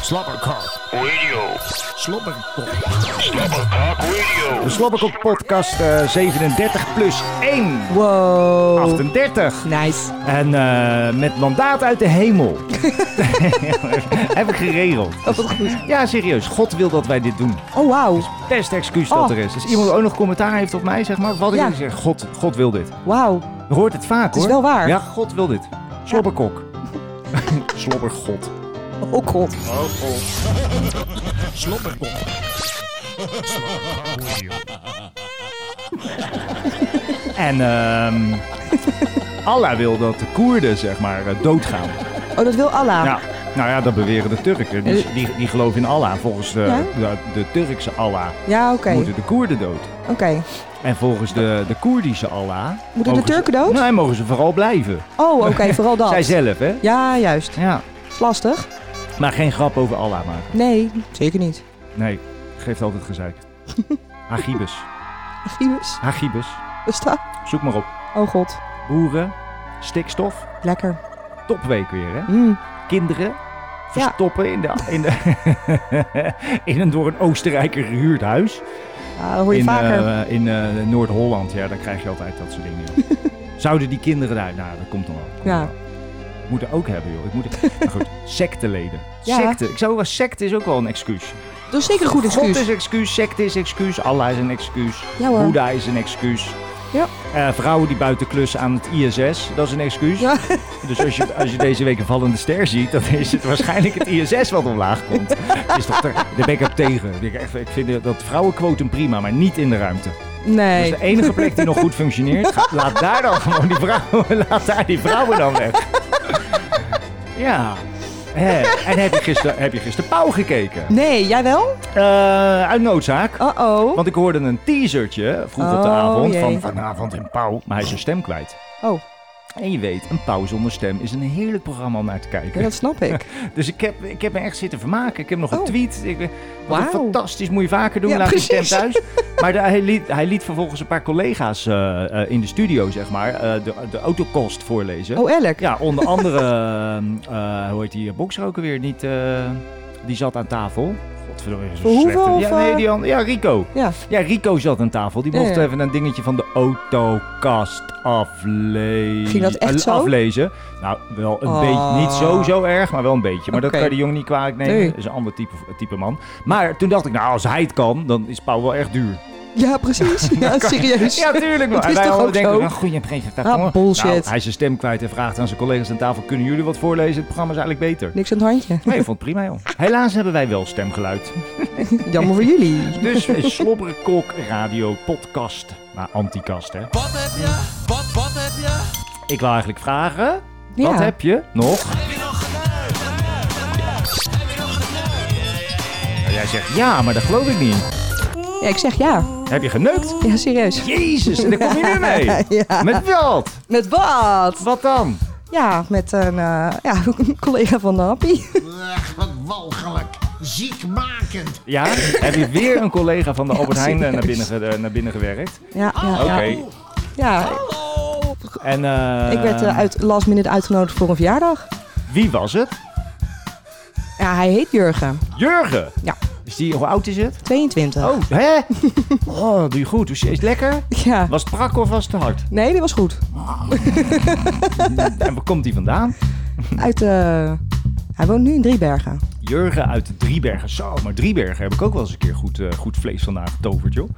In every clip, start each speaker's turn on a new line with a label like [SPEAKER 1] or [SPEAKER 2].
[SPEAKER 1] Slabberkok.
[SPEAKER 2] Radio.
[SPEAKER 1] Slabberkok.
[SPEAKER 2] Slobberkok Radio.
[SPEAKER 1] De Slabberkok podcast eh, 37 plus 1.
[SPEAKER 3] Wow.
[SPEAKER 1] 38.
[SPEAKER 3] Oh. Nice.
[SPEAKER 1] En eh, met mandaat uit de hemel. Heb ik geregeld.
[SPEAKER 3] Oh, wat goed.
[SPEAKER 1] Ja, serieus. God wil dat wij dit doen.
[SPEAKER 3] Oh, wauw.
[SPEAKER 1] Best excuus dat
[SPEAKER 3] Oh.
[SPEAKER 1] er is. Als iemand ook nog commentaar heeft op mij, zeg maar. Wat
[SPEAKER 3] Ja.
[SPEAKER 1] ik zeg, God, God wil dit.
[SPEAKER 3] Wauw.
[SPEAKER 1] Je hoort het vaak,
[SPEAKER 3] Het is
[SPEAKER 1] hoor.
[SPEAKER 3] wel waar.
[SPEAKER 1] Ja, God wil dit. Slobberkok. Slobbergod.
[SPEAKER 3] Oh, god.
[SPEAKER 1] En ehm Allah wil dat de Koerden, zeg maar, eh, doodgaan.
[SPEAKER 3] Oh, dat wil Allah.
[SPEAKER 1] Ja. Nou ja, dat beweren de Turken. Die, die, die geloven in Allah. Volgens eh,
[SPEAKER 3] Eh. Ja?
[SPEAKER 1] de, de Turkse Allah
[SPEAKER 3] Ja, oké.
[SPEAKER 1] moeten de Koerden dood.
[SPEAKER 3] Oké.
[SPEAKER 1] En volgens de, de Koerdische Allah...
[SPEAKER 3] Moeten de
[SPEAKER 1] mogen
[SPEAKER 3] Turken
[SPEAKER 1] ze-
[SPEAKER 3] dood?
[SPEAKER 1] Nee, mogen ze vooral blijven.
[SPEAKER 3] Oh, oké, vooral dat.
[SPEAKER 1] Zij zelf, hè?
[SPEAKER 3] Ja, juist.
[SPEAKER 1] Ja.
[SPEAKER 3] Is lastig?
[SPEAKER 1] Maar geen grap over Allah maken.
[SPEAKER 3] Nee, zeker niet.
[SPEAKER 1] Nee, geeft altijd gezeik. Hagibus.
[SPEAKER 3] Agibus,
[SPEAKER 1] Hagibus.
[SPEAKER 3] is dat?
[SPEAKER 1] Zoek maar op.
[SPEAKER 3] Oh god,
[SPEAKER 1] Boeren, stikstof,
[SPEAKER 3] lekker.
[SPEAKER 1] topweek weer, hè?
[SPEAKER 3] Mm.
[SPEAKER 1] kinderen verstoppen in, de, in, de, in een door een Oostenrijker gehuurd huis.
[SPEAKER 3] Ja, Ah, dat hoor je
[SPEAKER 1] in
[SPEAKER 3] vaker.
[SPEAKER 1] eh, in eh, Noord-Holland, ja, dan krijg je altijd dat soort dingen. joh. Zouden die kinderen daar... Nou, dat komt dan wel. Komt
[SPEAKER 3] Ja.
[SPEAKER 1] dan wel. Ik moet er ook hebben, joh. Ik moet er, maar goed, secteleden.
[SPEAKER 3] Ja.
[SPEAKER 1] Secte. Ik zou wel... Secte is ook wel een excuus.
[SPEAKER 3] dat is zeker een goed
[SPEAKER 1] eh, God
[SPEAKER 3] excuus.
[SPEAKER 1] is excuus, secte is excuus, Allah is een excuus,
[SPEAKER 3] Ja hoor.
[SPEAKER 1] Boeddha is een excuus.
[SPEAKER 3] Ja.
[SPEAKER 1] Eh, vrouwen die buiten klussen aan het ISS, dat is een excuus.
[SPEAKER 3] Ja.
[SPEAKER 1] Dus als je, als je deze week een vallende ster ziet, dan is het waarschijnlijk het ISS wat omlaag komt. Is toch ter- daar ben ik op tegen. Ik, echt- ik vind dat vrouwenquotum prima, maar niet in de ruimte. Dat
[SPEAKER 3] Nee.
[SPEAKER 1] is de enige plek die nog goed functioneert. Ga- Laat daar dan gewoon die vrouwen, laat daar die vrouwen dan weg. Ja. Hè. En heb je gisteren, heb je gisteren Pauw gekeken?
[SPEAKER 3] Nee, jij wel?
[SPEAKER 1] Eh, uit noodzaak.
[SPEAKER 3] Uh-oh.
[SPEAKER 1] Want ik hoorde een teasertje vroeg op de
[SPEAKER 3] Oh,
[SPEAKER 1] avond
[SPEAKER 3] jee.
[SPEAKER 1] van vanavond in Pauw. Maar hij is zijn stem kwijt.
[SPEAKER 3] Oh,
[SPEAKER 1] En je weet, een pauw zonder stem is een heerlijk programma om naar te
[SPEAKER 3] ja,
[SPEAKER 1] kijken.
[SPEAKER 3] dat snap ik.
[SPEAKER 1] Dus ik heb, ik heb me echt zitten vermaken. Ik heb nog
[SPEAKER 3] Oh.
[SPEAKER 1] getweet. Ik, wat
[SPEAKER 3] Wauw.
[SPEAKER 1] Fantastisch, moet je vaker doen.
[SPEAKER 3] Ja,
[SPEAKER 1] Laat die
[SPEAKER 3] precies.
[SPEAKER 1] stem thuis. Maar de- hij, liet, hij liet vervolgens een paar collega's eh, eh, in de studio, zeg maar, eh, de, de autokost voorlezen.
[SPEAKER 3] Oh, elk.
[SPEAKER 1] Ja, onder andere, eh, eh, hoe heet die bokser ook alweer? Niet, eh, die zat aan tafel. Godverdomme, is
[SPEAKER 3] Voor hoeveel,
[SPEAKER 1] slechte- Ja,
[SPEAKER 3] of, eh?
[SPEAKER 1] nee, die an- ja, Rico.
[SPEAKER 3] Ja.
[SPEAKER 1] Ja, Rico zat aan tafel. Die
[SPEAKER 3] Ja,
[SPEAKER 1] mocht
[SPEAKER 3] ja.
[SPEAKER 1] even een dingetje van de autokast afle
[SPEAKER 3] Ging dat echt zo?
[SPEAKER 1] eh, aflezen. Nou, wel een
[SPEAKER 3] Ah.
[SPEAKER 1] beetje. Niet zo, zo erg, maar wel een beetje. Maar dat
[SPEAKER 3] Oké.
[SPEAKER 1] kan je de jongen niet kwalijk nemen.
[SPEAKER 3] Nee.
[SPEAKER 1] Dat is een ander type, type man. Maar toen dacht ik, nou, als hij het kan, dan is Pauw wel echt duur.
[SPEAKER 3] Ja, precies. Ja, serieus.
[SPEAKER 1] Ja, tuurlijk.
[SPEAKER 3] Dat
[SPEAKER 1] En wij
[SPEAKER 3] is toch
[SPEAKER 1] allemaal
[SPEAKER 3] ook
[SPEAKER 1] denken,
[SPEAKER 3] zo?
[SPEAKER 1] nou, goeie presentator.
[SPEAKER 3] Ah,
[SPEAKER 1] Nou,
[SPEAKER 3] bullshit.
[SPEAKER 1] hij is zijn stem kwijt en vraagt aan zijn collega's aan tafel, kunnen jullie wat voorlezen? Het programma is eigenlijk beter.
[SPEAKER 3] Niks aan het handje.
[SPEAKER 1] Nee, ik vond het prima, joh. Helaas hebben wij wel stemgeluid.
[SPEAKER 3] Jammer voor jullie.
[SPEAKER 1] Dus Slobberkok Radio Podcast. Maar antikast, hè?
[SPEAKER 4] Wat heb je? Wat, wat heb je?
[SPEAKER 1] Ik wil eigenlijk vragen,
[SPEAKER 3] Ja.
[SPEAKER 1] wat heb je nog?
[SPEAKER 4] Heb je nog geneukt? Heb je nog geneukt?
[SPEAKER 1] Nou, jij zegt ja, maar dat geloof ik niet.
[SPEAKER 3] Ja, ik zeg ja.
[SPEAKER 1] Heb je geneukt?
[SPEAKER 3] Ja, serieus.
[SPEAKER 1] Jezus, en daar kom je nu mee.
[SPEAKER 3] Ja.
[SPEAKER 1] Met wat?
[SPEAKER 3] Met wat?
[SPEAKER 1] Wat dan?
[SPEAKER 3] Ja, met een, eh, ja, een collega van de Happy.
[SPEAKER 5] Ach, wat walgelijk. Ziekmakend.
[SPEAKER 1] Ja, heb je weer een collega van de Albert
[SPEAKER 3] Ja,
[SPEAKER 1] Heijn eh, naar binnen,
[SPEAKER 3] serieus.
[SPEAKER 1] ge- eh, naar binnen gewerkt?
[SPEAKER 3] Ja, ja,
[SPEAKER 1] Oké.
[SPEAKER 3] ja.
[SPEAKER 1] Oh.
[SPEAKER 3] ja.
[SPEAKER 4] Hallo!
[SPEAKER 1] En eh,
[SPEAKER 3] Ik werd eh, uit, last minute uitgenodigd voor een verjaardag.
[SPEAKER 1] wie was het?
[SPEAKER 3] Ja, hij heet Jurgen.
[SPEAKER 1] Jurgen.
[SPEAKER 3] Ja,
[SPEAKER 1] Is die, hoe oud is het?
[SPEAKER 3] 22.
[SPEAKER 1] Oh, hè? Oh, doe je goed. Is is het lekker?
[SPEAKER 3] Ja.
[SPEAKER 1] Was het prak of was het te hard?
[SPEAKER 3] Nee, die was goed.
[SPEAKER 1] En waar komt die vandaan?
[SPEAKER 3] Uit, eh, hij woont nu in Driebergen.
[SPEAKER 1] Jurgen uit Driebergen. Zo, maar Driebergen heb ik ook wel eens een keer goed, eh, goed vlees vandaan getoverd, joh.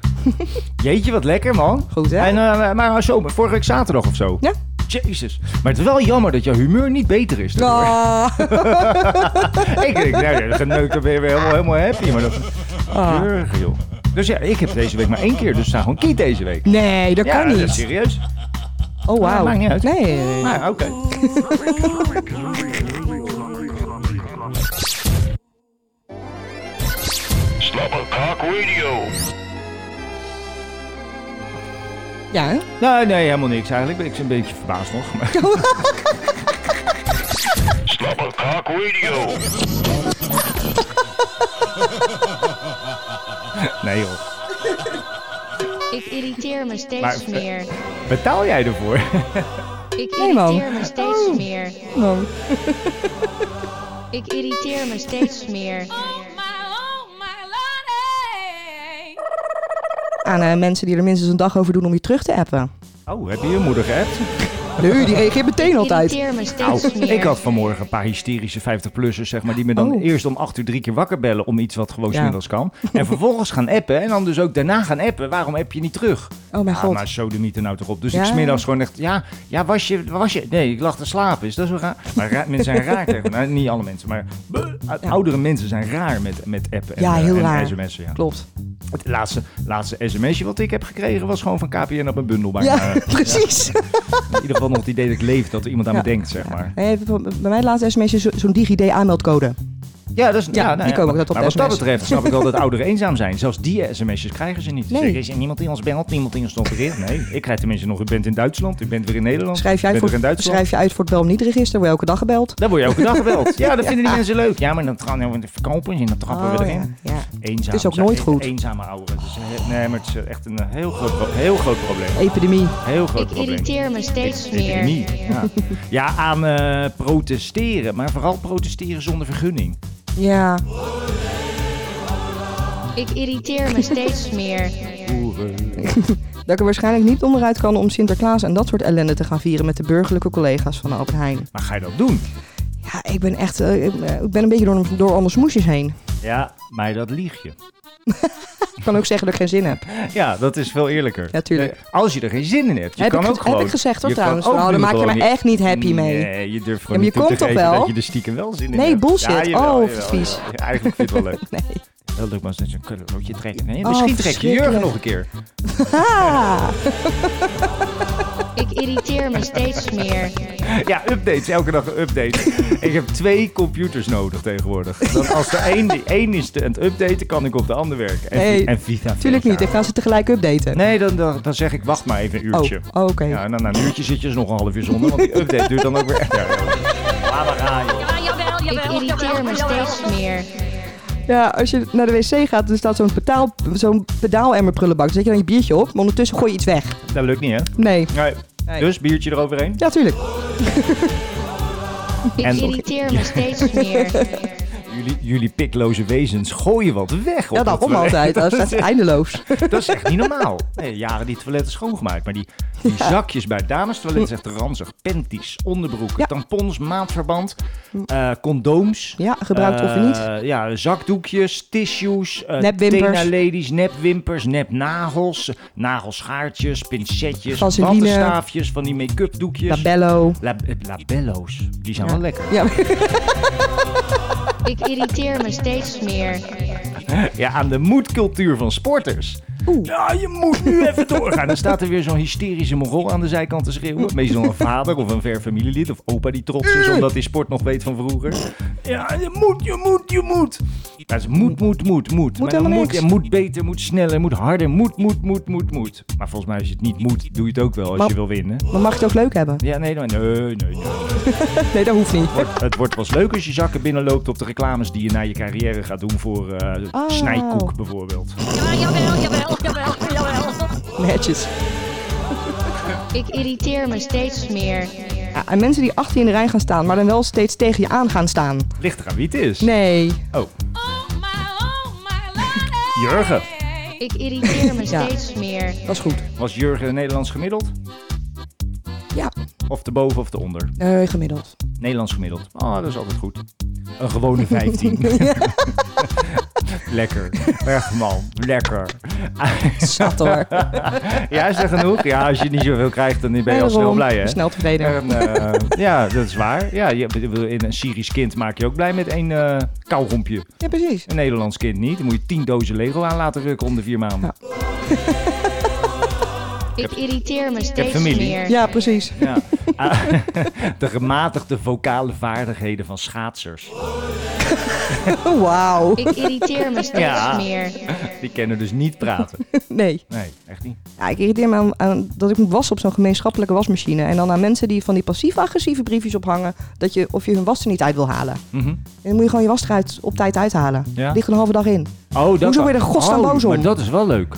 [SPEAKER 1] Jeetje, wat lekker, man.
[SPEAKER 3] Goed, hè?
[SPEAKER 1] En, eh, maar zo, maar vorige week zaterdag of zo.
[SPEAKER 3] Ja.
[SPEAKER 1] Jezus. Maar het is wel jammer dat jouw humeur niet beter is. daardoor.
[SPEAKER 3] Ah,
[SPEAKER 1] Ik denk, nou, ja, geneukt, dan ben je weer helemaal, helemaal happy. Maar dat...
[SPEAKER 3] Ah.
[SPEAKER 1] Jurgen, joh. Dus ja, ik heb deze week maar één keer, dus sta gewoon kiet deze week.
[SPEAKER 3] Nee, dat
[SPEAKER 1] ja,
[SPEAKER 3] kan
[SPEAKER 1] dat is
[SPEAKER 3] niet.
[SPEAKER 1] serieus.
[SPEAKER 3] Oh,
[SPEAKER 1] Nou,
[SPEAKER 3] wauw.
[SPEAKER 1] maakt niet uit.
[SPEAKER 3] Nee.
[SPEAKER 1] Nou, oké.
[SPEAKER 2] Slobberkok Radio.
[SPEAKER 3] Ja, hè?
[SPEAKER 1] Nou, nee, helemaal niks eigenlijk. Ik ben een beetje verbaasd nog. Maar...
[SPEAKER 2] Slobberkok Radio.
[SPEAKER 1] Nee, joh.
[SPEAKER 6] Ik irriteer me steeds
[SPEAKER 1] Maar-
[SPEAKER 6] meer.
[SPEAKER 1] Betaal jij ervoor?
[SPEAKER 6] Ik
[SPEAKER 3] Nee, man. Oh.
[SPEAKER 6] irriteer me steeds meer.
[SPEAKER 3] man.
[SPEAKER 6] Ik irriteer me steeds meer.
[SPEAKER 3] Oh, Aan eh, mensen die er minstens een dag over doen om je terug te appen.
[SPEAKER 1] Oh, heb je je moeder geappt?
[SPEAKER 3] Nee, die reageert meteen
[SPEAKER 6] Ik
[SPEAKER 3] altijd.
[SPEAKER 6] irriteer me
[SPEAKER 1] Nou,
[SPEAKER 6] steeds meer.
[SPEAKER 1] ik had vanmorgen een paar hysterische 50-plussers, zeg maar, die me dan
[SPEAKER 3] Oh.
[SPEAKER 1] eerst om 8 uur drie keer wakker bellen om iets wat gewoon
[SPEAKER 3] Ja.
[SPEAKER 1] smiddags kan. En vervolgens gaan appen en dan dus ook daarna gaan appen. Waarom app je niet terug?
[SPEAKER 3] Oh mijn
[SPEAKER 1] Ah,
[SPEAKER 3] god.
[SPEAKER 1] maar zo de mythe nou toch op. Dus
[SPEAKER 3] Ja.
[SPEAKER 1] ik smiddags gewoon echt, ja, ja, was je, was je? Nee, ik lag te slapen. Is dat zo raar? Maar ra- mensen zijn raar tegen nou, Niet alle mensen, maar eh, oudere mensen zijn raar met, met appen en,
[SPEAKER 3] Ja,
[SPEAKER 1] eh,
[SPEAKER 3] heel
[SPEAKER 1] en
[SPEAKER 3] raar.
[SPEAKER 1] sms'en. Ja.
[SPEAKER 3] Klopt.
[SPEAKER 1] Het laatste, laatste sms'je wat ik heb gekregen was gewoon van KPN op een bundel. bijna.
[SPEAKER 3] Ja, precies.
[SPEAKER 1] In ieder geval nog het idee dat ik leef, dat er iemand aan me
[SPEAKER 3] Ja.
[SPEAKER 1] denkt, zeg maar.
[SPEAKER 3] Nee, bij mijn laatste sms is zo- zo'n DigiD aanmeldcode.
[SPEAKER 1] Ja, dat is,
[SPEAKER 3] Ja, die komen ook dat op
[SPEAKER 1] maar
[SPEAKER 3] de
[SPEAKER 1] wat dat
[SPEAKER 3] SMS.
[SPEAKER 1] betreft snap ik wel dat ouderen eenzaam zijn. Zelfs die sms'jes krijgen ze niet.
[SPEAKER 3] Nee.
[SPEAKER 1] Zeker is er niemand die ons belt, niemand die ons opereert. Nee, ik krijg tenminste nog, u bent in Duitsland, u bent weer in Nederland,
[SPEAKER 3] Schrijf je
[SPEAKER 1] u
[SPEAKER 3] uit
[SPEAKER 1] bent
[SPEAKER 3] voor,
[SPEAKER 1] weer in Duitsland.
[SPEAKER 3] schrijf je uit voor het bel niet register, word je elke dag gebeld.
[SPEAKER 1] Dan word je elke dag gebeld. Ja, dat vinden die mensen leuk. Ja, maar dan gaan we de verkopers en dan trappen we
[SPEAKER 3] Oh,
[SPEAKER 1] erin.
[SPEAKER 3] ja, ja.
[SPEAKER 1] Eenzaam.
[SPEAKER 3] Het is ook nooit goed.
[SPEAKER 1] Eenzame ouderen. Het is een he- nee, maar het is echt een heel groot, pro- heel groot probleem.
[SPEAKER 3] Epidemie.
[SPEAKER 1] Heel groot
[SPEAKER 6] Ik
[SPEAKER 1] probleem.
[SPEAKER 6] irriteer me steeds meer.
[SPEAKER 1] Epidemie, Ja, ja aan eh, protesteren. Maar vooral protesteren zonder vergunning.
[SPEAKER 3] Ja.
[SPEAKER 6] Ik irriteer me steeds meer.
[SPEAKER 3] Dat ik er waarschijnlijk niet onderuit kan om Sinterklaas en dat soort ellende te gaan vieren met de burgerlijke collega's van de Albert Heijn.
[SPEAKER 1] Maar ga je dat doen?
[SPEAKER 3] Ja, ik ben echt, eh, ik, eh, ik ben een beetje door, door allemaal smoesjes heen.
[SPEAKER 1] Ja, maar dat lieg je.
[SPEAKER 3] Ik kan ook zeggen dat ik geen zin heb.
[SPEAKER 1] Ja, dat is veel eerlijker.
[SPEAKER 3] Ja, tuurlijk.
[SPEAKER 1] Nee, Als je er geen zin in hebt, je
[SPEAKER 3] Heb
[SPEAKER 1] kan
[SPEAKER 3] ik-
[SPEAKER 1] ook
[SPEAKER 3] heb
[SPEAKER 1] gewoon...
[SPEAKER 3] ik gezegd hoor
[SPEAKER 1] je kan
[SPEAKER 3] trouwens,
[SPEAKER 1] ook
[SPEAKER 3] vooral,
[SPEAKER 1] nu
[SPEAKER 3] daar maak je
[SPEAKER 1] gewoon
[SPEAKER 3] me echt niet happy mee.
[SPEAKER 1] Nee, je durft gewoon
[SPEAKER 3] Ja, maar
[SPEAKER 1] niet
[SPEAKER 3] je
[SPEAKER 1] toe te
[SPEAKER 3] komt toch
[SPEAKER 1] geven
[SPEAKER 3] wel?
[SPEAKER 1] dat je er stiekem wel zin in
[SPEAKER 3] Nee,
[SPEAKER 1] hebt.
[SPEAKER 3] bullshit. Oh,
[SPEAKER 1] jawel,
[SPEAKER 3] vies.
[SPEAKER 1] jawel. Eigenlijk vind ik het wel leuk.
[SPEAKER 3] Nee.
[SPEAKER 1] Wel leuk, maar zo'n kuddelootje trekken. Nee,
[SPEAKER 3] Oh,
[SPEAKER 1] misschien trek je Jurgen
[SPEAKER 3] verschrikkelijk.
[SPEAKER 1] nog een keer.
[SPEAKER 3] Ah,
[SPEAKER 6] Ik irriteer me steeds meer.
[SPEAKER 1] Ja, updates. Elke dag een update. ik heb twee computers nodig tegenwoordig. Dan als de één de één is te- aan het updaten, kan ik op de ander werken. En,
[SPEAKER 3] Nee,
[SPEAKER 1] en Vita
[SPEAKER 3] tuurlijk niet. Ik
[SPEAKER 1] versa.
[SPEAKER 3] ga ze tegelijk updaten.
[SPEAKER 1] Nee, dan, dan, dan zeg ik wacht maar even een uurtje.
[SPEAKER 3] Oh, oh, oké.
[SPEAKER 1] Ja, en dan na een uurtje zit je dus nog een half uur zonder, want die update duurt dan ook weer echt. Ja, joh. Laat maar gaan, joh.
[SPEAKER 6] Ik irriteer me steeds meer.
[SPEAKER 3] Ja, als je naar de wc gaat, dan staat zo'n pedaal, zo'n pedaalemmer prullenbak. Dan zet je dan je biertje op, maar ondertussen gooi je iets weg.
[SPEAKER 1] Dat lukt niet, hè?
[SPEAKER 3] Nee.
[SPEAKER 1] Nee.
[SPEAKER 3] Nee.
[SPEAKER 1] Dus biertje eroverheen.
[SPEAKER 3] Ja, tuurlijk.
[SPEAKER 6] Ik
[SPEAKER 1] En-
[SPEAKER 6] irriteer me steeds meer.
[SPEAKER 1] Jullie, jullie pikloze wezens gooien wat weg. op
[SPEAKER 3] Ja,
[SPEAKER 1] het
[SPEAKER 3] daarom
[SPEAKER 1] toilet.
[SPEAKER 3] altijd. Dat is eindeloos.
[SPEAKER 1] Dat is echt niet normaal. Nee, jaren die toiletten schoongemaakt. Maar die, die zakjes bij het dames toilet is echt ranzig. Panties, onderbroeken,
[SPEAKER 3] Ja.
[SPEAKER 1] tampons, maandverband, eh, condooms.
[SPEAKER 3] Ja, gebruikt of
[SPEAKER 1] eh,
[SPEAKER 3] niet.
[SPEAKER 1] Ja, zakdoekjes, tissues, uh,
[SPEAKER 3] Nepwimpers.
[SPEAKER 1] ladies, nepwimpers, nepnagels, nagelschaartjes, pincetjes,
[SPEAKER 3] Vaseline.
[SPEAKER 1] wattenstaafjes van die make-up doekjes.
[SPEAKER 3] Labello.
[SPEAKER 1] Lab- eh, labello's, die zijn wel lekker.
[SPEAKER 3] Ja,
[SPEAKER 6] Ik irriteer me steeds meer.
[SPEAKER 1] Ja, aan de moedcultuur van sporters.
[SPEAKER 3] Oeh.
[SPEAKER 1] Ja, je moet nu even doorgaan. Dan staat er weer zo'n hysterische mongool aan de zijkant te schreeuwen. Meestal een vader of een ver familielid of opa die trots is omdat hij sport nog weet van vroeger. Ja, je moet, je moet, je moet. Dat is moet, moet, moet, moet. Maar
[SPEAKER 3] helemaal
[SPEAKER 1] moet,
[SPEAKER 3] niks.
[SPEAKER 1] je moet beter, moet sneller, moet harder, moet, moet, moet, moet, moet. Maar volgens mij als je het niet moet, doe je het ook wel als
[SPEAKER 3] Maar-
[SPEAKER 1] je wil winnen.
[SPEAKER 3] maar mag je het ook leuk hebben?
[SPEAKER 1] Ja, nee, nee, nee, nee. nee.
[SPEAKER 3] Nee, dat hoeft niet.
[SPEAKER 1] Wordt- het wordt pas leuk als je zakken binnenloopt op de reclames die je na je carrière gaat doen voor eh,
[SPEAKER 3] Oh.
[SPEAKER 1] snijkoek bijvoorbeeld.
[SPEAKER 3] Netjes.
[SPEAKER 6] Ik irriteer me steeds meer.
[SPEAKER 3] Ja, en mensen die achter je in de rij gaan staan, maar dan wel steeds tegen je aan gaan staan.
[SPEAKER 1] Ligt eraan wie het is.
[SPEAKER 3] Nee.
[SPEAKER 1] Oh, Jurgen.
[SPEAKER 6] Ik irriteer me
[SPEAKER 3] Ja.
[SPEAKER 6] steeds meer.
[SPEAKER 3] Dat is goed.
[SPEAKER 1] Was Jurgen Nederlands gemiddeld?
[SPEAKER 3] Ja,
[SPEAKER 1] Of te boven of te onder?
[SPEAKER 3] eh, gemiddeld.
[SPEAKER 1] Nederlands gemiddeld. Oh, dat is altijd goed. Een gewone 15. lekker. Echt man, lekker.
[SPEAKER 3] Zat hoor.
[SPEAKER 1] Ja, is dat genoeg? Ja, als je niet zoveel krijgt, dan ben je al snel
[SPEAKER 3] Daarom.
[SPEAKER 1] blij, hè?
[SPEAKER 3] Snel tevreden.
[SPEAKER 1] En, eh, ja, dat is waar. Ja, je, ik bedoel, in een Syrisch kind maak je ook blij met één eh kauwgompje.
[SPEAKER 3] Ja, precies.
[SPEAKER 1] Een Nederlands kind niet. Dan moet je tien dozen Lego aan laten rukken om de vier maanden.
[SPEAKER 3] Ja.
[SPEAKER 6] Ik irriteer me steeds
[SPEAKER 1] familie.
[SPEAKER 6] meer.
[SPEAKER 3] Ja, precies.
[SPEAKER 1] Ja. Ah, de gematigde vocale vaardigheden van schaatsers.
[SPEAKER 3] Oh, Wauw.
[SPEAKER 6] Ik irriteer me steeds
[SPEAKER 1] Ja.
[SPEAKER 6] meer.
[SPEAKER 1] Die kennen dus niet praten.
[SPEAKER 3] Nee.
[SPEAKER 1] Nee, echt niet.
[SPEAKER 3] Ja, ik irriteer me aan, aan dat ik moet wassen op zo'n gemeenschappelijke wasmachine. En dan aan mensen die van die passief-agressieve briefjes ophangen. Dat je, of je hun was er niet uit wil halen. En dan moet je gewoon je was eruit op tijd uithalen.
[SPEAKER 1] Ja.
[SPEAKER 3] Ligt er een halve dag in.
[SPEAKER 1] Oh, dat
[SPEAKER 3] Hoezo ben je er godsnaam
[SPEAKER 1] oh,
[SPEAKER 3] boos om?
[SPEAKER 1] Maar dat is wel leuk.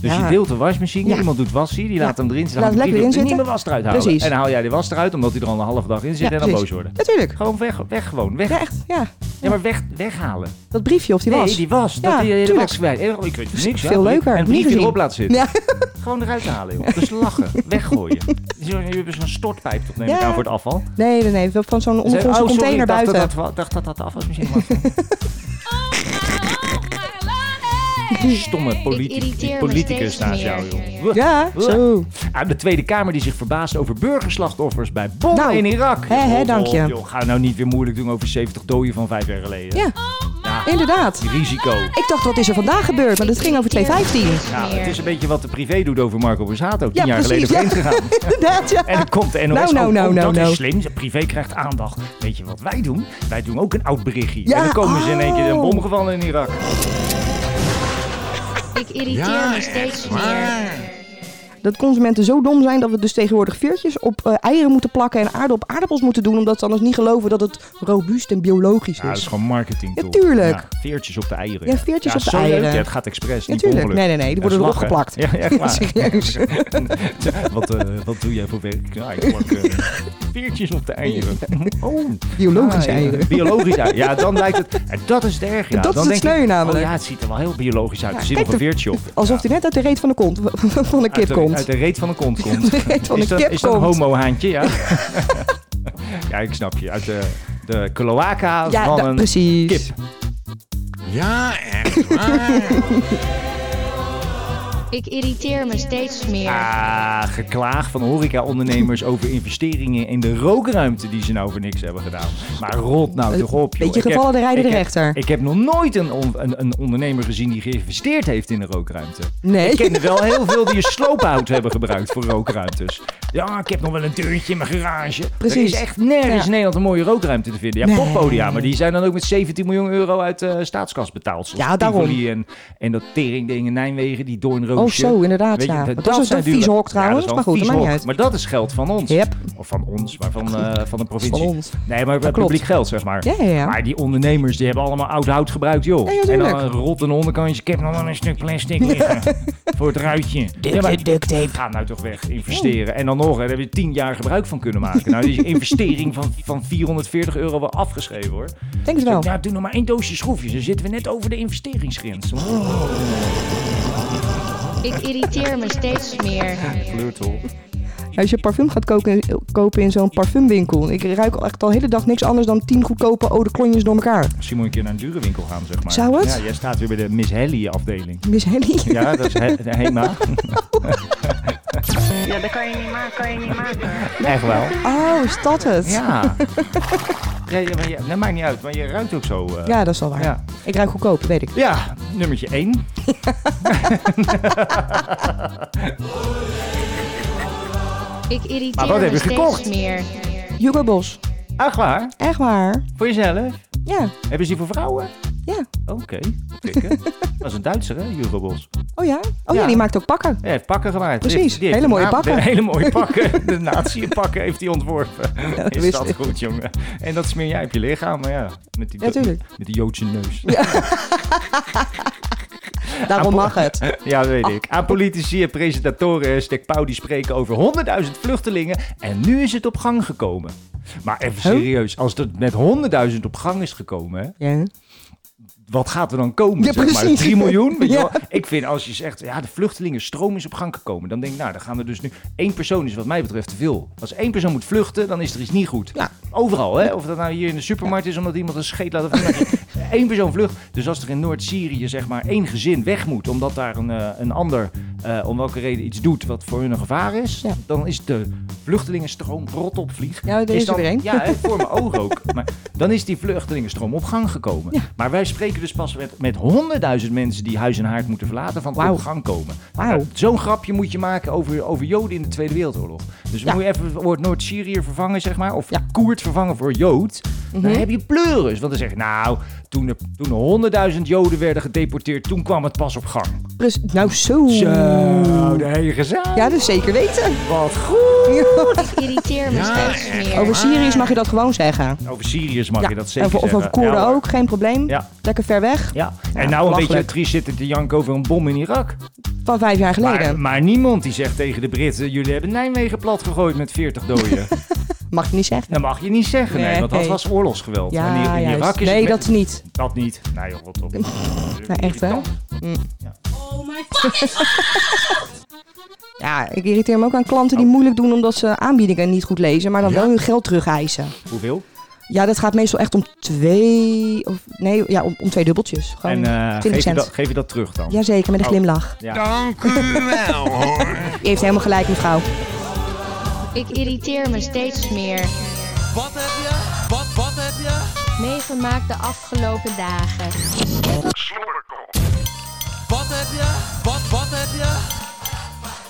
[SPEAKER 1] Dus
[SPEAKER 3] Ja.
[SPEAKER 1] je deelt de wasmachine,
[SPEAKER 3] Ja.
[SPEAKER 1] iemand doet wassen, die laat hem erin zitten.
[SPEAKER 3] Laat het
[SPEAKER 1] hangt
[SPEAKER 3] lekker
[SPEAKER 1] die-
[SPEAKER 3] in
[SPEAKER 1] Niet
[SPEAKER 3] zitten.
[SPEAKER 1] meer was eruit halen.
[SPEAKER 3] Precies.
[SPEAKER 1] En dan haal jij de was eruit, omdat hij er al een half dag in zit
[SPEAKER 3] Ja,
[SPEAKER 1] en dan
[SPEAKER 3] precies.
[SPEAKER 1] boos worden.
[SPEAKER 3] Natuurlijk.
[SPEAKER 1] Gewoon weg, weg gewoon. Weg.
[SPEAKER 3] Ja,
[SPEAKER 1] Ja,
[SPEAKER 3] echt. Ja.
[SPEAKER 1] maar weg, weghalen.
[SPEAKER 3] Dat briefje of die
[SPEAKER 1] nee,
[SPEAKER 3] was.
[SPEAKER 1] die was. Dat
[SPEAKER 3] Ja,
[SPEAKER 1] die hele
[SPEAKER 3] tuurlijk.
[SPEAKER 1] was kwijt. Eh, Ik weet het niks.
[SPEAKER 3] Veel
[SPEAKER 1] ja.
[SPEAKER 3] leuker.
[SPEAKER 1] En het
[SPEAKER 3] Niet
[SPEAKER 1] briefje
[SPEAKER 3] gezien.
[SPEAKER 1] erop laat zitten.
[SPEAKER 3] Ja.
[SPEAKER 1] Gewoon eruit halen, joh. Dus lachen. Weggooien. Zo, je hebt zo'n stortpijp, toch neem ik
[SPEAKER 3] Ja.
[SPEAKER 1] aan, voor het afval.
[SPEAKER 3] Nee, nee, nee. we hebben Van zo'n
[SPEAKER 1] Zei,
[SPEAKER 3] ondergrondse
[SPEAKER 1] oh, sorry,
[SPEAKER 3] container
[SPEAKER 1] ik dacht
[SPEAKER 3] buiten.
[SPEAKER 1] Dat, dat, dacht dat dat de afwasmachine was. oh, Stomme
[SPEAKER 6] Ik
[SPEAKER 1] politicus,
[SPEAKER 6] irriteer
[SPEAKER 1] die
[SPEAKER 6] me
[SPEAKER 1] politicus
[SPEAKER 6] steeds
[SPEAKER 1] naast
[SPEAKER 6] meer.
[SPEAKER 1] jou, joh.
[SPEAKER 3] Ja, zo.
[SPEAKER 1] Aan de Tweede Kamer die zich verbaast over burgerslachtoffers bij bommen
[SPEAKER 3] Nou,
[SPEAKER 1] in Irak.
[SPEAKER 3] hè, hè,
[SPEAKER 1] Joh,
[SPEAKER 3] dank je.
[SPEAKER 1] joh, joh, ga nou niet weer moeilijk doen over 70 doden van vijf jaar geleden.
[SPEAKER 3] Ja, inderdaad.
[SPEAKER 1] Risico.
[SPEAKER 3] Ik dacht, wat is er vandaag gebeurd? Maar dat ging over 2,15.
[SPEAKER 1] Ja, het is een beetje wat de privé doet over Marco Borsato. Tien
[SPEAKER 3] Ja,
[SPEAKER 1] jaar
[SPEAKER 3] precies.
[SPEAKER 1] geleden
[SPEAKER 3] ja.
[SPEAKER 1] vreemd gegaan.
[SPEAKER 3] inderdaad, ja.
[SPEAKER 1] En dan komt de NOS
[SPEAKER 3] Nou, nou,
[SPEAKER 1] ook,
[SPEAKER 3] nou,
[SPEAKER 1] ook
[SPEAKER 3] nou,
[SPEAKER 1] dat
[SPEAKER 3] nou.
[SPEAKER 1] is slim. Privé krijgt aandacht. Weet je wat wij doen? Wij doen ook een oud berichtje.
[SPEAKER 3] Ja,
[SPEAKER 1] en dan komen ze in één keer een
[SPEAKER 3] oh.
[SPEAKER 1] bom gevallen in Irak.
[SPEAKER 6] Ik irriteer
[SPEAKER 5] Ja,
[SPEAKER 6] me steeds meer.
[SPEAKER 3] Dat consumenten zo dom zijn dat we dus tegenwoordig veertjes op eh, eieren moeten plakken en aarde op aardappels moeten doen. Omdat ze anders niet geloven dat het robuust en biologisch
[SPEAKER 1] Ja, dat is
[SPEAKER 3] is.
[SPEAKER 1] gewoon marketing.
[SPEAKER 3] Ja,
[SPEAKER 1] toch?
[SPEAKER 3] tuurlijk.
[SPEAKER 1] Ja, veertjes op de eieren.
[SPEAKER 3] Ja, veertjes op de
[SPEAKER 1] zo leuk.
[SPEAKER 3] eieren.
[SPEAKER 1] Ja, het gaat expres. Niet
[SPEAKER 3] Natuurlijk.
[SPEAKER 1] per
[SPEAKER 3] nee,
[SPEAKER 1] ongeluk.
[SPEAKER 3] nee, nee. Die
[SPEAKER 1] Dat is
[SPEAKER 3] worden erop
[SPEAKER 1] lachen.
[SPEAKER 3] geplakt.
[SPEAKER 1] Ja, echt waar.
[SPEAKER 3] Serieus.
[SPEAKER 1] wat, eh, wat doe jij voor werk? Ja, ik plak eh, veertjes op de eieren. Oh,
[SPEAKER 3] Biologisch
[SPEAKER 1] ah, ja.
[SPEAKER 3] eieren.
[SPEAKER 1] Biologisch eieren. Ja, dan lijkt het... En dat is het erg, ja.
[SPEAKER 3] Dat is
[SPEAKER 1] dan
[SPEAKER 3] het
[SPEAKER 1] denk
[SPEAKER 3] sneu
[SPEAKER 1] ik,
[SPEAKER 3] namelijk.
[SPEAKER 1] Oh ja, het ziet er wel heel biologisch uit.
[SPEAKER 3] Ja,
[SPEAKER 1] er zit
[SPEAKER 3] kijk,
[SPEAKER 1] nog een
[SPEAKER 3] de-
[SPEAKER 1] veertje op.
[SPEAKER 3] Alsof die net uit de reet van de kont van een
[SPEAKER 1] Uit
[SPEAKER 3] kip
[SPEAKER 1] de-
[SPEAKER 3] komt.
[SPEAKER 1] Uit de reet van een kont komt.
[SPEAKER 3] De reet van
[SPEAKER 1] is
[SPEAKER 3] een
[SPEAKER 1] dat,
[SPEAKER 3] kip
[SPEAKER 1] is dat een
[SPEAKER 3] komt.
[SPEAKER 1] homohaantje, ja? ja, ik snap je. Uit de, de cloaca
[SPEAKER 3] Ja,
[SPEAKER 1] van
[SPEAKER 3] da-
[SPEAKER 1] een
[SPEAKER 3] precies.
[SPEAKER 1] kip.
[SPEAKER 5] Ja, echt waar.
[SPEAKER 6] Ik irriteer me steeds meer.
[SPEAKER 1] Ah, geklaag van horeca-ondernemers over investeringen in de rookruimte die ze nou voor niks hebben gedaan. Maar rot nou
[SPEAKER 3] Een
[SPEAKER 1] toch op, joh.
[SPEAKER 3] Eh, beetje
[SPEAKER 1] Ik heb-
[SPEAKER 3] gevallen de rijden
[SPEAKER 1] ik
[SPEAKER 3] de
[SPEAKER 1] heb-
[SPEAKER 3] rechter.
[SPEAKER 1] Ik heb nog nooit een, on- een, een ondernemer gezien die geïnvesteerd heeft in de rookruimte.
[SPEAKER 3] Nee.
[SPEAKER 1] Ik ken er wel heel veel die een sloophout hebben gebruikt voor rookruimtes. Ja, ik heb nog wel een deurtje in mijn garage.
[SPEAKER 3] Precies.
[SPEAKER 1] Er is echt nergens
[SPEAKER 3] Ja.
[SPEAKER 1] in Nederland een mooie rookruimte te vinden. Ja,
[SPEAKER 3] Nee.
[SPEAKER 1] poppodia, maar die zijn dan ook met 17 miljoen euro uit de staatskas betaald. Zoals
[SPEAKER 3] Ja, daarom.
[SPEAKER 1] Tivoli En, en dat teringding in Nijmegen, die doornroosje.
[SPEAKER 3] Oh, zo, inderdaad,
[SPEAKER 1] Weet je,
[SPEAKER 3] ja.
[SPEAKER 1] dat-
[SPEAKER 3] Dat
[SPEAKER 1] dat
[SPEAKER 3] was
[SPEAKER 1] zijn
[SPEAKER 3] een vieze
[SPEAKER 1] dure-
[SPEAKER 3] hok
[SPEAKER 1] Ja, dat
[SPEAKER 3] trouwens,
[SPEAKER 1] is wel
[SPEAKER 3] maar goed,
[SPEAKER 1] een
[SPEAKER 3] dat
[SPEAKER 1] vieze
[SPEAKER 3] maakt niet
[SPEAKER 1] hok.
[SPEAKER 3] uit.
[SPEAKER 1] Maar dat is geld van ons.
[SPEAKER 3] Yep.
[SPEAKER 1] Of van ons, maar van, eh, van de provincie.
[SPEAKER 3] Van ons.
[SPEAKER 1] Nee, maar
[SPEAKER 3] klopt.
[SPEAKER 1] publiek geld, zeg maar.
[SPEAKER 3] Ja, ja, ja.
[SPEAKER 1] Maar die ondernemers, die hebben allemaal oud hout gebruikt, joh.
[SPEAKER 3] Ja, ja,
[SPEAKER 1] en
[SPEAKER 3] tuurlijk.
[SPEAKER 1] dan een rot een onderkantje. Ik heb nog wel een stuk plastic liggen. voor het ruitje. Ja, maar
[SPEAKER 3] duct tape.
[SPEAKER 1] Ga nou toch weg, investeren. En dan nog, hè, daar heb je tien jaar gebruik van kunnen maken. Nou, die investering van, van 440 euro wel afgeschreven, hoor.
[SPEAKER 3] Denk het wel.
[SPEAKER 1] Nou, doe nog maar één doosje schroefjes. Dan zitten we net over de investeringsgrens.
[SPEAKER 3] Oh.
[SPEAKER 6] Ik irriteer me steeds meer.
[SPEAKER 1] Flirtel.
[SPEAKER 3] Als je parfum gaat koken, kopen in zo'n parfumwinkel. Ik ruik al echt al de hele dag niks anders dan tien goedkope oude klonjes door elkaar.
[SPEAKER 1] Misschien moet je een keer naar een dure winkel gaan, zeg maar.
[SPEAKER 3] Zou het?
[SPEAKER 1] Ja, jij staat weer bij de Miss Helly afdeling.
[SPEAKER 3] Miss Helly.
[SPEAKER 1] Ja, dat is he- de Hema.
[SPEAKER 7] Ja, dat kan je niet maken, kan je niet maken.
[SPEAKER 1] Echt wel.
[SPEAKER 3] Oh, is dat het?
[SPEAKER 1] Ja. Nee, maar je, dat maakt niet uit, maar je ruikt ook zo. eh.
[SPEAKER 3] Ja, dat is wel waar.
[SPEAKER 1] Ja.
[SPEAKER 3] Ik ruik goedkoop, weet ik.
[SPEAKER 1] Ja, nummertje 1.
[SPEAKER 6] Ik irriteer
[SPEAKER 1] Maar wat
[SPEAKER 6] me
[SPEAKER 1] heb je
[SPEAKER 6] steeds
[SPEAKER 1] gekocht?
[SPEAKER 6] meer.
[SPEAKER 3] Hugo Bos.
[SPEAKER 1] Echt waar?
[SPEAKER 3] Echt waar.
[SPEAKER 1] Ah, Voor jezelf?
[SPEAKER 3] Ja.
[SPEAKER 1] Hebben ze die voor vrouwen?
[SPEAKER 3] Ja.
[SPEAKER 1] Oké, tikken. dat is een Duitser, hè, Hugo Bos.
[SPEAKER 3] Oh ja? Oh ja,
[SPEAKER 1] Ja.
[SPEAKER 3] die maakt ook pakken.
[SPEAKER 1] Hij heeft pakken gemaakt.
[SPEAKER 3] Precies,
[SPEAKER 1] Die heeft- die heeft
[SPEAKER 3] hele
[SPEAKER 1] de
[SPEAKER 3] mooie
[SPEAKER 1] na-
[SPEAKER 3] pakken.
[SPEAKER 1] de hele mooie pakken. De nazi-pakken heeft hij ontworpen.
[SPEAKER 3] dat
[SPEAKER 1] is
[SPEAKER 3] wist
[SPEAKER 1] dat
[SPEAKER 3] ik.
[SPEAKER 1] goed, jongen? En dat smeer jij op je lichaam, maar ja. Met die,
[SPEAKER 3] Ja, tuurlijk.
[SPEAKER 1] met die Joodse neus.
[SPEAKER 3] Daarom mag het.
[SPEAKER 1] Ja, dat weet
[SPEAKER 3] Ah.
[SPEAKER 1] ik. Aan politici en presentatoren Stek Pauw die spreken over 100.000 vluchtelingen. En nu is het op gang gekomen. Maar even
[SPEAKER 3] Huh?
[SPEAKER 1] serieus, als dat met 100.000 op gang is gekomen, hè,
[SPEAKER 3] Ja.
[SPEAKER 1] wat gaat er dan komen?
[SPEAKER 3] Ja,
[SPEAKER 1] zeg maar?
[SPEAKER 3] precies.
[SPEAKER 1] 3 miljoen? Weet je
[SPEAKER 3] Ja.
[SPEAKER 1] wel? Ik vind als je zegt, ja, de vluchtelingenstroom is op gang gekomen. Dan denk ik, nou, dan gaan er dus nu... één persoon is wat mij betreft te veel. Als één persoon moet vluchten, dan is er iets niet goed.
[SPEAKER 3] Ja.
[SPEAKER 1] Overal, hè? Of dat nou hier in de supermarkt is, omdat iemand een scheet laat... Of Eén persoon vlucht. Dus als er in Noord-Syrië, zeg maar, één gezin weg moet... omdat daar een, eh, een ander, eh, om welke reden, iets doet wat voor hun een gevaar is...
[SPEAKER 3] Ja.
[SPEAKER 1] dan is de vluchtelingenstroom rot op vlieg.
[SPEAKER 3] Ja, er is er
[SPEAKER 1] dan,
[SPEAKER 3] weer één.
[SPEAKER 1] Ja, hè, voor mijn ogen ook. Maar dan is die vluchtelingenstroom op gang gekomen.
[SPEAKER 3] Ja.
[SPEAKER 1] Maar wij spreken dus pas met, met 100.000 mensen die huis en haard moeten verlaten van
[SPEAKER 3] Wauw.
[SPEAKER 1] op gang komen.
[SPEAKER 3] Wauw.
[SPEAKER 1] Nou, Zo'n grapje moet je maken over, over Joden in de Tweede Wereldoorlog. Dus
[SPEAKER 3] Ja.
[SPEAKER 1] moet je even het woord Noord-Syrië vervangen, zeg maar. Of
[SPEAKER 3] Ja. Mhm.
[SPEAKER 1] Koerd vervangen voor Jood. Dan heb je pleuris. Want dan zeg je, nou, toen er, toen er 100.000 Joden werden gedeporteerd, toen kwam het pas op gang.
[SPEAKER 3] Dus, nou zo.
[SPEAKER 1] Zo, de hele gezaak.
[SPEAKER 3] Ja, dus zeker weten.
[SPEAKER 1] Wat goed.
[SPEAKER 6] Ik irriteer me steeds meer.
[SPEAKER 3] Over Syriërs mag je dat gewoon zeggen.
[SPEAKER 1] Over Syriërs mag je dat zeker
[SPEAKER 3] of, of
[SPEAKER 1] zeggen.
[SPEAKER 3] over Koerden
[SPEAKER 1] Ja, hoor.
[SPEAKER 3] ook, geen probleem.
[SPEAKER 1] Ja.
[SPEAKER 3] Lekker ver weg.
[SPEAKER 1] Ja, en nou een beetje
[SPEAKER 3] belachelijk.
[SPEAKER 1] triest zitten te janken over een bom in Irak.
[SPEAKER 3] van vijf jaar geleden.
[SPEAKER 1] Maar, maar niemand die zegt tegen de Britten: jullie hebben Nijmegen plat gegooid met 40 doden.
[SPEAKER 3] Mag je niet zeggen.
[SPEAKER 1] dat mag je niet zeggen, nee,
[SPEAKER 3] Nee.
[SPEAKER 1] want dat was oorlogsgeweld. En in-
[SPEAKER 3] Ja,
[SPEAKER 1] in Irak
[SPEAKER 3] juist.
[SPEAKER 1] is
[SPEAKER 3] Nee,
[SPEAKER 1] het met-
[SPEAKER 3] dat niet.
[SPEAKER 1] dat niet. Nou joh, wat op.
[SPEAKER 3] Nou, echt, hè? Ja, ik irriteer me ook aan klanten
[SPEAKER 1] Oh.
[SPEAKER 3] die moeilijk doen omdat ze aanbiedingen niet goed lezen, maar dan
[SPEAKER 5] Ja?
[SPEAKER 3] wel hun geld terugeisen.
[SPEAKER 1] Hoeveel?
[SPEAKER 3] Ja, dat gaat meestal echt om twee, of nee, ja, om, om twee dubbeltjes. Gewoon
[SPEAKER 1] En eh,
[SPEAKER 3] 20
[SPEAKER 1] geef, je
[SPEAKER 3] cent.
[SPEAKER 1] dat, Oh. geef je dat terug dan?
[SPEAKER 3] Jazeker, met een glimlach.
[SPEAKER 5] Dank u wel, hoor.
[SPEAKER 3] Je heeft helemaal gelijk, mevrouw.
[SPEAKER 6] Ik irriteer me steeds meer.
[SPEAKER 4] Wat heb je? Wat, wat heb je?
[SPEAKER 6] Meegemaakt de afgelopen dagen.
[SPEAKER 4] Wat heb je? Wat, wat heb je?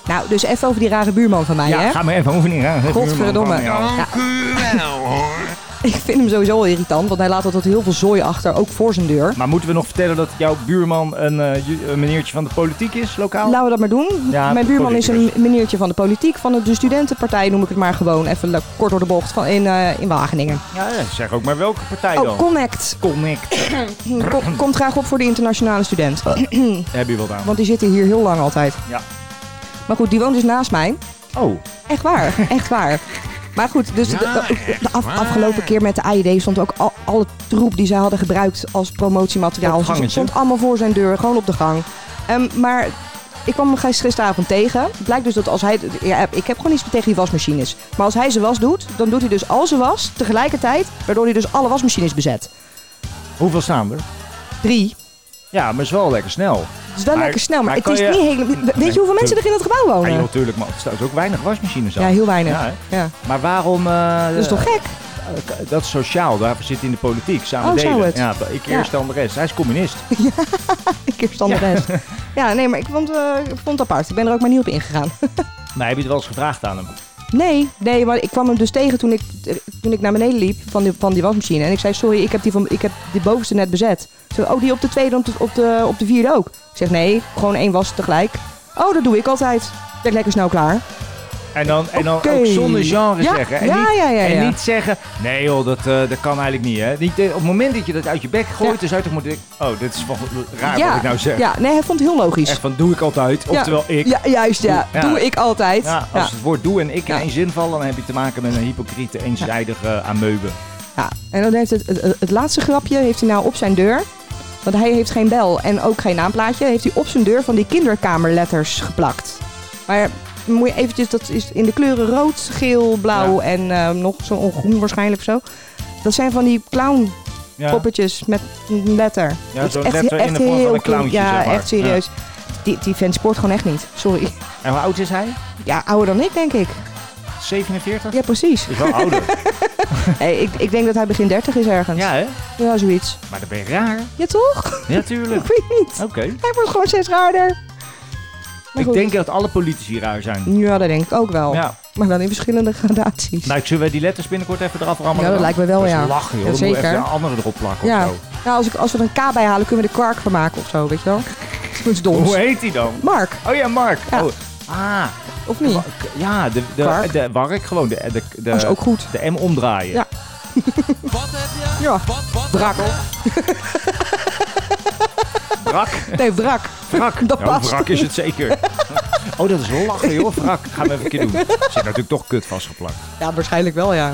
[SPEAKER 3] Nou, dus even over die rare buurman van mij,
[SPEAKER 1] Ja,
[SPEAKER 3] hè?
[SPEAKER 1] ga maar even oefenen. Ja.
[SPEAKER 3] Godverdomme.
[SPEAKER 1] Ja.
[SPEAKER 3] Ja,
[SPEAKER 5] Dank u wel, hoor.
[SPEAKER 3] ik vind hem sowieso al irritant, want hij laat altijd heel veel zooi achter, ook voor zijn deur.
[SPEAKER 1] Maar moeten we nog vertellen dat jouw buurman een, eh, ju- een meneertje van de politiek is, lokaal?
[SPEAKER 3] Laten we dat maar doen.
[SPEAKER 1] Ja,
[SPEAKER 3] Mijn buurman is een
[SPEAKER 1] politicus.
[SPEAKER 3] meneertje van de politiek, van de- de studentenpartij noem ik het maar gewoon. Even le- kort door de bocht, van in, eh, in Wageningen.
[SPEAKER 1] Ja, ja, zeg ook maar welke partij
[SPEAKER 3] Oh,
[SPEAKER 1] dan.
[SPEAKER 3] Connect.
[SPEAKER 1] Connect.
[SPEAKER 3] Kom- komt graag op voor de internationale student.
[SPEAKER 5] Ah.
[SPEAKER 1] Heb je wat aan?
[SPEAKER 3] Want die zitten hier heel lang altijd.
[SPEAKER 1] Ja.
[SPEAKER 3] Maar goed, die woont dus naast mij.
[SPEAKER 1] Oh,
[SPEAKER 3] Echt waar, echt waar. Maar goed, dus
[SPEAKER 5] Ja,
[SPEAKER 3] de, de-
[SPEAKER 5] echt
[SPEAKER 3] de af-
[SPEAKER 5] waar.
[SPEAKER 3] afgelopen keer met de AID stond ook al, alle troep die zij hadden gebruikt als
[SPEAKER 1] Op
[SPEAKER 3] promotiemateriaal.
[SPEAKER 1] het gangetje.
[SPEAKER 3] stond allemaal voor zijn deur, gewoon op de gang. Ehm, maar ik kwam hem gis- gisteravond tegen. Blijkt dus dat als hij... Ja, ik heb gewoon niets tegen die wasmachines. Maar als hij zijn was doet, dan doet hij dus al zijn was tegelijkertijd. Waardoor hij dus alle wasmachines bezet.
[SPEAKER 1] hoeveel staan er?
[SPEAKER 3] Drie.
[SPEAKER 1] Ja, maar is wel lekker snel.
[SPEAKER 3] Het is wel
[SPEAKER 1] Maar-
[SPEAKER 3] lekker snel, maar,
[SPEAKER 1] maar
[SPEAKER 3] het is
[SPEAKER 1] kan je-
[SPEAKER 3] niet helemaal... Weet
[SPEAKER 1] Nee,
[SPEAKER 3] je hoeveel mensen er in dat gebouw
[SPEAKER 1] Ah,
[SPEAKER 3] wonen?
[SPEAKER 1] joh, natuurlijk, maar er staan ook weinig wasmachines aan.
[SPEAKER 3] ja, heel weinig.
[SPEAKER 1] Ja, hè?
[SPEAKER 3] ja.
[SPEAKER 1] Maar waarom... eh,
[SPEAKER 3] Dat is toch gek?
[SPEAKER 1] eh, Dat is sociaal, daarvoor zit in de politiek, samen
[SPEAKER 3] Oh, zou
[SPEAKER 1] delen.
[SPEAKER 3] het?
[SPEAKER 1] Ja, ik eerst dan de rest. Hij is communist.
[SPEAKER 3] Ik keer dan de rest. Ja, nee, maar ik vond, eh, ik vond het apart. Ik ben er ook maar niet op ingegaan.
[SPEAKER 1] Maar heb je het wel eens gevraagd aan hem?
[SPEAKER 3] Nee, nee, maar ik kwam hem dus tegen toen ik, eh, toen ik naar beneden liep van die, van die wasmachine. En ik zei, sorry, ik heb die, van, ik heb die bovenste net bezet. Zo, oh, die op de tweede, op de, op, de, op de vierde ook. Ik zeg, nee, gewoon één was tegelijk. Oh, dat doe ik altijd. Ik ben lekker snel klaar.
[SPEAKER 1] En dan, en dan
[SPEAKER 3] Oké.
[SPEAKER 1] ook zonder genre
[SPEAKER 3] Ja,
[SPEAKER 1] zeggen. En,
[SPEAKER 3] ja,
[SPEAKER 1] niet,
[SPEAKER 3] ja, ja,
[SPEAKER 1] en
[SPEAKER 3] ja.
[SPEAKER 1] niet zeggen, nee joh, dat, eh, dat kan eigenlijk niet. Hè? Niet, eh, op het moment dat je dat uit je bek gooit,
[SPEAKER 3] Ja.
[SPEAKER 1] dan zou je toch moeten denken, oh, dit is wel raar
[SPEAKER 3] ja,
[SPEAKER 1] wat ik nou zeg.
[SPEAKER 3] ja, nee, hij vond het heel logisch.
[SPEAKER 1] Echt van, doe ik altijd, oftewel ik. Ja.
[SPEAKER 3] Ja, juist, ja.
[SPEAKER 1] Ja.
[SPEAKER 3] Doe ik altijd.
[SPEAKER 1] als het woord doe en ik in
[SPEAKER 3] Ja.
[SPEAKER 1] één zin vallen, dan heb je te maken met een hypocriete, eenzijdige eh, ameube.
[SPEAKER 3] Ja, en dan heeft het, het, het laatste grapje heeft hij nou op zijn deur. Want hij heeft geen bel en ook geen naamplaatje. Heeft hij op zijn deur van die kinderkamerletters geplakt. Maar moet je eventjes, dat is in de kleuren rood, geel, blauw en eh, nog zo'n groen waarschijnlijk of zo. Dat zijn van die clown
[SPEAKER 1] Ja,
[SPEAKER 3] poppetjes met een letter.
[SPEAKER 1] Ja,
[SPEAKER 3] Dat is
[SPEAKER 1] zo'n letter in de vorm van
[SPEAKER 3] heel
[SPEAKER 1] een clowntje,
[SPEAKER 3] cool. Ja,
[SPEAKER 1] zeg maar.
[SPEAKER 3] echt serieus. Die, die vent sport gewoon echt niet. Sorry.
[SPEAKER 1] en hoe oud is hij?
[SPEAKER 3] Ja, ouder dan ik denk ik.
[SPEAKER 1] 47?
[SPEAKER 3] Ja, precies.
[SPEAKER 1] Is wel ouder.
[SPEAKER 3] Hey, ik, ik denk dat hij begin 30 is ergens.
[SPEAKER 1] ja, hè?
[SPEAKER 3] ja zoiets.
[SPEAKER 1] Maar dan ben je raar.
[SPEAKER 3] Ja, toch?
[SPEAKER 1] Ja,
[SPEAKER 3] ik
[SPEAKER 1] tuurlijk.
[SPEAKER 3] weet niet.
[SPEAKER 1] Oké.
[SPEAKER 3] Hij wordt gewoon steeds raarder. Maar
[SPEAKER 1] Ik
[SPEAKER 3] goed. Nou.
[SPEAKER 1] denk dat alle politici raar zijn.
[SPEAKER 3] Ja, dat denk ik ook wel.
[SPEAKER 1] Ja.
[SPEAKER 3] Maar dan in verschillende gradaties.
[SPEAKER 1] Nou, ik zullen wij die letters binnenkort even eraf rammelen?
[SPEAKER 3] Ja, dat
[SPEAKER 1] dan?
[SPEAKER 3] lijkt me wel,
[SPEAKER 1] Dat is
[SPEAKER 3] ja.
[SPEAKER 1] lachen, joh.
[SPEAKER 3] Ja,
[SPEAKER 1] Dan moet je
[SPEAKER 3] zeker.
[SPEAKER 1] even een andere erop plakken
[SPEAKER 3] ja.
[SPEAKER 1] of zo.
[SPEAKER 3] Nou, als, ik, als we er een K bij halen, kunnen we er kwark van maken of zo, weet je wel? Iets doms.
[SPEAKER 1] Hoe heet die dan?
[SPEAKER 3] Mark,
[SPEAKER 1] Oh ja, Mark.
[SPEAKER 3] Ja.
[SPEAKER 1] Oh. Ah,
[SPEAKER 3] of niet?
[SPEAKER 1] k- ja, de, de,
[SPEAKER 3] Kwark.
[SPEAKER 1] de wark gewoon. De, de, de,
[SPEAKER 3] Dat is ook goed.
[SPEAKER 1] De M omdraaien.
[SPEAKER 3] Ja.
[SPEAKER 4] Wat heb je?
[SPEAKER 3] Ja.
[SPEAKER 4] Wat, wat
[SPEAKER 3] Wrak.
[SPEAKER 1] Wrak.
[SPEAKER 3] Nee, wrak.
[SPEAKER 1] Wrak.
[SPEAKER 3] Dat
[SPEAKER 1] Nou,
[SPEAKER 3] past.
[SPEAKER 1] wrak is het zeker. oh, dat is lachen, joh. Wrak. Gaan we even een keer doen. Ze zijn natuurlijk toch kut vastgeplakt.
[SPEAKER 3] Ja, waarschijnlijk wel, ja.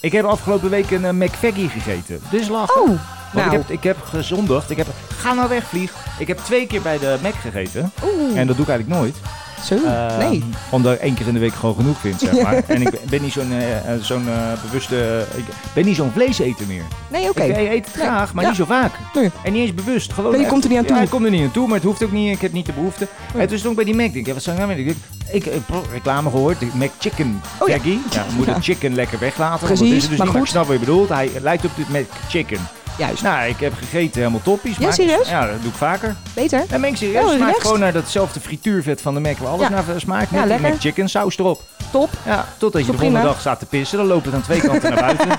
[SPEAKER 1] Ik heb afgelopen week een eh, McVeggie gegeten. Dus lachen.
[SPEAKER 3] Oh,
[SPEAKER 1] Want
[SPEAKER 3] nou.
[SPEAKER 1] ik, heb, ik heb gezondigd. Ik heb... Ga nou weg, vlieg. Ik heb twee keer bij de Mac gegeten.
[SPEAKER 3] Oeh.
[SPEAKER 1] En dat doe ik eigenlijk nooit.
[SPEAKER 3] Zo,
[SPEAKER 1] Ehm,
[SPEAKER 3] nee.
[SPEAKER 1] Omdat ik één keer in de week gewoon genoeg vind, zeg maar. En ik ben niet zo'n eh, eh, zo'n eh, bewuste... Ik ben niet zo'n vleeseter meer.
[SPEAKER 3] Nee, oké.
[SPEAKER 1] Ik eh, eet het
[SPEAKER 3] Nee.
[SPEAKER 1] graag, maar
[SPEAKER 3] Ja.
[SPEAKER 1] niet zo vaak.
[SPEAKER 3] Nee.
[SPEAKER 1] En niet eens bewust. Gewoon
[SPEAKER 3] Nee, je
[SPEAKER 1] echt.
[SPEAKER 3] komt er niet aan toe. Oh.
[SPEAKER 1] Ja, ik kom er niet aan toe, maar het hoeft ook niet. Ik heb niet de behoefte. En toen stond ik bij die Mac. Denk ik, wat zou ik nou weer doen? Ik heb reclame gehoord. de Mac Chicken
[SPEAKER 3] Oh, ja.
[SPEAKER 1] Veggie. Ja. we moeten
[SPEAKER 3] Ja.
[SPEAKER 1] chicken lekker weglaten. want
[SPEAKER 3] Precies,
[SPEAKER 1] dat is het dus
[SPEAKER 3] maar
[SPEAKER 1] niet, maar ik
[SPEAKER 3] goed.
[SPEAKER 1] snap wat je bedoelt. Hij lijkt op dit Mac Chicken.
[SPEAKER 3] Juist.
[SPEAKER 1] Nou, ik heb gegeten helemaal toppies.
[SPEAKER 3] Ja,
[SPEAKER 1] maar-
[SPEAKER 3] serieus?
[SPEAKER 1] Ja, dat doe ik vaker.
[SPEAKER 3] Beter?
[SPEAKER 1] En ben ik serieus. Het
[SPEAKER 3] Oh,
[SPEAKER 1] smaakt
[SPEAKER 3] relaxed.
[SPEAKER 1] gewoon naar datzelfde frituurvet van de Mac. Waar alles
[SPEAKER 3] Ja.
[SPEAKER 1] naar smaakt.
[SPEAKER 3] Ja,
[SPEAKER 1] Met,
[SPEAKER 3] lekker.
[SPEAKER 1] met chicken saus erop.
[SPEAKER 3] Top.
[SPEAKER 1] Ja, totdat je de
[SPEAKER 3] Toch
[SPEAKER 1] volgende
[SPEAKER 3] prima.
[SPEAKER 1] dag staat te pissen. Dan loopt het aan twee kanten naar buiten.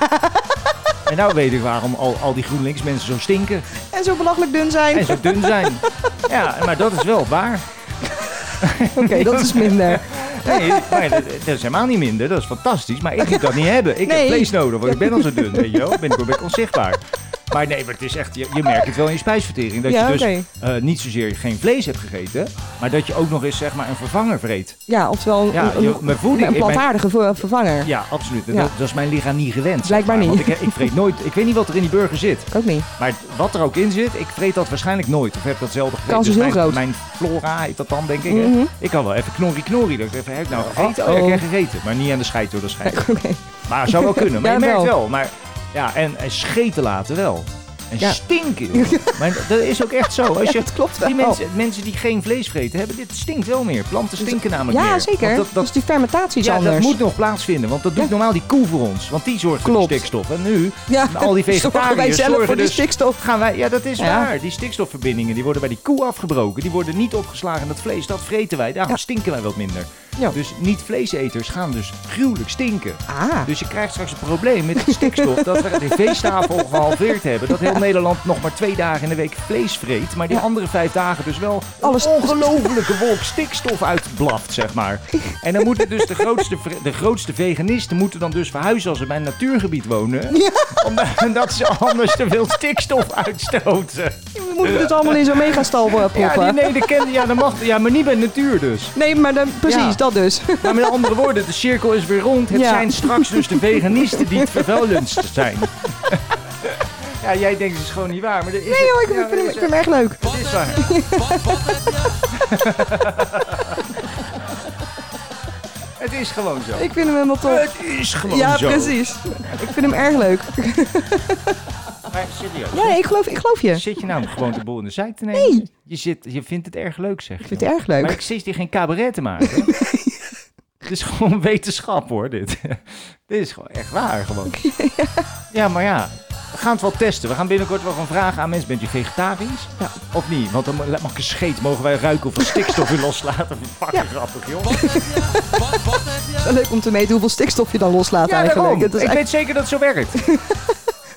[SPEAKER 1] En nou weet ik waarom al, al die GroenLinks mensen zo stinken.
[SPEAKER 3] En zo belachelijk dun zijn.
[SPEAKER 1] En zo dun zijn. Ja, maar dat is wel waar.
[SPEAKER 3] Oké, dat is minder.
[SPEAKER 1] Nee, maar dat, dat is helemaal niet minder. Dat is fantastisch. Maar ik moet dat niet hebben. Ik heb
[SPEAKER 3] Nee.
[SPEAKER 1] vlees nodig, want ik ben al zo dun. Weet je wel? Ben ik ben onzichtbaar. Maar nee, maar het is echt, je, je merkt het wel in je spijsvertering. Dat
[SPEAKER 3] Ja,
[SPEAKER 1] je dus
[SPEAKER 3] oké.
[SPEAKER 1] eh, niet zozeer geen vlees hebt gegeten, maar dat je ook nog eens zeg maar een vervanger vreet.
[SPEAKER 3] Ja, oftewel een-
[SPEAKER 1] Ja,
[SPEAKER 3] een,
[SPEAKER 1] je- mijn voeding-
[SPEAKER 3] een
[SPEAKER 1] ik- mijn-
[SPEAKER 3] plantaardige ver- vervanger.
[SPEAKER 1] Ja, absoluut. En
[SPEAKER 3] Ja.
[SPEAKER 1] Dat, dat is mijn lichaam niet gewend. zeg
[SPEAKER 3] Blijkbaar
[SPEAKER 1] maar.
[SPEAKER 3] niet.
[SPEAKER 1] Want ik, ik vreet nooit, ik weet niet wat er in die burger zit.
[SPEAKER 3] Ik ook niet.
[SPEAKER 1] Maar wat er ook in zit, ik vreet dat waarschijnlijk nooit. Of heb dat zelden gegeten.
[SPEAKER 3] Kans is
[SPEAKER 1] Dus
[SPEAKER 3] heel
[SPEAKER 1] mijn,
[SPEAKER 3] groot.
[SPEAKER 1] Mijn flora heet dat dan, denk ik. hè?
[SPEAKER 3] Mhm.
[SPEAKER 1] Ik kan wel even knorrie knorrie. Dat ik even, heb ik nou gegeten? Oh, ja, ik heb gegeten. Maar niet aan de scheid door de scheid.
[SPEAKER 3] Oké.
[SPEAKER 1] Maar zou wel kunnen. Maar
[SPEAKER 3] Ja,
[SPEAKER 1] je merkt
[SPEAKER 3] wel.
[SPEAKER 1] wel. Maar, ja, en, en scheten laten wel. En
[SPEAKER 3] Ja.
[SPEAKER 1] stinken. joh. Maar dat is ook echt zo. Als je,
[SPEAKER 3] Het klopt wel. Dus
[SPEAKER 1] die mensen, mensen die geen vlees vreten hebben, dit stinkt wel meer. Planten stinken namelijk
[SPEAKER 3] ja,
[SPEAKER 1] meer.
[SPEAKER 3] zeker.
[SPEAKER 1] Want
[SPEAKER 3] Dat,
[SPEAKER 1] dat- dat
[SPEAKER 3] is die fermentatie iets
[SPEAKER 1] ja,
[SPEAKER 3] anders.
[SPEAKER 1] dat moet nog plaatsvinden, want dat doet
[SPEAKER 3] Ja.
[SPEAKER 1] normaal die koe voor ons. Want die zorgt voor
[SPEAKER 3] Klopt.
[SPEAKER 1] de stikstof. En nu,
[SPEAKER 3] ja,
[SPEAKER 1] met al die
[SPEAKER 3] zorgen
[SPEAKER 1] vegetariërs
[SPEAKER 3] wij zelf
[SPEAKER 1] zorgen
[SPEAKER 3] voor die
[SPEAKER 1] dus-
[SPEAKER 3] stikstof.
[SPEAKER 1] gaan wij... Ja, dat is
[SPEAKER 3] Ja.
[SPEAKER 1] waar. Die stikstofverbindingen, die worden bij die koe afgebroken. Die worden niet opgeslagen in dat vlees, dat vreten wij. Daarom
[SPEAKER 3] Ja.
[SPEAKER 1] stinken wij wat minder.
[SPEAKER 3] Ja.
[SPEAKER 1] Dus niet-vleeseters gaan dus gruwelijk stinken.
[SPEAKER 3] Ah,
[SPEAKER 1] Dus je krijgt straks een probleem met de stikstof. dat we de veestapel gehalveerd hebben. Dat heel Nederland nog maar twee dagen in de week vlees vreet. Maar die
[SPEAKER 3] Ja.
[SPEAKER 1] andere vijf dagen dus wel een
[SPEAKER 3] Alles-
[SPEAKER 1] ongelofelijke wolk stikstof uitblaft, zeg maar. En dan moeten dus de grootste, vre- de grootste veganisten moeten dan dus verhuizen als ze bij een natuurgebied wonen. Omdat ze anders te veel stikstof uitstoten.
[SPEAKER 3] Dus- we moeten het allemaal in zo'n megastal eh, proppen.
[SPEAKER 1] Ja, die- nee, dat ken- ja, dat mag, ja, maar niet bij natuur dus.
[SPEAKER 3] Nee, maar dan, precies,
[SPEAKER 1] Ja.
[SPEAKER 3] dat dus.
[SPEAKER 1] Maar met andere woorden, de cirkel is weer rond. Het
[SPEAKER 3] Ja.
[SPEAKER 1] zijn straks dus de veganisten die het vervelendst zijn. Ja, jij denkt het is gewoon niet waar, maar dat is
[SPEAKER 3] Nee hoor, ik,
[SPEAKER 1] ja,
[SPEAKER 3] vind, hem-
[SPEAKER 1] dat
[SPEAKER 3] ik
[SPEAKER 1] is-
[SPEAKER 3] vind hem echt leuk.
[SPEAKER 1] dat is waar.
[SPEAKER 4] Wat, wat heb jij?
[SPEAKER 1] Het is gewoon zo.
[SPEAKER 3] Ik vind hem helemaal tof.
[SPEAKER 1] Het is gewoon
[SPEAKER 3] Ja,
[SPEAKER 1] Oh, zo.
[SPEAKER 3] precies. Ik vind hem erg leuk.
[SPEAKER 1] Maar serieus,
[SPEAKER 3] Ja, ik geloof, ik geloof je. Ik
[SPEAKER 1] zit je nou gewoon de boel in de zijk te nemen?
[SPEAKER 3] Nee.
[SPEAKER 1] Je, zit, je vindt het erg leuk, zeg je.
[SPEAKER 3] vind het erg leuk.
[SPEAKER 1] Maar ik zit hier geen cabaret te maken. Het is gewoon wetenschap hoor, dit. dit is gewoon echt waar gewoon. ja, maar ja. We gaan het wel testen. We gaan binnenkort wel gaan vragen aan mensen. Bent je vegetarisch?
[SPEAKER 3] Ja.
[SPEAKER 1] Of niet? Want dan ma- maak een scheet. Mogen wij ruiken of we stikstof in loslaten? Fucking grappig, joh.
[SPEAKER 4] Wat, wat heb jij?
[SPEAKER 3] Wel Leuk om te meten hoeveel stikstof je dan loslaat
[SPEAKER 1] Ja, daarom.
[SPEAKER 3] eigenlijk.
[SPEAKER 1] Ik
[SPEAKER 3] Het is echt-
[SPEAKER 1] weet zeker dat het zo werkt.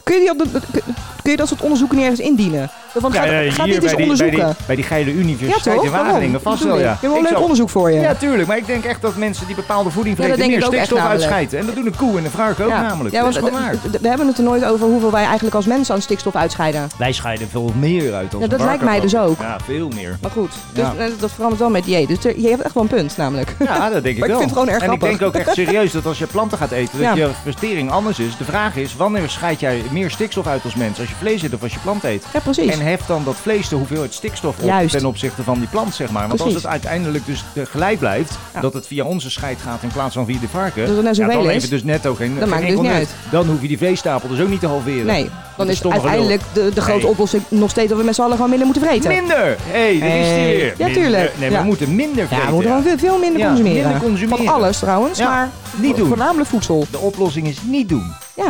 [SPEAKER 3] kun, je die op de, kun- kun je dat soort onderzoeken nergens indienen? Want gaat,
[SPEAKER 1] Ja, ja,
[SPEAKER 3] gaat
[SPEAKER 1] hier
[SPEAKER 3] dit eens
[SPEAKER 1] bij die, bij,
[SPEAKER 3] onderzoeken?
[SPEAKER 1] die, bij die geile
[SPEAKER 3] ja
[SPEAKER 1] universiteit
[SPEAKER 3] toch?
[SPEAKER 1] in
[SPEAKER 3] Waarom?
[SPEAKER 1] Wageningen.
[SPEAKER 3] Dat
[SPEAKER 1] Vast
[SPEAKER 3] bedoel
[SPEAKER 1] wel,
[SPEAKER 3] ik.
[SPEAKER 1] ja.
[SPEAKER 3] We hebben wel
[SPEAKER 1] Ik
[SPEAKER 3] leuk
[SPEAKER 1] zou-
[SPEAKER 3] onderzoek voor je.
[SPEAKER 1] Ja, tuurlijk. Maar ik denk echt dat mensen die bepaalde voeding
[SPEAKER 3] Ja, dat
[SPEAKER 1] vreten meer
[SPEAKER 3] denk ik ook echt
[SPEAKER 1] stikstof
[SPEAKER 3] namelijk.
[SPEAKER 1] uitscheiden. En dat doen de koe en de varken ook
[SPEAKER 3] Ja.
[SPEAKER 1] namelijk.
[SPEAKER 3] Ja,
[SPEAKER 1] dat
[SPEAKER 3] want
[SPEAKER 1] is gewoon waar.
[SPEAKER 3] d- d- we hebben het er nooit over hoeveel wij eigenlijk als mensen aan stikstof uitscheiden.
[SPEAKER 1] Wij scheiden veel meer uit dan
[SPEAKER 3] Ja, dat
[SPEAKER 1] varken
[SPEAKER 3] lijkt mij dus
[SPEAKER 1] gewoon.
[SPEAKER 3] ook.
[SPEAKER 1] Ja, veel meer.
[SPEAKER 3] Maar goed, dus,
[SPEAKER 1] Ja.
[SPEAKER 3] eh, dat verandert wel met dieet. Dus er- je hebt echt wel een punt namelijk.
[SPEAKER 1] Ja, dat denk ik
[SPEAKER 3] Maar ik
[SPEAKER 1] wel.
[SPEAKER 3] vind het gewoon erg
[SPEAKER 1] en
[SPEAKER 3] grappig.
[SPEAKER 1] ik denk ook echt serieus dat als je planten gaat eten, dat
[SPEAKER 3] Ja.
[SPEAKER 1] je vertering anders is. De vraag is, wanneer scheid jij meer stikstof uit als mens? Als je vlees eet of als je plant eet?
[SPEAKER 3] Ja, precies.
[SPEAKER 1] En heft dan dat vlees de hoeveelheid stikstof op
[SPEAKER 3] Juist.
[SPEAKER 1] ten opzichte van die plant, zeg maar. Want
[SPEAKER 3] Precies.
[SPEAKER 1] als het uiteindelijk dus eh, gelijk blijft,
[SPEAKER 3] Ja.
[SPEAKER 1] dat het via onze scheid gaat in plaats van via de varken.
[SPEAKER 3] Dat het net
[SPEAKER 1] ja,
[SPEAKER 3] zoveel
[SPEAKER 1] dan
[SPEAKER 3] is.
[SPEAKER 1] levert dus netto geen, geen
[SPEAKER 3] maakt het
[SPEAKER 1] enkel
[SPEAKER 3] dus niet
[SPEAKER 1] nut. Dan hoef je die veestapel dus ook niet te halveren.
[SPEAKER 3] nee, dan
[SPEAKER 1] is
[SPEAKER 3] is
[SPEAKER 1] stomme gelul.
[SPEAKER 3] uiteindelijk de, de grote
[SPEAKER 1] Nee.
[SPEAKER 3] oplossing nog steeds dat we met z'n allen gewoon minder moeten vreten.
[SPEAKER 1] Minder! hey, daar is die
[SPEAKER 3] Hey.
[SPEAKER 1] weer.
[SPEAKER 3] Ja,
[SPEAKER 1] Minder.
[SPEAKER 3] tuurlijk.
[SPEAKER 1] Nee, maar
[SPEAKER 3] Ja.
[SPEAKER 1] we moeten minder vreten.
[SPEAKER 3] ja, we moeten gewoon veel, veel minder
[SPEAKER 1] Ja,
[SPEAKER 3] consumeren.
[SPEAKER 1] minder consumeren.
[SPEAKER 3] Van alles trouwens,
[SPEAKER 1] Ja,
[SPEAKER 3] maar
[SPEAKER 1] niet doen.
[SPEAKER 3] voornamelijk voedsel.
[SPEAKER 1] De oplossing is niet doen.
[SPEAKER 3] Ja,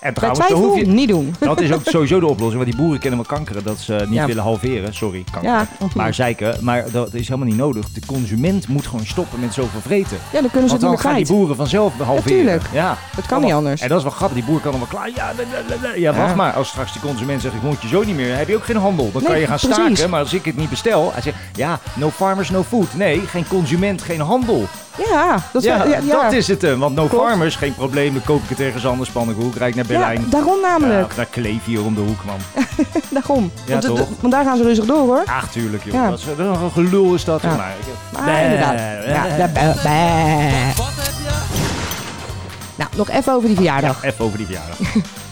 [SPEAKER 1] En
[SPEAKER 3] bij
[SPEAKER 1] trouwens, dan
[SPEAKER 3] twijfel
[SPEAKER 1] hoef je...
[SPEAKER 3] niet doen.
[SPEAKER 1] Dat is ook sowieso de oplossing, want die boeren kennen wel kankeren dat ze eh, niet
[SPEAKER 3] Ja.
[SPEAKER 1] willen halveren. Sorry, kanker.
[SPEAKER 3] Ja.
[SPEAKER 1] Maar zeiken, maar dat is helemaal niet nodig. De consument moet gewoon stoppen met zoveel vreten.
[SPEAKER 3] Ja, dan kunnen ze
[SPEAKER 1] Want
[SPEAKER 3] het niet
[SPEAKER 1] dan
[SPEAKER 3] meer
[SPEAKER 1] gaan die
[SPEAKER 3] kwijt.
[SPEAKER 1] boeren vanzelf halveren.
[SPEAKER 3] tuurlijk.
[SPEAKER 1] ja.
[SPEAKER 3] Dat kan niet
[SPEAKER 1] wel.
[SPEAKER 3] anders.
[SPEAKER 1] En dat is wel grappig, die boer kan dan wel klaar. Ja, la, la, la, la. ja wacht
[SPEAKER 3] Ja.
[SPEAKER 1] maar. Als straks die consument zegt, ik moet je zo niet meer, dan heb je ook geen handel. Dan kan
[SPEAKER 3] Nee,
[SPEAKER 1] je gaan
[SPEAKER 3] precies.
[SPEAKER 1] staken, maar als ik het niet bestel. Hij zegt, ja, no farmers, no food. Nee, geen consument, geen handel.
[SPEAKER 3] Ja, dat is,
[SPEAKER 1] Ja,
[SPEAKER 3] ja, ja.
[SPEAKER 1] dat is het. hem. Want no
[SPEAKER 3] Klopt.
[SPEAKER 1] farmers, geen probleem. Dan koop ik het ergens anders. Pannenkoek, rijd ik naar
[SPEAKER 3] Ja,
[SPEAKER 1] Berlijn.
[SPEAKER 3] daarom namelijk.
[SPEAKER 1] Ja, daar kleef hier om de hoek, man.
[SPEAKER 3] Daarom.
[SPEAKER 1] Ja,
[SPEAKER 3] want, het-
[SPEAKER 1] toch?
[SPEAKER 3] want daar gaan ze rustig door hoor.
[SPEAKER 1] Ach, tuurlijk, joh.
[SPEAKER 3] Ja.
[SPEAKER 1] Dat, is, dat is een gelul is dat.
[SPEAKER 3] Ja.
[SPEAKER 1] Maar, ik-
[SPEAKER 3] Maar
[SPEAKER 1] Bleh,
[SPEAKER 3] Ah, inderdaad.
[SPEAKER 1] bleh.
[SPEAKER 3] Ja, daar- bleh, bleh.
[SPEAKER 4] Wat heb jij?
[SPEAKER 3] Nou, nog even over die verjaardag.
[SPEAKER 1] Even over die verjaardag.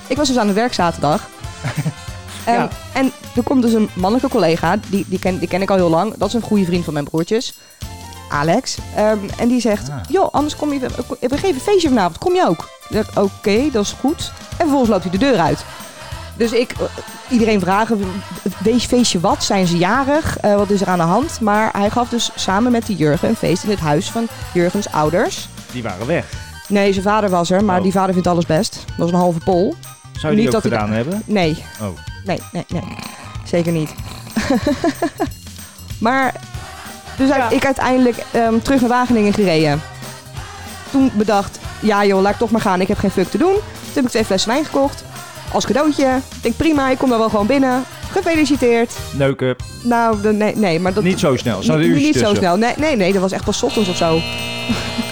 [SPEAKER 3] Ik was dus aan het werk zaterdag. Ehm,
[SPEAKER 1] Ja.
[SPEAKER 3] En er komt dus een mannelijke collega, die, die, ken, die ken ik al heel lang. Dat is een goede vriend van mijn broertjes, Alex. Ehm, en die zegt,
[SPEAKER 1] Ah.
[SPEAKER 3] joh, anders kom je, we we geven een feestje vanavond, kom je ook? Ik zeg, oké, dat is goed. En vervolgens loopt hij de deur uit. Dus ik, eh, iedereen vragen, wees feestje wat? Zijn ze jarig? Eh, wat is er aan de hand? Maar hij gaf dus samen met die Jurgen een feest in het huis van Jurgens ouders.
[SPEAKER 1] Die waren weg.
[SPEAKER 3] Nee, zijn vader was er, maar
[SPEAKER 1] Oh.
[SPEAKER 3] die vader vindt alles best. Dat is een halve pol.
[SPEAKER 1] Zou je
[SPEAKER 3] Niet
[SPEAKER 1] die ook
[SPEAKER 3] dat ik-
[SPEAKER 1] gedaan hebben?
[SPEAKER 3] Nee,
[SPEAKER 1] Oh.
[SPEAKER 3] Nee, nee, nee. Zeker niet. maar, dus uit- ik uiteindelijk ehm, terug naar Wageningen gereden. Toen bedacht, ja joh, laat ik toch maar gaan. Ik heb geen fuck te doen. Toen heb ik twee flessen wijn gekocht. Als cadeautje. Ik denk prima, ik kom daar wel gewoon binnen. Gefeliciteerd.
[SPEAKER 1] Neuken.
[SPEAKER 3] Nou, de- nee, nee, maar dat...
[SPEAKER 1] Niet zo snel. Er zat een
[SPEAKER 3] Niet-
[SPEAKER 1] uurtje
[SPEAKER 3] niet zo
[SPEAKER 1] tussen.
[SPEAKER 3] snel. Nee, nee, nee, dat was echt pas ochtends of zo.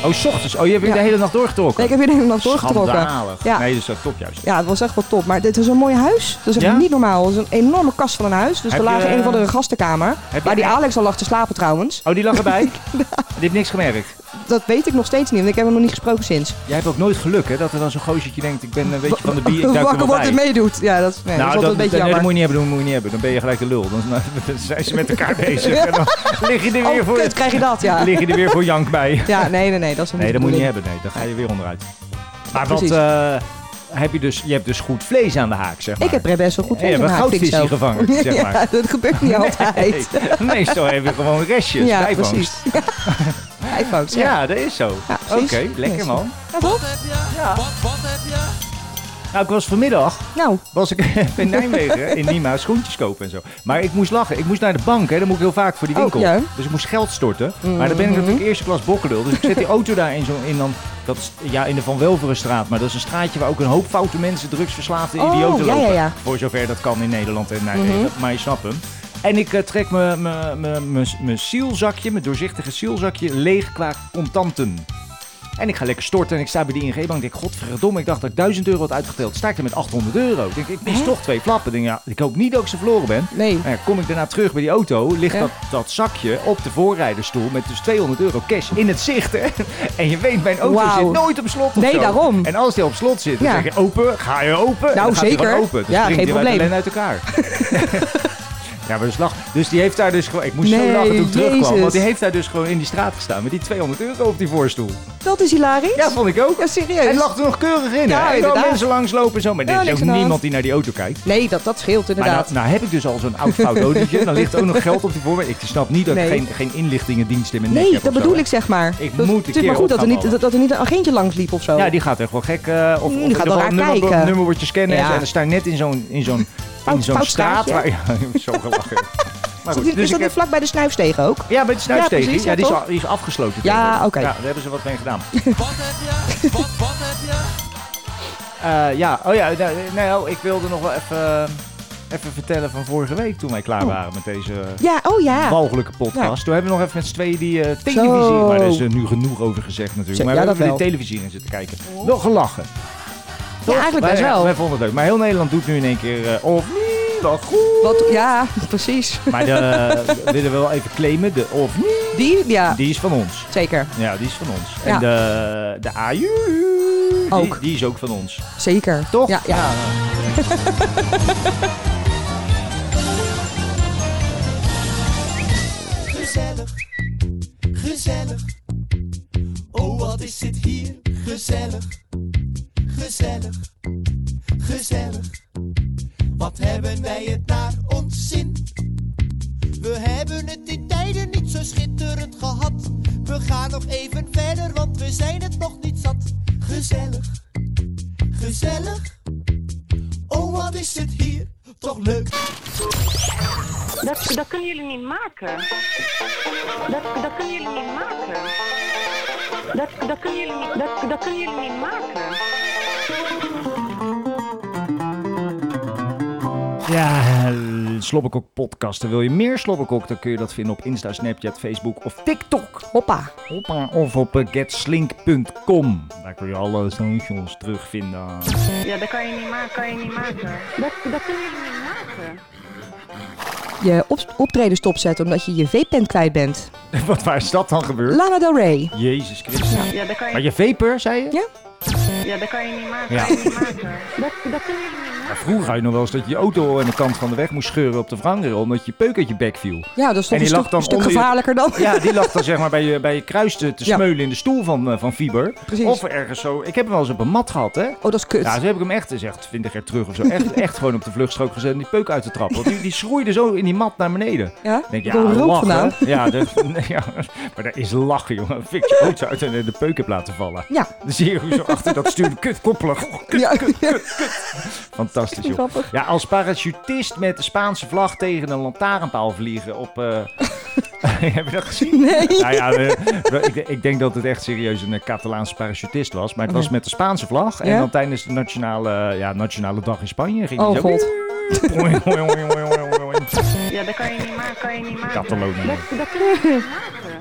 [SPEAKER 1] Oh, s ochtends. Oh, je hebt weer
[SPEAKER 3] Ja.
[SPEAKER 1] de hele nacht doorgetrokken.
[SPEAKER 3] Nee, ik heb weer de hele nacht doorgetrokken.
[SPEAKER 1] Schandalig.
[SPEAKER 3] Ja.
[SPEAKER 1] Nee, dus dat top juist.
[SPEAKER 3] Ja, het was echt wel top. Maar dit was een mooi huis. Dat is echt
[SPEAKER 1] Ja?
[SPEAKER 3] niet normaal. Het is een enorme kast van een huis.
[SPEAKER 1] Heb
[SPEAKER 3] Dus er
[SPEAKER 1] je,
[SPEAKER 3] lagen
[SPEAKER 1] eh,
[SPEAKER 3] een of andere gastenkamer.
[SPEAKER 1] heb
[SPEAKER 3] Waar
[SPEAKER 1] je
[SPEAKER 3] die
[SPEAKER 1] echt-
[SPEAKER 3] Alex al lag te slapen trouwens.
[SPEAKER 1] Oh, die lag erbij? Die heeft niks gemerkt.
[SPEAKER 3] Dat weet ik nog steeds niet, want ik heb hem nog niet gesproken sinds.
[SPEAKER 1] Jij hebt ook nooit geluk, hè? Dat er dan zo'n goosje denkt, ik ben een beetje van de bier, ik duik er
[SPEAKER 3] Wakker
[SPEAKER 1] wel
[SPEAKER 3] wordt
[SPEAKER 1] bij.
[SPEAKER 3] en meedoet. Ja, dat, nee,
[SPEAKER 1] nou,
[SPEAKER 3] dat is altijd een beetje
[SPEAKER 1] nee,
[SPEAKER 3] jammer.
[SPEAKER 1] dat moet je niet hebben, dat moet je niet hebben. Dan ben je gelijk de lul. Dan, eh, dan zijn ze met elkaar bezig. En dan lig je er weer
[SPEAKER 3] Oh,
[SPEAKER 1] voor,
[SPEAKER 3] kut, krijg je dat, ja.
[SPEAKER 1] lig je er weer voor jank bij.
[SPEAKER 3] Ja, nee, nee, nee, dat is een
[SPEAKER 1] Nee, dat moet je niet
[SPEAKER 3] bedoeling.
[SPEAKER 1] hebben. Nee, dan ga je weer onderuit. Maar wat
[SPEAKER 3] Precies.
[SPEAKER 1] eh, heb je dus? Je hebt dus goed vlees aan de haak, zeg maar.
[SPEAKER 3] Ik heb er best wel goed
[SPEAKER 1] Ja, je
[SPEAKER 3] vlees
[SPEAKER 1] hebt
[SPEAKER 3] in
[SPEAKER 1] een
[SPEAKER 3] mijn haak, vind ik
[SPEAKER 1] goudvisje
[SPEAKER 3] zelf.
[SPEAKER 1] gevangen, zeg maar.
[SPEAKER 3] Ja, dat gebeurt niet altijd.
[SPEAKER 1] Nee, meestal heb je gewoon restjes,
[SPEAKER 3] Ja,
[SPEAKER 1] bijvangst.
[SPEAKER 3] precies. Bijvangst, ja.
[SPEAKER 1] Ja, dat is zo.
[SPEAKER 3] Ja,
[SPEAKER 1] Oké,
[SPEAKER 3] precies.
[SPEAKER 1] lekker
[SPEAKER 3] Yes.
[SPEAKER 1] man.
[SPEAKER 3] Ja, toch?
[SPEAKER 4] heb je? Wat, wat heb je?
[SPEAKER 1] Nou, ik was vanmiddag
[SPEAKER 3] Nou,
[SPEAKER 1] was ik in Nijmegen in Nima schoentjes kopen en zo. Maar ik moest lachen. Ik moest naar de bank, hè. Dat moet ik heel vaak voor die
[SPEAKER 3] Oh,
[SPEAKER 1] winkel.
[SPEAKER 3] ja. Mhm.
[SPEAKER 1] Dus ik moest geld storten. Maar dan ben ik natuurlijk eerste klas bokkelul. Dus ik zet die auto daar in zo'n... In dan, dat is, ja, in de Van Welverenstraat. Maar dat is een straatje waar ook een hoop foute mensen, drugsverslaafde
[SPEAKER 3] Oh,
[SPEAKER 1] idioten
[SPEAKER 3] ja, ja,
[SPEAKER 1] lopen.
[SPEAKER 3] ja. Mhm.
[SPEAKER 1] Voor zover dat kan in Nederland en Nijmegen. Maar je snapt hem. En ik eh, trek mijn- mijn- mijn- mijn mijn zielzakje, mijn doorzichtige zielzakje, leeg qua contanten. En ik ga lekker storten en ik sta bij die ING-bank. Ik denk, godverdomme, ik dacht dat ik 1000 euro had uitgeteld. Sta ik er met 800 euro. Ik denk, ik mis toch twee flappen. Ik denk, ja, ik hoop niet dat ik ze verloren ben.
[SPEAKER 3] nee.
[SPEAKER 1] Nou ja, kom ik daarna terug bij die auto, ligt
[SPEAKER 3] Ja.
[SPEAKER 1] dat, dat zakje op de voorrijderstoel met dus 200 euro cash in het zicht. Hè? En je weet, mijn auto
[SPEAKER 3] Wauw.
[SPEAKER 1] zit nooit op slot of
[SPEAKER 3] Nee,
[SPEAKER 1] zo.
[SPEAKER 3] daarom.
[SPEAKER 1] En als die op slot zit, dan
[SPEAKER 3] Ja.
[SPEAKER 1] zeg je open, ga je open. En
[SPEAKER 3] Nou,
[SPEAKER 1] dan gaat die
[SPEAKER 3] zeker.
[SPEAKER 1] gewoon open. Dus Dan
[SPEAKER 3] Ja,
[SPEAKER 1] springt
[SPEAKER 3] geen
[SPEAKER 1] die uit de
[SPEAKER 3] probleem.
[SPEAKER 1] len uit elkaar. Ja, maar dus lach. Dus die heeft daar dus gewoon... Ik moest zo
[SPEAKER 3] Nee,
[SPEAKER 1] lachen toen ik terugkwam.
[SPEAKER 3] Jezus.
[SPEAKER 1] Want die heeft daar dus gewoon in die straat gestaan met die 200 euro op die voorstoel.
[SPEAKER 3] Dat is hilarisch.
[SPEAKER 1] Ja, vond ik ook.
[SPEAKER 3] Ja, serieus.
[SPEAKER 1] Hij lag er nog keurig in.
[SPEAKER 3] Ja,
[SPEAKER 1] hè? en dan
[SPEAKER 3] inderdaad.
[SPEAKER 1] mensen langslopen en zo. Maar
[SPEAKER 3] Ja,
[SPEAKER 1] dit is ook
[SPEAKER 3] niks aan de hand.
[SPEAKER 1] niemand die naar die auto kijkt.
[SPEAKER 3] Nee, dat, dat scheelt
[SPEAKER 1] Maar nou,
[SPEAKER 3] inderdaad.
[SPEAKER 1] nou heb ik dus al zo'n oud fout autootje. Dan ligt er ook nog geld op die voorbeeld. Ik snap niet dat
[SPEAKER 3] Nee.
[SPEAKER 1] ik geen, geen inlichtingendienst in mijn nek
[SPEAKER 3] nee,
[SPEAKER 1] heb
[SPEAKER 3] dat
[SPEAKER 1] of zo,
[SPEAKER 3] bedoel
[SPEAKER 1] hè.
[SPEAKER 3] ik zeg maar.
[SPEAKER 1] Ik
[SPEAKER 3] dat,
[SPEAKER 1] moet een
[SPEAKER 3] het is
[SPEAKER 1] keer
[SPEAKER 3] maar goed dat er,
[SPEAKER 1] opgaan
[SPEAKER 3] niet, dat, dat er niet een agentje langs liep of zo.
[SPEAKER 1] Ja, die gaat echt wel gek. eh of of
[SPEAKER 3] Mm, gaat
[SPEAKER 1] in ieder
[SPEAKER 3] wel
[SPEAKER 1] geval
[SPEAKER 3] raar
[SPEAKER 1] nummer,
[SPEAKER 3] kijken.
[SPEAKER 1] nummerbordje scannen.
[SPEAKER 3] Ja.
[SPEAKER 1] En dan staan net in zo'n in zo'n in
[SPEAKER 3] Fout-
[SPEAKER 1] zo'n
[SPEAKER 3] fout
[SPEAKER 1] straat.
[SPEAKER 3] straatje.
[SPEAKER 1] Waar, ja, zo gelachen. Maar goed,
[SPEAKER 3] is
[SPEAKER 1] dus
[SPEAKER 3] dat, is
[SPEAKER 1] ik
[SPEAKER 3] dat niet
[SPEAKER 1] heb-
[SPEAKER 3] vlak bij de snuifstegen ook?
[SPEAKER 1] ja, bij de
[SPEAKER 3] Ja,
[SPEAKER 1] snuifsteeg.
[SPEAKER 3] precies,
[SPEAKER 1] Ja,
[SPEAKER 3] ja,
[SPEAKER 1] die, is
[SPEAKER 3] toch?
[SPEAKER 1] al- die is afgesloten.
[SPEAKER 3] Ja,
[SPEAKER 1] tegenwoordig.
[SPEAKER 3] oké.
[SPEAKER 1] Ja, daar hebben ze wat mee gedaan.
[SPEAKER 4] Wat heb je? Wat, wat heb je?
[SPEAKER 1] Eh, ja, oh ja, nou, nou, ik wilde nog wel even, eh, even vertellen van vorige week toen wij klaar waren met deze
[SPEAKER 3] Ja, oh ja.
[SPEAKER 1] walgelijke podcast. Toen hebben we nog even met z'n tweeën die eh, televisie...
[SPEAKER 3] Zo.
[SPEAKER 1] Maar daar is er nu genoeg over gezegd natuurlijk.
[SPEAKER 3] Zo,
[SPEAKER 1] Maar
[SPEAKER 3] ja,
[SPEAKER 1] we
[SPEAKER 3] dat
[SPEAKER 1] hebben die
[SPEAKER 3] wel. Oh.
[SPEAKER 1] televisie in zitten kijken. Wel gelachen.
[SPEAKER 3] Ja, eigenlijk
[SPEAKER 1] Wij-
[SPEAKER 3] best wel.
[SPEAKER 1] Wij vonden het leuk. Maar heel Nederland doet nu in één keer... eh, of niet, wel goed.
[SPEAKER 3] Wat, ja, precies.
[SPEAKER 1] Maar de, eh, willen we wel even claimen. De of niet,
[SPEAKER 3] Die? Ja,
[SPEAKER 1] die is van ons.
[SPEAKER 3] zeker.
[SPEAKER 1] Ja, die is van ons.
[SPEAKER 3] Ja.
[SPEAKER 1] En de, de AU... die- Die,
[SPEAKER 3] Ook.
[SPEAKER 1] is ook van ons.
[SPEAKER 3] Zeker.
[SPEAKER 1] Toch?
[SPEAKER 3] Ja, ja.
[SPEAKER 4] Gezellig, gezellig. Oh, wat is dit hier gezellig, gezellig, gezellig. Wat hebben wij het naar ons zin? We hebben het in tijden niet zo schitterend gehad. We gaan nog even verder, want we zijn het nog niet zat. Gezellig, gezellig. Oh, wat is het hier toch leuk?
[SPEAKER 7] Dat, dat kunnen jullie niet maken. Dat, dat kunnen jullie niet maken. Dat, dat, kunnen jullie niet, dat, dat kunnen jullie niet maken.
[SPEAKER 1] Ja, eh, Slobberkok podcast. Dan wil je meer Slobberkok, dan kun je dat vinden op Insta, Snapchat, Facebook of TikTok.
[SPEAKER 3] Hoppa.
[SPEAKER 1] Hoppa, of op eh, getslink.com. Daar kun je alle socials terugvinden.
[SPEAKER 7] Ja, dat kan je niet maken, kan je niet maken. Dat, dat kunnen jullie niet maken.
[SPEAKER 3] Je op, optreden stopzetten omdat je je V-pen kwijt bent.
[SPEAKER 1] Wat, waar is dat dan gebeurd?
[SPEAKER 3] Lana Del Rey.
[SPEAKER 1] Jezus Christus.
[SPEAKER 7] Ja, dat kan
[SPEAKER 1] Maar
[SPEAKER 7] je,
[SPEAKER 1] je vaper, zei je?
[SPEAKER 3] Ja.
[SPEAKER 7] ja, dat kan je niet maken,
[SPEAKER 1] Ja.
[SPEAKER 7] kan je niet maken. Dat, dat kunnen jullie niet maken.
[SPEAKER 1] Vroeger had je nog wel eens dat je je auto aan de kant van de weg moest scheuren op de wrangen, omdat je peuk uit je bek viel.
[SPEAKER 3] Ja, dat is
[SPEAKER 1] En die
[SPEAKER 3] toch een
[SPEAKER 1] lag
[SPEAKER 3] stuk,
[SPEAKER 1] dan
[SPEAKER 3] een stuk
[SPEAKER 1] onder je-
[SPEAKER 3] gevaarlijker dan.
[SPEAKER 1] Ja, die lag dan zeg maar bij je, bij je kruis te, te
[SPEAKER 3] Ja.
[SPEAKER 1] smeulen in de stoel van, eh, van Fiber.
[SPEAKER 3] Precies.
[SPEAKER 1] Of ergens zo. Ik heb hem wel eens op een mat gehad, hè?
[SPEAKER 3] Oh, dat is kut.
[SPEAKER 1] Ja, zo heb ik hem echt, is echt 20 jaar terug of zo, echt, echt gewoon op de vluchtstrook gezet en die peuk uit de trap. Want die, die schroeide zo in die mat naar beneden.
[SPEAKER 3] Ja?
[SPEAKER 1] Ik Denk,
[SPEAKER 3] Er
[SPEAKER 1] ja,
[SPEAKER 3] kwam rook
[SPEAKER 1] lachen.
[SPEAKER 3] vandaan.
[SPEAKER 1] Ja, dat- nee, ja, maar dat is lachen, jongen. Fik je auto uit en de peuk hebt laten vallen.
[SPEAKER 3] Ja.
[SPEAKER 1] Dan zie je hoe zo achter dat stuur kut koppelen. Goh, kut.
[SPEAKER 3] Ja,
[SPEAKER 1] Fantastisch, joh.
[SPEAKER 3] grappig.
[SPEAKER 1] Ja, als parachutist met de Spaanse vlag tegen een lantaarnpaal vliegen op... eh, Heb je dat gezien?
[SPEAKER 3] Nee.
[SPEAKER 1] Nou ja, we- we- ik, ik denk dat het echt serieus een eh, Catalaanse parachutist was. Maar het was met de Spaanse vlag. En
[SPEAKER 3] Ja?
[SPEAKER 1] dan tijdens de nationale, ja, nationale dag in Spanje ging
[SPEAKER 3] Oh,
[SPEAKER 1] hij zo...
[SPEAKER 3] God.
[SPEAKER 1] Oei, oei, oei, oei, oei, oei. hoor.
[SPEAKER 7] Ja, dat kan je niet maken, kan je niet maken.
[SPEAKER 1] Catalonië.
[SPEAKER 7] Dat, dat kun je niet maken.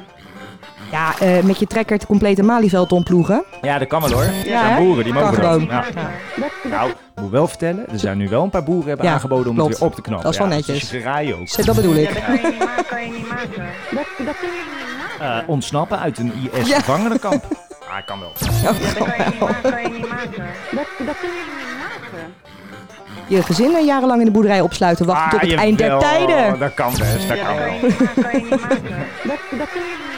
[SPEAKER 3] Ja, eh, met je trekker het complete Malieveld omploegen.
[SPEAKER 1] Ja, dat kan wel hoor. Er zijn
[SPEAKER 3] hè?
[SPEAKER 1] boeren, die
[SPEAKER 3] Kan
[SPEAKER 1] mogen dat.
[SPEAKER 3] gewoon.
[SPEAKER 1] Ja.
[SPEAKER 7] Dat, dat,
[SPEAKER 1] Nou, ik moet wel vertellen, er zijn nu wel een paar boeren hebben
[SPEAKER 3] Ja,
[SPEAKER 1] aangeboden om
[SPEAKER 3] klopt.
[SPEAKER 1] het weer op te knappen.
[SPEAKER 3] Dat is wel
[SPEAKER 1] Ja,
[SPEAKER 3] netjes.
[SPEAKER 1] dus je raaien ook.
[SPEAKER 3] Zet, dat bedoel
[SPEAKER 7] ja, dat
[SPEAKER 3] ik.
[SPEAKER 7] kan je niet maken, kan je niet maken. Dat, dat kun je niet maken.
[SPEAKER 1] Eh, ontsnappen uit een
[SPEAKER 3] Ja.
[SPEAKER 1] IS-gevangenenkamp. Ah, kan wel.
[SPEAKER 7] Ja, dat kan je niet maken, kan je niet maken. Dat, dat kun je niet maken.
[SPEAKER 3] Je gezinnen jarenlang in de boerderij opsluiten, wachten tot
[SPEAKER 1] Ah,
[SPEAKER 3] het eind der
[SPEAKER 1] jawel.
[SPEAKER 3] tijden.
[SPEAKER 1] Dat kan best, dat
[SPEAKER 7] Ja,
[SPEAKER 1] kan
[SPEAKER 7] dat kan
[SPEAKER 1] wel.
[SPEAKER 7] je niet maken, kan je niet maken. Dat, dat kun je niet maken.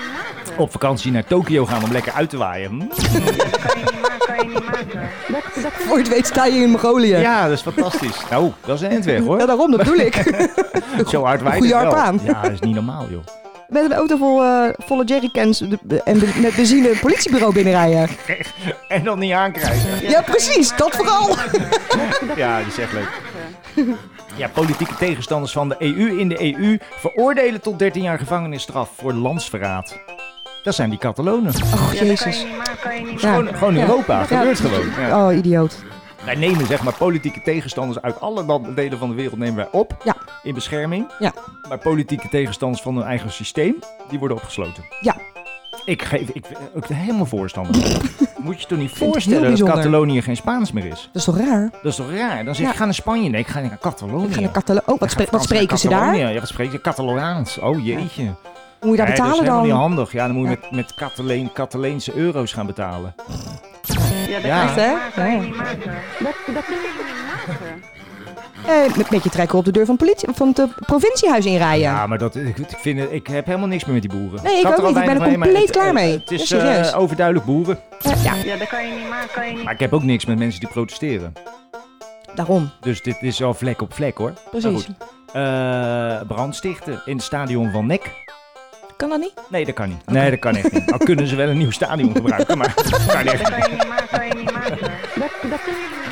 [SPEAKER 1] Op vakantie naar Tokio gaan om lekker uit te waaien. Hm?
[SPEAKER 7] Dat kan je niet maken, kan je niet maken. Dat, dat kun
[SPEAKER 3] Voor je het weet sta je in Mongolië.
[SPEAKER 1] Ja, dat is fantastisch. Eh, Nou, dat is een eindweg
[SPEAKER 3] Ja,
[SPEAKER 1] hoor.
[SPEAKER 3] daarom, dat bedoel ik.
[SPEAKER 1] Zo hard waait
[SPEAKER 3] Goeie
[SPEAKER 1] het wel.
[SPEAKER 3] harp aan.
[SPEAKER 1] Ja, dat is niet normaal joh.
[SPEAKER 3] Met een auto vol, eh, volle jerrycans de- de- en be- met benzine het politiebureau binnenrijden.
[SPEAKER 1] En dan niet aankrijgen.
[SPEAKER 3] Ja, precies, dat vooral.
[SPEAKER 1] Ja, dat is echt leuk. Ja, politieke tegenstanders van de EU in de EU veroordelen tot 13 jaar gevangenisstraf voor landsverraad. Dat zijn die Catalonen.
[SPEAKER 3] Oh,
[SPEAKER 7] je
[SPEAKER 3] jezus.
[SPEAKER 7] niet maken, kan je niet
[SPEAKER 3] Ja.
[SPEAKER 7] maken.
[SPEAKER 1] Gewoon, gewoon
[SPEAKER 3] Ja.
[SPEAKER 1] Europa, gebeurt gewoon. Ja.
[SPEAKER 3] Oh, idioot.
[SPEAKER 1] Wij nemen zeg maar politieke tegenstanders uit alle landen- delen van de wereld nemen wij op
[SPEAKER 3] Ja.
[SPEAKER 1] in bescherming.
[SPEAKER 3] Ja.
[SPEAKER 1] Maar politieke tegenstanders van hun eigen systeem, die worden opgesloten.
[SPEAKER 3] Ja.
[SPEAKER 1] Ik geef, ik, ik ben helemaal voorstander. van. Moet je je toch niet
[SPEAKER 3] heel
[SPEAKER 1] voorstellen dat
[SPEAKER 3] bijzonder.
[SPEAKER 1] Catalonië geen Spaans meer is?
[SPEAKER 3] Dat is toch raar?
[SPEAKER 1] Dat is toch raar? Dan zeg je,
[SPEAKER 3] Ja.
[SPEAKER 1] ik ga naar Spanje. Nee, ik ga naar Catalonië.
[SPEAKER 3] Ik ga naar Catalo- Oh, wat,
[SPEAKER 1] Ik ga
[SPEAKER 3] spre- wat
[SPEAKER 1] Frans naar
[SPEAKER 3] spreken ze daar?
[SPEAKER 1] Catalonië. Ja, wat spreken ze? Catalaans. Oh jeetje.
[SPEAKER 3] Hoe
[SPEAKER 1] Nee,
[SPEAKER 3] moet je daar
[SPEAKER 1] dat is
[SPEAKER 3] betalen
[SPEAKER 1] helemaal niet
[SPEAKER 3] dan?
[SPEAKER 1] handig. Ja, dan moet je met, met Cataleen, Cataleense euro's gaan betalen.
[SPEAKER 7] Ja, dat
[SPEAKER 1] Ja.
[SPEAKER 7] kan je niet
[SPEAKER 3] Hè?
[SPEAKER 7] maken, kan je niet maken. Dat, dat kun je niet maken.
[SPEAKER 3] Eh, met, met je trekker op de deur van, politie, van het eh, provinciehuis inrijden.
[SPEAKER 1] Ja, maar dat, ik, ik, vind, het- ik heb helemaal niks meer met die boeren.
[SPEAKER 3] Nee, ik
[SPEAKER 1] had
[SPEAKER 3] ook
[SPEAKER 1] er al
[SPEAKER 3] niet. Ik ben
[SPEAKER 1] weinig
[SPEAKER 3] er
[SPEAKER 1] mee, maar
[SPEAKER 3] compleet
[SPEAKER 1] het-
[SPEAKER 3] klaar mee.
[SPEAKER 1] Het is
[SPEAKER 3] Ja, serieus.
[SPEAKER 1] eh, overduidelijk boeren.
[SPEAKER 3] Eh, ja,
[SPEAKER 7] Ja, dat kan je niet maken, kan je niet
[SPEAKER 1] Maar ik heb ook niks met mensen die protesteren.
[SPEAKER 3] daarom.
[SPEAKER 1] Dus dit is al vlek op vlek hoor. Maar
[SPEAKER 3] Precies.
[SPEAKER 1] goed. Eh, brandstichten in het stadion van Nek.
[SPEAKER 3] Kan dat niet?
[SPEAKER 1] Nee, dat kan niet. Nee, dat kan echt niet. Al kunnen ze wel een nieuw stadion gebruiken, maar dat kan echt
[SPEAKER 7] Dat
[SPEAKER 1] niet.
[SPEAKER 7] kan je niet maken, kan je niet maken. Dat, dat kun je niet maken.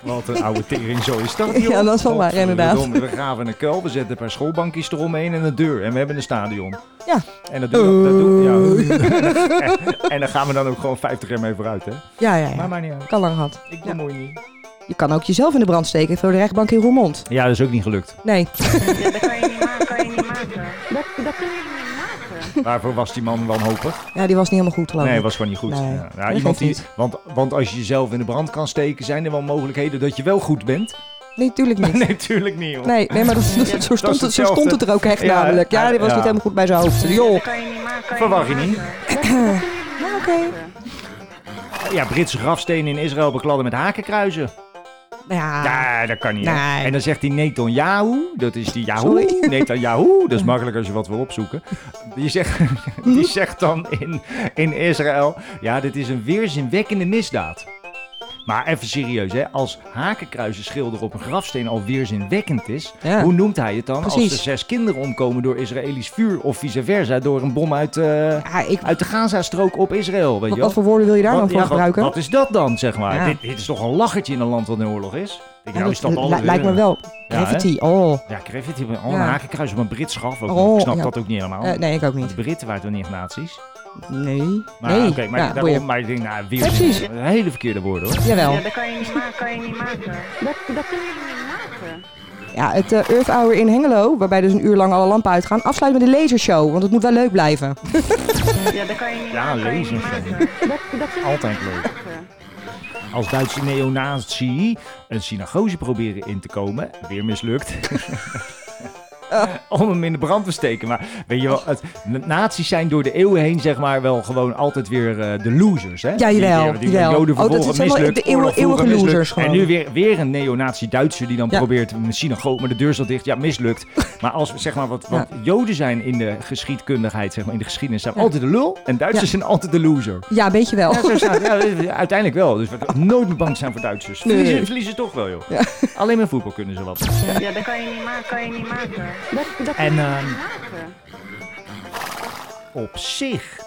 [SPEAKER 1] Wat een oude tering, zo is dat, joh.
[SPEAKER 3] Ja, dat is wel waar,
[SPEAKER 1] Godverdomme,
[SPEAKER 3] inderdaad.
[SPEAKER 1] We graven een kuil, we zetten een paar schoolbankjes eromheen en een deur. En we hebben een stadion.
[SPEAKER 3] Ja.
[SPEAKER 1] En dat doen we, dat doen we- ja. En daar gaan we dan ook gewoon 50 jaar mee vooruit, hè.
[SPEAKER 3] Ja, ja,
[SPEAKER 1] Maar
[SPEAKER 3] ja.
[SPEAKER 1] maar niet uit.
[SPEAKER 3] Kan lang gehad.
[SPEAKER 1] Ik ben mooi niet.
[SPEAKER 3] Je kan ook jezelf in de brand steken voor de rechtbank in Roermond.
[SPEAKER 1] Ja, dat is ook niet gelukt.
[SPEAKER 3] Nee.
[SPEAKER 7] Ja, dat kan je niet maken, kan je niet maken. Dat, dat kun je niet maken.
[SPEAKER 1] Waarvoor was die man wanhopig?
[SPEAKER 3] Ja, die was niet helemaal goed geloof ik.
[SPEAKER 1] Nee, het was gewoon niet goed.
[SPEAKER 3] Nee,
[SPEAKER 1] Ja. Ja,
[SPEAKER 3] dat
[SPEAKER 1] iemand die,
[SPEAKER 3] geeft niet.
[SPEAKER 1] want, want als je jezelf in de brand kan steken, zijn er wel mogelijkheden dat je wel goed bent?
[SPEAKER 3] Nee, tuurlijk niet.
[SPEAKER 1] Nee, tuurlijk niet, joh.
[SPEAKER 3] Nee, nee maar dat, dat- zo, stond het, zo
[SPEAKER 1] hetzelfde.
[SPEAKER 3] stond het er ook echt
[SPEAKER 1] Ja,
[SPEAKER 3] namelijk. Ja, die was
[SPEAKER 1] ja.
[SPEAKER 3] niet helemaal goed bij zijn hoofd. Joh.
[SPEAKER 7] Kan je niet maken, kan je
[SPEAKER 1] Verwacht je
[SPEAKER 7] niet
[SPEAKER 1] niet.
[SPEAKER 3] Ja, oké.
[SPEAKER 1] Ja, Britse grafstenen in Israël bekladden met hakenkruizen.
[SPEAKER 3] Nou Ja.
[SPEAKER 1] Ja, dat kan niet. hè?
[SPEAKER 3] Ah, Nee.
[SPEAKER 1] En dan zegt die Netanyahu, dat is die Yahoo.
[SPEAKER 3] Sorry. Mm.
[SPEAKER 1] Netanyahu, dat is makkelijk als je wat wil opzoeken. Die zegt, die zegt dan in, in Israël, ja, dit is een weerzinwekkende misdaad. Maar even serieus, hè? als hakenkruisenschilder op een grafsteen al weerzinwekkend is,
[SPEAKER 3] Ja.
[SPEAKER 1] hoe noemt hij het dan als
[SPEAKER 3] Precies.
[SPEAKER 1] er zes kinderen omkomen door Israëlisch vuur of vice versa door een bom uit, eh,
[SPEAKER 3] Ja, ik,
[SPEAKER 1] uit de Gazastrook op Israël? Weet
[SPEAKER 3] wat,
[SPEAKER 1] je wel?
[SPEAKER 3] wat voor woorden wil je daar dan
[SPEAKER 1] Wat-
[SPEAKER 3] voor
[SPEAKER 1] ja, wat-
[SPEAKER 3] gebruiken?
[SPEAKER 1] Wat, is dat dan, zeg maar?
[SPEAKER 3] Ja.
[SPEAKER 1] Dit, dit is toch een lachertje in een land dat in oorlog is? Ik,
[SPEAKER 3] Ja,
[SPEAKER 1] nou, is dat
[SPEAKER 3] li-
[SPEAKER 1] al
[SPEAKER 3] li-
[SPEAKER 1] weer-
[SPEAKER 3] lijkt me wel.
[SPEAKER 1] Ja, hè?
[SPEAKER 3] Graffiti, oh.
[SPEAKER 1] Ja, Graffiti, oh, een
[SPEAKER 3] Ja.
[SPEAKER 1] hakenkruis op een Brits graf. Ook,
[SPEAKER 3] Oh,
[SPEAKER 1] ik snap
[SPEAKER 3] ja.
[SPEAKER 1] dat ook niet helemaal.
[SPEAKER 3] Eh, nee, ik ook
[SPEAKER 1] Want
[SPEAKER 3] niet.
[SPEAKER 1] De Britten waren toch niet nazi's?
[SPEAKER 3] Nee.
[SPEAKER 1] Maar
[SPEAKER 3] nee.
[SPEAKER 1] Nou, oké, maar,
[SPEAKER 3] ja,
[SPEAKER 1] daarom,
[SPEAKER 3] boeien.
[SPEAKER 1] maar ik denk, nou, weer
[SPEAKER 3] Ja, precies.
[SPEAKER 1] een hele verkeerde woorden hoor.
[SPEAKER 3] Jawel.
[SPEAKER 7] Ja, dat kan je niet maken, kan je niet maken. Dat, dat kun je niet maken.
[SPEAKER 3] Ja, het eh, Earth Hour in Hengelo, waarbij dus een uur lang alle lampen uitgaan, afsluiten met een lasershow, want het moet wel leuk blijven.
[SPEAKER 7] Ja, dat kan je niet
[SPEAKER 1] Ja,
[SPEAKER 7] maken, kan je
[SPEAKER 1] lezen
[SPEAKER 7] niet
[SPEAKER 1] of zo.
[SPEAKER 7] maken. Dat, dat kun je
[SPEAKER 1] Altijd
[SPEAKER 7] niet
[SPEAKER 1] leuk.
[SPEAKER 7] maken.
[SPEAKER 1] Als Duitse neonazi een synagoge proberen in te komen, weer mislukt. Om hem in de brand te steken. Maar weet je wel, het, nazi's zijn door de eeuwen heen zeg maar wel gewoon altijd weer eh, de losers. Hè?
[SPEAKER 3] Ja, jawel,
[SPEAKER 1] Die, die, die
[SPEAKER 3] jawel.
[SPEAKER 1] joden
[SPEAKER 3] Oh, dat
[SPEAKER 1] vervolgen
[SPEAKER 3] is helemaal
[SPEAKER 1] mislukt,
[SPEAKER 3] de eeuwen-
[SPEAKER 1] oorlog voeren
[SPEAKER 3] eeuwige
[SPEAKER 1] mislukt.
[SPEAKER 3] losers gewoon.
[SPEAKER 1] En nu weer, weer een neonazi-Duitser die dan
[SPEAKER 3] Ja.
[SPEAKER 1] probeert een synagoge, maar de deur staat dicht. Ja, mislukt. Maar als we zeg maar wat, wat joden zijn in de geschiedkundigheid, zeg maar in de geschiedenis, zijn altijd de lul. En Duitsers zijn altijd de loser.
[SPEAKER 3] Ja, weet je wel.
[SPEAKER 1] Ja, zo staat- ja, uiteindelijk wel. Dus we nooit meer bang zijn voor Duitsers.
[SPEAKER 3] Nee.
[SPEAKER 1] Verliezen, verliezen toch wel, joh. Alleen met voetbal kunnen ze wat.
[SPEAKER 7] Ja, dat kan je niet maken, kan je niet maken. Dat, dat kun je
[SPEAKER 1] En
[SPEAKER 7] niet
[SPEAKER 1] ehm,
[SPEAKER 7] maken.
[SPEAKER 1] op zich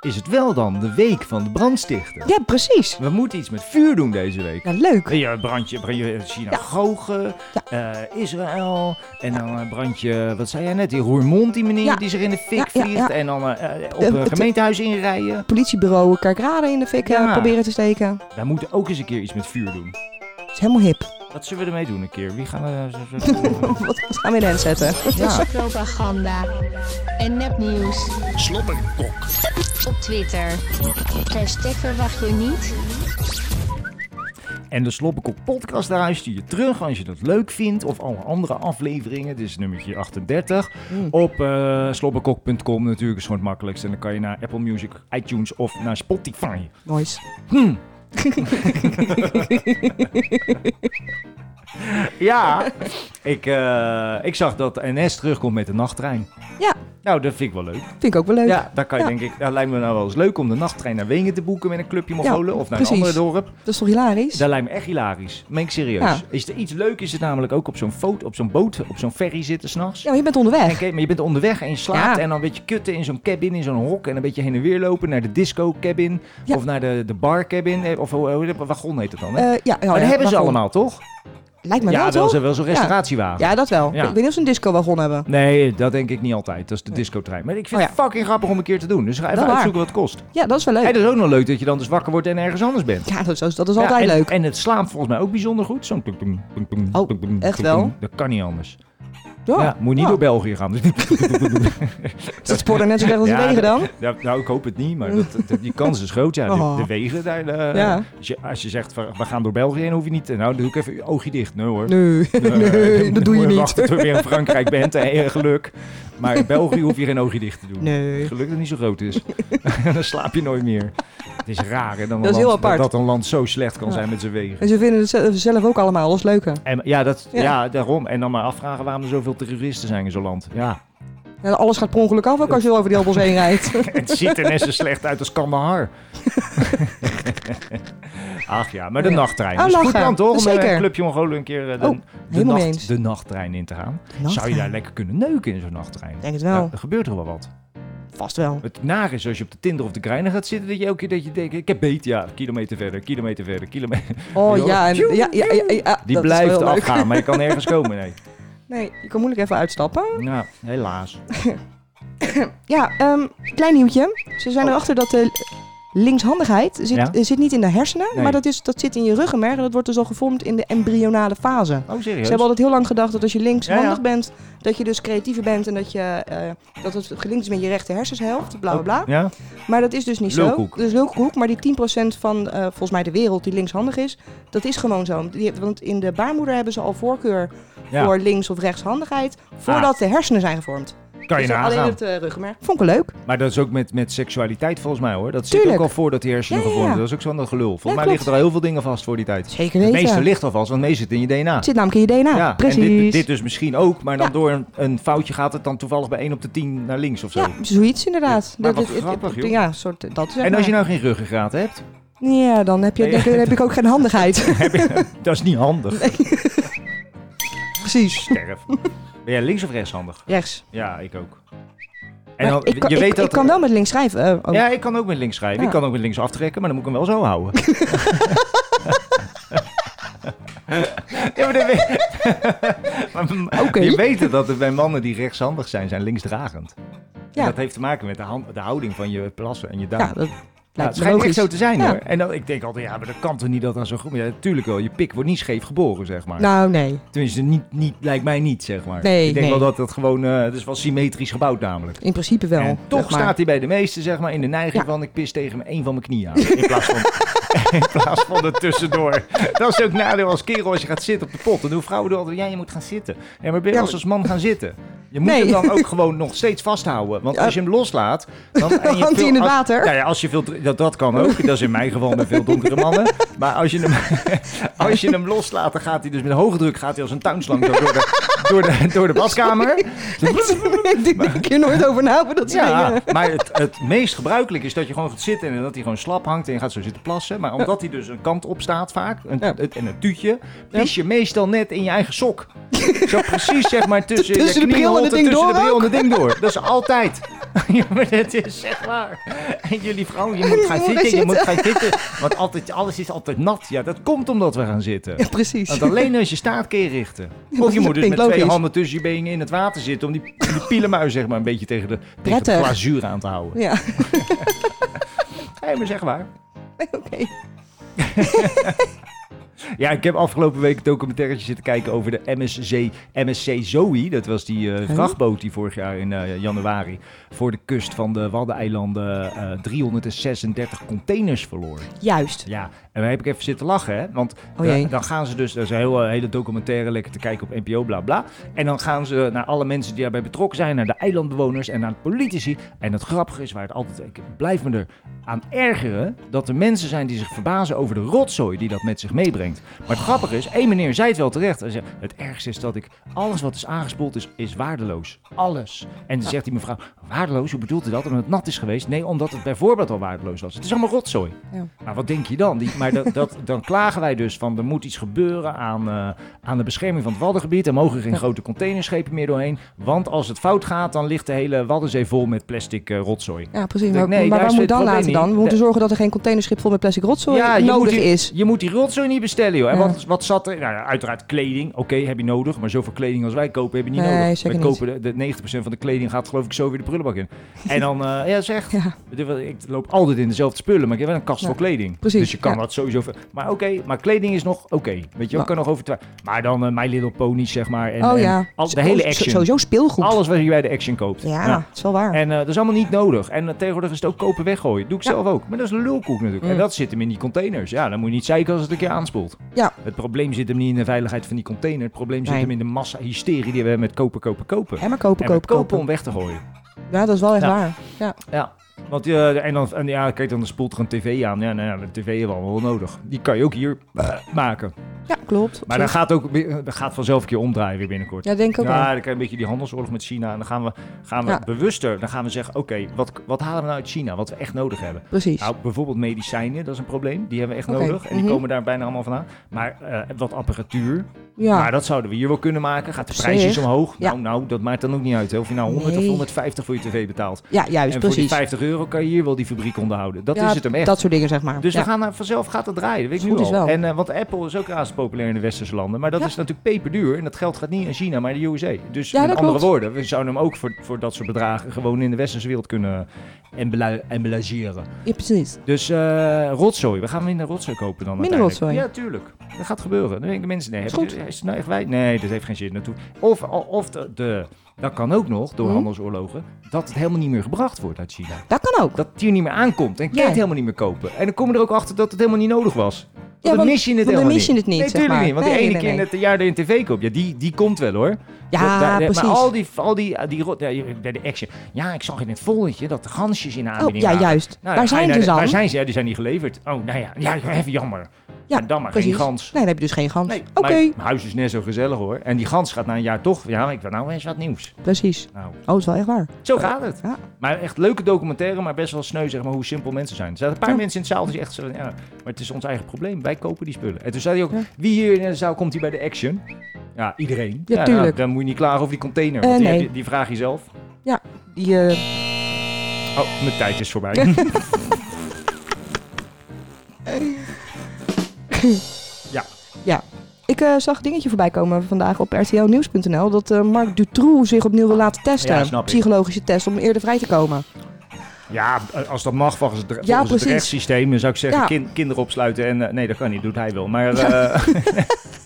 [SPEAKER 1] is het wel dan de week van de brandstichter.
[SPEAKER 3] Ja, precies.
[SPEAKER 1] We moeten iets met vuur doen deze week.
[SPEAKER 3] Ja, leuk.
[SPEAKER 1] Ja, brandje, brandje synagoge, eh, Israël. En dan eh, brandje, wat zei jij net, die Roermond, die meneer
[SPEAKER 3] Ja.
[SPEAKER 1] die zich in de fik
[SPEAKER 3] Ja, ja,
[SPEAKER 1] vliegt.
[SPEAKER 3] ja.
[SPEAKER 1] En dan eh, eh, op
[SPEAKER 3] Eh,
[SPEAKER 1] een
[SPEAKER 3] het-
[SPEAKER 1] gemeentehuis inrijden.
[SPEAKER 3] Politiebureau Kerkrade in de fik eh,
[SPEAKER 1] Ja.
[SPEAKER 3] proberen te steken.
[SPEAKER 1] Wij moeten ook eens een keer iets met vuur doen.
[SPEAKER 3] Het is helemaal hip.
[SPEAKER 1] Wat zullen we ermee doen een keer? Wie gaan we...
[SPEAKER 3] Wat, wat gaan we in hen zetten?
[SPEAKER 1] ja.
[SPEAKER 6] propaganda en nepnieuws.
[SPEAKER 5] Slobberkok.
[SPEAKER 6] Op Twitter. Hashtag verwacht je niet.
[SPEAKER 1] En dus de Sloppenkop podcast, daar luister je terug als je dat leuk vindt. Of alle andere afleveringen. Dit is nummertje 38.
[SPEAKER 3] Hmm.
[SPEAKER 1] Op eh sloppenkok.com natuurlijk is gewoon het makkelijkst. En dan kan je naar Apple Music, iTunes of naar Spotify.
[SPEAKER 3] Nice.
[SPEAKER 1] Ja, ik, eh, ik zag dat NS terugkomt met de nachttrein.
[SPEAKER 3] Ja.
[SPEAKER 1] Nou, dat vind ik wel leuk.
[SPEAKER 3] Vind ik ook wel leuk.
[SPEAKER 1] Ja, dan kan je
[SPEAKER 3] Ja.
[SPEAKER 1] denk ik, dat lijkt me nou wel eens leuk om de nachttrein naar Wenen te boeken met een clubje Mongolen of naar een
[SPEAKER 3] precies.
[SPEAKER 1] ander dorp.
[SPEAKER 3] Dat is toch hilarisch?
[SPEAKER 1] Dat lijkt me echt hilarisch. Meen ik serieus.
[SPEAKER 3] Ja.
[SPEAKER 1] Is er iets leuk is het namelijk ook op zo'n foto, op zo'n boot, op zo'n ferry zitten s'nachts.
[SPEAKER 3] Ja, maar je bent onderweg.
[SPEAKER 1] Oké, maar je bent onderweg en je slaapt
[SPEAKER 3] Ja.
[SPEAKER 1] en dan een beetje kutten in zo'n cabin, in zo'n hok. En een beetje heen en weer lopen naar de disco cabin
[SPEAKER 3] Ja.
[SPEAKER 1] of naar de, de bar cabin. eh, Of hoe- hoe- hoe- wagon heet het dan, hè?
[SPEAKER 3] Eh, ja, ja,
[SPEAKER 1] maar
[SPEAKER 3] ja,
[SPEAKER 1] dat hebben ze
[SPEAKER 3] wagon.
[SPEAKER 1] allemaal, toch?
[SPEAKER 3] Lijkt me
[SPEAKER 1] ja,
[SPEAKER 3] wel,
[SPEAKER 1] wel
[SPEAKER 3] toch?
[SPEAKER 1] zo- wel zo'n restauratiewagen.
[SPEAKER 3] Ja, dat wel.
[SPEAKER 1] Ja.
[SPEAKER 3] Ik weet niet of ze een discowagon hebben.
[SPEAKER 1] Nee, dat denk ik niet altijd. Dat is de discotrein. Maar ik vind
[SPEAKER 3] Oh ja.
[SPEAKER 1] het fucking grappig om een keer te doen. Dus ga even
[SPEAKER 3] Dat waar.
[SPEAKER 1] uitzoeken wat het kost.
[SPEAKER 3] Ja, dat is wel leuk.
[SPEAKER 1] En dat is ook nog leuk dat je dan dus wakker wordt en ergens anders bent.
[SPEAKER 3] Ja, dat is, dat is
[SPEAKER 1] Ja,
[SPEAKER 3] altijd
[SPEAKER 1] en,
[SPEAKER 3] leuk.
[SPEAKER 1] En het slaapt volgens mij ook bijzonder goed. Zo'n tung, tung, tung, tung,
[SPEAKER 3] Oh,
[SPEAKER 1] tung, tung,
[SPEAKER 3] echt
[SPEAKER 1] tung,
[SPEAKER 3] wel?
[SPEAKER 1] tung. Dat kan niet anders.
[SPEAKER 3] ja.
[SPEAKER 1] Ja, moet niet
[SPEAKER 3] Ja.
[SPEAKER 1] door België gaan. Dus
[SPEAKER 3] Is dat spoor dan net zo slecht als de
[SPEAKER 1] Ja,
[SPEAKER 3] wegen dan?
[SPEAKER 1] Ja, nou, ik hoop het niet, maar dat, dat- die kans is groot. Ja, de,
[SPEAKER 3] Oh.
[SPEAKER 1] de wegen daar. eh,
[SPEAKER 3] Ja.
[SPEAKER 1] Als, je, als je zegt, van, we gaan door België heen, hoef je niet. Nou, doe ik even je oogje dicht. Nee hoor.
[SPEAKER 3] Nee, nee,
[SPEAKER 1] Eh,
[SPEAKER 3] dat doe je
[SPEAKER 1] moet
[SPEAKER 3] niet.
[SPEAKER 1] Wachten tot je weer in Frankrijk bent. En eh, geluk. Maar in België hoef je geen oogje dicht te doen.
[SPEAKER 3] Nee.
[SPEAKER 1] Geluk dat het niet zo groot is. dan slaap je nooit meer. Het is raar hè, dat, een
[SPEAKER 3] Dat is
[SPEAKER 1] land-
[SPEAKER 3] heel apart.
[SPEAKER 1] dat een land zo slecht kan zijn met zijn wegen.
[SPEAKER 3] En ze vinden het ze- zelf ook allemaal als leuke.
[SPEAKER 1] En, ja, dat, ja.
[SPEAKER 3] Ja.
[SPEAKER 1] daarom. En dan maar afvragen waarom er zoveel terroristen zijn in zo'n land. Ja.
[SPEAKER 3] Ja, alles gaat per ongeluk af, ook als je over die Albos heen rijdt.
[SPEAKER 1] En het ziet er net zo slecht uit als Kandahar. Ach ja, maar de nachttrein.
[SPEAKER 3] Oh,
[SPEAKER 1] Dat is een goed
[SPEAKER 3] lachen.
[SPEAKER 1] plan toch? Om
[SPEAKER 3] Zeker.
[SPEAKER 1] een clubje Mongolen een keer eh, de,
[SPEAKER 3] Oh,
[SPEAKER 1] de,
[SPEAKER 3] helemaal mee
[SPEAKER 1] nacht-
[SPEAKER 3] eens.
[SPEAKER 1] de nachttrein in te gaan. Zou je
[SPEAKER 3] nachttrein.
[SPEAKER 1] daar lekker kunnen neuken in zo'n nachttrein?
[SPEAKER 3] Denk het wel.
[SPEAKER 1] Ja, er gebeurt er wel wat.
[SPEAKER 3] Vast wel.
[SPEAKER 1] Het nare is als je op de Tinder of de Grindr gaat zitten, dat je elke keer dat je denkt, ik heb beet, ja, kilometer verder, kilometer verder, kilometer.
[SPEAKER 3] Oh
[SPEAKER 1] Joh,
[SPEAKER 3] ja, en, ja,
[SPEAKER 1] tjoe,
[SPEAKER 3] ja, ja, ja, ja,
[SPEAKER 1] Die
[SPEAKER 3] dat is wel
[SPEAKER 1] blijft
[SPEAKER 3] heel leuk.
[SPEAKER 1] afgaan, maar je kan nergens komen, nee.
[SPEAKER 3] Nee, je kan moeilijk even uitstappen.
[SPEAKER 1] Nou, helaas.
[SPEAKER 3] Ja, ehm, klein nieuwtje. Ze zijn erachter dat de linkshandigheid zit,
[SPEAKER 1] Oh. Ja?
[SPEAKER 3] eh, zit niet in de hersenen,
[SPEAKER 1] Nee.
[SPEAKER 3] maar dat, is, dat zit in je ruggenmerg en dat wordt dus al gevormd in de embryonale fase.
[SPEAKER 1] Oh, serieus?
[SPEAKER 3] Ze hebben altijd heel lang gedacht dat als je linkshandig
[SPEAKER 1] Ja, ja.
[SPEAKER 3] bent, dat je dus creatiever bent en dat, je, eh, dat het gelinkt is met je rechter hersenshelft, bla bla bla.
[SPEAKER 1] Oh, Ja?
[SPEAKER 3] Maar dat is dus niet
[SPEAKER 1] Lulkoek.
[SPEAKER 3] zo. Dus lulkoek. Maar die 10% van eh, volgens mij de wereld die linkshandig is, dat is gewoon zo. Die- want in de baarmoeder hebben ze al voorkeur
[SPEAKER 1] Ja. Ah.
[SPEAKER 3] voor links- of rechtshandigheid, voordat de hersenen zijn gevormd.
[SPEAKER 1] Kan je
[SPEAKER 3] dus alleen
[SPEAKER 1] nagaan.
[SPEAKER 3] het eh, ruggenmerg. Vond ik wel leuk.
[SPEAKER 1] Maar dat is ook met, met seksualiteit volgens mij hoor. Dat zit
[SPEAKER 3] Tuurlijk.
[SPEAKER 1] ook al voordat die hersenen
[SPEAKER 3] Ja, ja, ja.
[SPEAKER 1] gevormd worden. Dat is ook zo'n gelul. Volgens
[SPEAKER 3] Ja,
[SPEAKER 1] mij
[SPEAKER 3] klopt.
[SPEAKER 1] liggen er al heel veel dingen vast voor die tijd.
[SPEAKER 3] Zeker
[SPEAKER 1] Het
[SPEAKER 3] weten.
[SPEAKER 1] meeste ligt al vast, want het meeste zit in je DNA.
[SPEAKER 3] Het zit namelijk in je DNA.
[SPEAKER 1] Ja,
[SPEAKER 3] Precies.
[SPEAKER 1] en dit, dit dus misschien ook, maar dan
[SPEAKER 3] Ja.
[SPEAKER 1] door een, een foutje gaat het dan toevallig bij 1 op de 10 naar links of zo.
[SPEAKER 3] ja, zoiets inderdaad.
[SPEAKER 1] Maar wat
[SPEAKER 3] dit- dit-
[SPEAKER 1] grappig,
[SPEAKER 3] dit-
[SPEAKER 1] joh.
[SPEAKER 3] Ja, soort, dat is
[SPEAKER 1] en als je nou geen ruggengraat hebt,
[SPEAKER 3] Ja, dan heb, je,
[SPEAKER 1] Nee.
[SPEAKER 3] denk ik- dan heb ik ook geen handigheid.
[SPEAKER 1] dat is niet handig.
[SPEAKER 3] Precies.
[SPEAKER 1] Sterf. Ben jij links of rechtshandig?
[SPEAKER 3] Rechts.
[SPEAKER 1] Ja, ik ook. En
[SPEAKER 3] Maar
[SPEAKER 1] dan,
[SPEAKER 3] ik, kan,
[SPEAKER 1] je
[SPEAKER 3] ik-
[SPEAKER 1] weet
[SPEAKER 3] ik
[SPEAKER 1] dat...
[SPEAKER 3] kan wel met links schrijven. eh, ook.
[SPEAKER 1] Ja, ik kan ook met links schrijven.
[SPEAKER 3] Ja.
[SPEAKER 1] Ik kan ook met links aftrekken, maar dan moet ik hem wel zo houden. ja, maar dan weet... Maar
[SPEAKER 3] Oké.
[SPEAKER 1] Je weet het, dat het bij mannen die rechtshandig zijn, zijn linksdragend. Ja.
[SPEAKER 3] Ja.
[SPEAKER 1] Dat heeft te maken met de, hand- de houding van je plassen en je duim.
[SPEAKER 3] Ja, dat
[SPEAKER 1] Ja, het
[SPEAKER 3] lijkt me
[SPEAKER 1] schijnt echt
[SPEAKER 3] logisch.
[SPEAKER 1] zo te zijn
[SPEAKER 3] Ja.
[SPEAKER 1] hoor. En dan, ik denk altijd, ja, maar dat kan toch niet dat aan zo'n groep... Ja, natuurlijk wel. Je pik wordt niet scheef geboren, zeg maar.
[SPEAKER 3] Nou, nee.
[SPEAKER 1] Tenminste, niet, niet, lijkt mij niet, zeg maar.
[SPEAKER 3] Nee,
[SPEAKER 1] ik denk
[SPEAKER 3] nee.
[SPEAKER 1] wel dat het gewoon... eh, het is wel symmetrisch gebouwd namelijk.
[SPEAKER 3] In principe wel.
[SPEAKER 1] En toch
[SPEAKER 3] zeg maar.
[SPEAKER 1] staat hij bij de meesten zeg maar, in de neiging
[SPEAKER 3] Ja.
[SPEAKER 1] van ik pis tegen mijn- een van mijn knieën aan. In plaats van, in plaats van er tussendoor. Dat is ook nadeel als kerel als je gaat zitten op de pot. Dan doen vrouwen er altijd, ja je moet gaan zitten. Ja, maar ben je
[SPEAKER 3] Ja,
[SPEAKER 1] als,
[SPEAKER 3] maar-
[SPEAKER 1] als man gaan zitten? Je moet
[SPEAKER 3] Nee.
[SPEAKER 1] hem dan ook gewoon nog steeds vasthouden. Want
[SPEAKER 3] Ja.
[SPEAKER 1] als je hem loslaat... Dan, en
[SPEAKER 3] Hangt hij in het
[SPEAKER 1] als-
[SPEAKER 3] water?
[SPEAKER 1] nou ja, als je veel, dr- dat, dat kan ook. Dat is in mijn geval met veel donkere mannen. Maar als je hem, als je hem loslaat, dan gaat hij dus met hoge druk... gaat hij als een tuinslang zo door de, door de, door de Dus badkamer.
[SPEAKER 3] ik denk ik hier nooit over na, maar dat zijn
[SPEAKER 1] Ja, maar het, het meest gebruikelijk is dat je gewoon gaat zitten en dat hij gewoon slap hangt en je gaat zo zitten plassen. Maar omdat hij dus een kant op staat vaak, een,
[SPEAKER 3] Ja.
[SPEAKER 1] het, en een tuutje, pies je meestal net in je eigen sok. Zo precies zeg maar tussen, je
[SPEAKER 3] Tussen de bril en
[SPEAKER 1] knieholte,
[SPEAKER 3] het ding
[SPEAKER 1] tussen de
[SPEAKER 3] door
[SPEAKER 1] bril en het ding door. Dat is altijd. Ja, maar dat is zeg maar. En jullie vrouw, je moet gaan
[SPEAKER 3] moet gaan
[SPEAKER 1] zitten, je
[SPEAKER 3] zitten.
[SPEAKER 1] moet gaan zitten. Want altijd, alles is altijd nat. Ja, dat komt omdat we gaan zitten.
[SPEAKER 3] precies.
[SPEAKER 1] Want alleen als je staat kun je richten. Of je moet dus
[SPEAKER 3] klinkt
[SPEAKER 1] met twee
[SPEAKER 3] logisch.
[SPEAKER 1] handen tussen je benen in het water zitten... om die, die pielenmuis zeg maar een beetje tegen de, tegen de
[SPEAKER 3] Prettig.
[SPEAKER 1] glazuur aan te houden.
[SPEAKER 3] Ja,
[SPEAKER 1] Nee, maar zeg maar.
[SPEAKER 3] oké.
[SPEAKER 1] Ja, ik heb afgelopen week een documentairetje zitten kijken over de MSC, MSC Zoe. Dat was die eh, vrachtboot die vorig jaar in eh, januari voor de kust van de Waddeneilanden eh 336 containers verloor.
[SPEAKER 3] Juist.
[SPEAKER 1] Ja, en daar heb ik even zitten lachen, hè? Want
[SPEAKER 3] Oh
[SPEAKER 1] da-
[SPEAKER 3] jee.
[SPEAKER 1] dan gaan ze dus, dat is een hele, hele documentaire lekker te kijken op NPO, bla bla. En dan gaan ze naar alle mensen die daarbij betrokken zijn, naar de eilandbewoners en naar de politici. En het grappige is waar het altijd, ik blijf me er aan ergeren, dat er mensen zijn die zich verbazen over de rotzooi die dat met zich meebrengt. Maar het grappige is, één meneer zei het wel terecht. Hij zei, het ergste is dat ik, alles wat is aangespoeld is, is waardeloos. Alles. En dan zegt die mevrouw, waardeloos, hoe bedoelt u dat? Omdat het nat is geweest? Nee, omdat het bijvoorbeeld al waardeloos was. Het is allemaal rotzooi. Maar Nou, wat denk je dan? Die, maar dat, dat, dan klagen wij dus van er moet iets gebeuren aan, eh, aan de bescherming van het Waddengebied. Er mogen geen grote containerschepen meer doorheen. Want als het fout gaat, dan ligt de hele Waddenzee vol met plastic eh, rotzooi.
[SPEAKER 3] Ja, precies.
[SPEAKER 1] Nee,
[SPEAKER 3] Maar,
[SPEAKER 1] daar
[SPEAKER 3] maar waar
[SPEAKER 1] zit
[SPEAKER 3] moet
[SPEAKER 1] het
[SPEAKER 3] dan
[SPEAKER 1] probleem
[SPEAKER 3] laten dan?
[SPEAKER 1] niet.
[SPEAKER 3] We moeten
[SPEAKER 1] De-
[SPEAKER 3] zorgen dat er geen containerschip vol met plastic rotzooi
[SPEAKER 1] je moet,
[SPEAKER 3] nodig
[SPEAKER 1] die,
[SPEAKER 3] is.
[SPEAKER 1] je moet die rotzooi niet bestellen, joh. En
[SPEAKER 3] Ja.
[SPEAKER 1] wat, wat zat er? Nou ja, uiteraard kleding. Oké, heb je nodig. Maar zoveel kleding als wij kopen, heb je niet
[SPEAKER 3] Nee,
[SPEAKER 1] nodig.
[SPEAKER 3] zeker
[SPEAKER 1] wij
[SPEAKER 3] niet.
[SPEAKER 1] kopen de, de 90% van de kleding gaat geloof ik zo weer de prullenbak in. En dan, eh, ja, zeg.
[SPEAKER 3] Ja.
[SPEAKER 1] Ik loop altijd in dezelfde spullen, maar ik heb wel een kast
[SPEAKER 3] Ja,
[SPEAKER 1] voor kleding.
[SPEAKER 3] precies,
[SPEAKER 1] Dus je kan
[SPEAKER 3] ja.
[SPEAKER 1] dat sowieso... ver- Maar oké, maar kleding is nog oké. Weet je, wel,
[SPEAKER 3] Ja.
[SPEAKER 1] ik kan nog over... twa- Maar dan eh, My Little Ponies, zeg maar. En,
[SPEAKER 3] oh
[SPEAKER 1] en
[SPEAKER 3] ja.
[SPEAKER 1] al-
[SPEAKER 3] Zo-
[SPEAKER 1] de hele
[SPEAKER 3] zo-
[SPEAKER 1] action.
[SPEAKER 3] Sowieso speelgoed.
[SPEAKER 1] Alles wat je bij de action koopt.
[SPEAKER 3] Ja,
[SPEAKER 1] Ja.
[SPEAKER 3] dat is wel waar.
[SPEAKER 1] En eh, dat is allemaal niet nodig. En eh, tegenwoordig is het ook kopen weggooien. Doe ik
[SPEAKER 3] Ja. Mm.
[SPEAKER 1] zelf ook. Maar dat is een lulkoek natuurlijk. En dat zit hem in die containers. Ja, dan moet je niet zeiken als het een keer aanspoelt.
[SPEAKER 3] Ja.
[SPEAKER 1] Het probleem zit hem niet in de veiligheid van die container. Het probleem zit
[SPEAKER 3] Nee.
[SPEAKER 1] hem in de massa hysterie die we hebben met kopen, kopen, kopen.
[SPEAKER 3] En maar
[SPEAKER 1] en
[SPEAKER 3] kopen,
[SPEAKER 1] we
[SPEAKER 3] kopen,
[SPEAKER 1] kopen,
[SPEAKER 3] kopen.
[SPEAKER 1] om weg te gooien.
[SPEAKER 3] Ja, dat is wel echt
[SPEAKER 1] Ja.
[SPEAKER 3] waar. Ja.
[SPEAKER 1] Ja. Want eh, en dan, en ja, kijk, dan spoelt er een tv aan. Ja, nou ja, de tv hebben we allemaal wel nodig. Die kan je ook hier eh, maken.
[SPEAKER 3] ja, klopt.
[SPEAKER 1] Maar dat gaat ook weer- dat gaat vanzelf een keer omdraaien weer binnenkort.
[SPEAKER 3] Ja, denk ik ook
[SPEAKER 1] Ja, dan
[SPEAKER 3] wel.
[SPEAKER 1] krijg je een beetje die handelsoorlog met China. En dan gaan we, gaan we
[SPEAKER 3] Ja.
[SPEAKER 1] bewuster, dan gaan we zeggen, oké, wat, wat halen we nou uit China? Wat we echt nodig hebben.
[SPEAKER 3] Precies.
[SPEAKER 1] Nou, bijvoorbeeld medicijnen, dat is een probleem. Die hebben we echt
[SPEAKER 3] Oké,
[SPEAKER 1] nodig. En die
[SPEAKER 3] mhm.
[SPEAKER 1] komen daar bijna allemaal vandaan. Maar eh, wat apparatuur. Maar
[SPEAKER 3] Ja.
[SPEAKER 1] dat zouden we hier wel kunnen maken. Gaat de
[SPEAKER 3] Op
[SPEAKER 1] prijs
[SPEAKER 3] zich,
[SPEAKER 1] iets omhoog?
[SPEAKER 3] ja.
[SPEAKER 1] Nou, nou, dat maakt dan ook niet uit. Hè. Of je nou 100 of
[SPEAKER 3] Nee.
[SPEAKER 1] 150 voor je tv betaalt.
[SPEAKER 3] Ja, juist,
[SPEAKER 1] en voor
[SPEAKER 3] precies.
[SPEAKER 1] die 50 euro kan je hier wel die fabriek onderhouden. Dat
[SPEAKER 3] Ja,
[SPEAKER 1] is het hem echt.
[SPEAKER 3] Dat soort dingen, zeg maar.
[SPEAKER 1] Dus
[SPEAKER 3] ja.
[SPEAKER 1] we gaan er vanzelf gaat het draaien, dat weet ik
[SPEAKER 3] Goed
[SPEAKER 1] nu
[SPEAKER 3] is
[SPEAKER 1] al.
[SPEAKER 3] wel.
[SPEAKER 1] En, eh, want Apple is ook razend populair in de westerse landen. Maar dat
[SPEAKER 3] Ja.
[SPEAKER 1] is natuurlijk peperduur. En dat geld gaat niet naar China, maar naar de USA. Dus
[SPEAKER 3] Ja,
[SPEAKER 1] met
[SPEAKER 3] dat
[SPEAKER 1] andere
[SPEAKER 3] klopt.
[SPEAKER 1] woorden, we zouden hem ook voor, voor dat soort bedragen... gewoon in de westerse wereld kunnen embla- emblageren.
[SPEAKER 3] Ja, precies.
[SPEAKER 1] Dus eh, rotzooi. We gaan minder rotzooi kopen dan
[SPEAKER 3] Minder
[SPEAKER 1] uiteindelijk.
[SPEAKER 3] rotzooi.
[SPEAKER 1] Ja, tuurlijk. Dat gaat gebeuren. Dan denken mensen, nee,
[SPEAKER 3] Is
[SPEAKER 1] heb je-
[SPEAKER 3] goed.
[SPEAKER 1] is het nou echt wij? Nee, dat heeft geen zin naartoe. Of, of de, de- dat kan ook nog, door
[SPEAKER 3] Hm?
[SPEAKER 1] handelsoorlogen... dat het helemaal niet meer gebracht wordt uit China
[SPEAKER 3] Dat kan ook.
[SPEAKER 1] dat het hier niet meer aankomt. En kan je het
[SPEAKER 3] Nee.
[SPEAKER 1] helemaal niet meer kopen. En dan kom je er ook achter dat het helemaal niet nodig was. Want dan
[SPEAKER 3] want-
[SPEAKER 1] mis je het
[SPEAKER 3] want dan
[SPEAKER 1] helemaal
[SPEAKER 3] mis je het niet,
[SPEAKER 1] Nee,
[SPEAKER 3] zeg
[SPEAKER 1] tuurlijk
[SPEAKER 3] maar.
[SPEAKER 1] niet. Want
[SPEAKER 3] Nee,
[SPEAKER 1] die ene
[SPEAKER 3] nee,
[SPEAKER 1] keer
[SPEAKER 3] nee.
[SPEAKER 1] in het jaar dat je een tv koopt, ja, die, die komt wel hoor.
[SPEAKER 3] Ja,
[SPEAKER 1] Dat- daar-
[SPEAKER 3] precies.
[SPEAKER 1] Maar al die, al die, die rot- ja, bij de action. Ja, ik zag in het volletje dat de gansjes in de
[SPEAKER 3] Oh,
[SPEAKER 1] aanbieding
[SPEAKER 3] ja,
[SPEAKER 1] waren.
[SPEAKER 3] juist.
[SPEAKER 1] Nou,
[SPEAKER 3] Waar
[SPEAKER 1] dan ga je
[SPEAKER 3] zijn
[SPEAKER 1] naar
[SPEAKER 3] ze
[SPEAKER 1] de- Waar
[SPEAKER 3] dan?
[SPEAKER 1] zijn ze? Ja, die zijn niet geleverd. Oh, nou ja, ja even jammer.
[SPEAKER 3] Ja,
[SPEAKER 1] En dan maar
[SPEAKER 3] precies.
[SPEAKER 1] geen gans.
[SPEAKER 3] Nee, dan heb je dus geen gans.
[SPEAKER 1] Nee,
[SPEAKER 3] Oké,
[SPEAKER 1] maar mijn huis is net zo gezellig hoor. En die gans gaat na een jaar toch. Ja, ik wil nou eens wat nieuws.
[SPEAKER 3] precies.
[SPEAKER 1] Nou,
[SPEAKER 3] Oh, dat is wel echt waar.
[SPEAKER 1] zo gaat het.
[SPEAKER 3] Ja.
[SPEAKER 1] Maar echt leuke documentaire, maar best wel sneu zeg maar hoe simpel mensen zijn. Er zaten een paar
[SPEAKER 3] Ja.
[SPEAKER 1] mensen in het zaal die echt zo, ja, maar het is ons eigen probleem. Wij kopen die spullen. En toen zei hij ook, wie hier in de zaal komt hier bij de action? Ja, iedereen.
[SPEAKER 3] Ja,
[SPEAKER 1] nou,
[SPEAKER 3] tuurlijk.
[SPEAKER 1] dan moet je niet klagen over die container,
[SPEAKER 3] Eh,
[SPEAKER 1] want die,
[SPEAKER 3] nee.
[SPEAKER 1] heb je- die vraag je zelf.
[SPEAKER 3] Die, eh,
[SPEAKER 1] Oh, mijn tijd is voorbij. ja.
[SPEAKER 3] ja. Ik eh, zag een dingetje voorbij komen vandaag op rtlnieuws.nl dat eh, Mark Dutroux zich opnieuw wil laten testen.
[SPEAKER 1] Ja, snap ik.
[SPEAKER 3] Psychologische test om eerder vrij te komen.
[SPEAKER 1] ja, als dat mag volgens het,
[SPEAKER 3] Ja,
[SPEAKER 1] volgens het
[SPEAKER 3] precies.
[SPEAKER 1] rechtssysteem, dan zou ik zeggen
[SPEAKER 3] Ja.
[SPEAKER 1] kin- kinderen opsluiten. En eh, nee, dat kan niet, doet hij wel. Maar eh,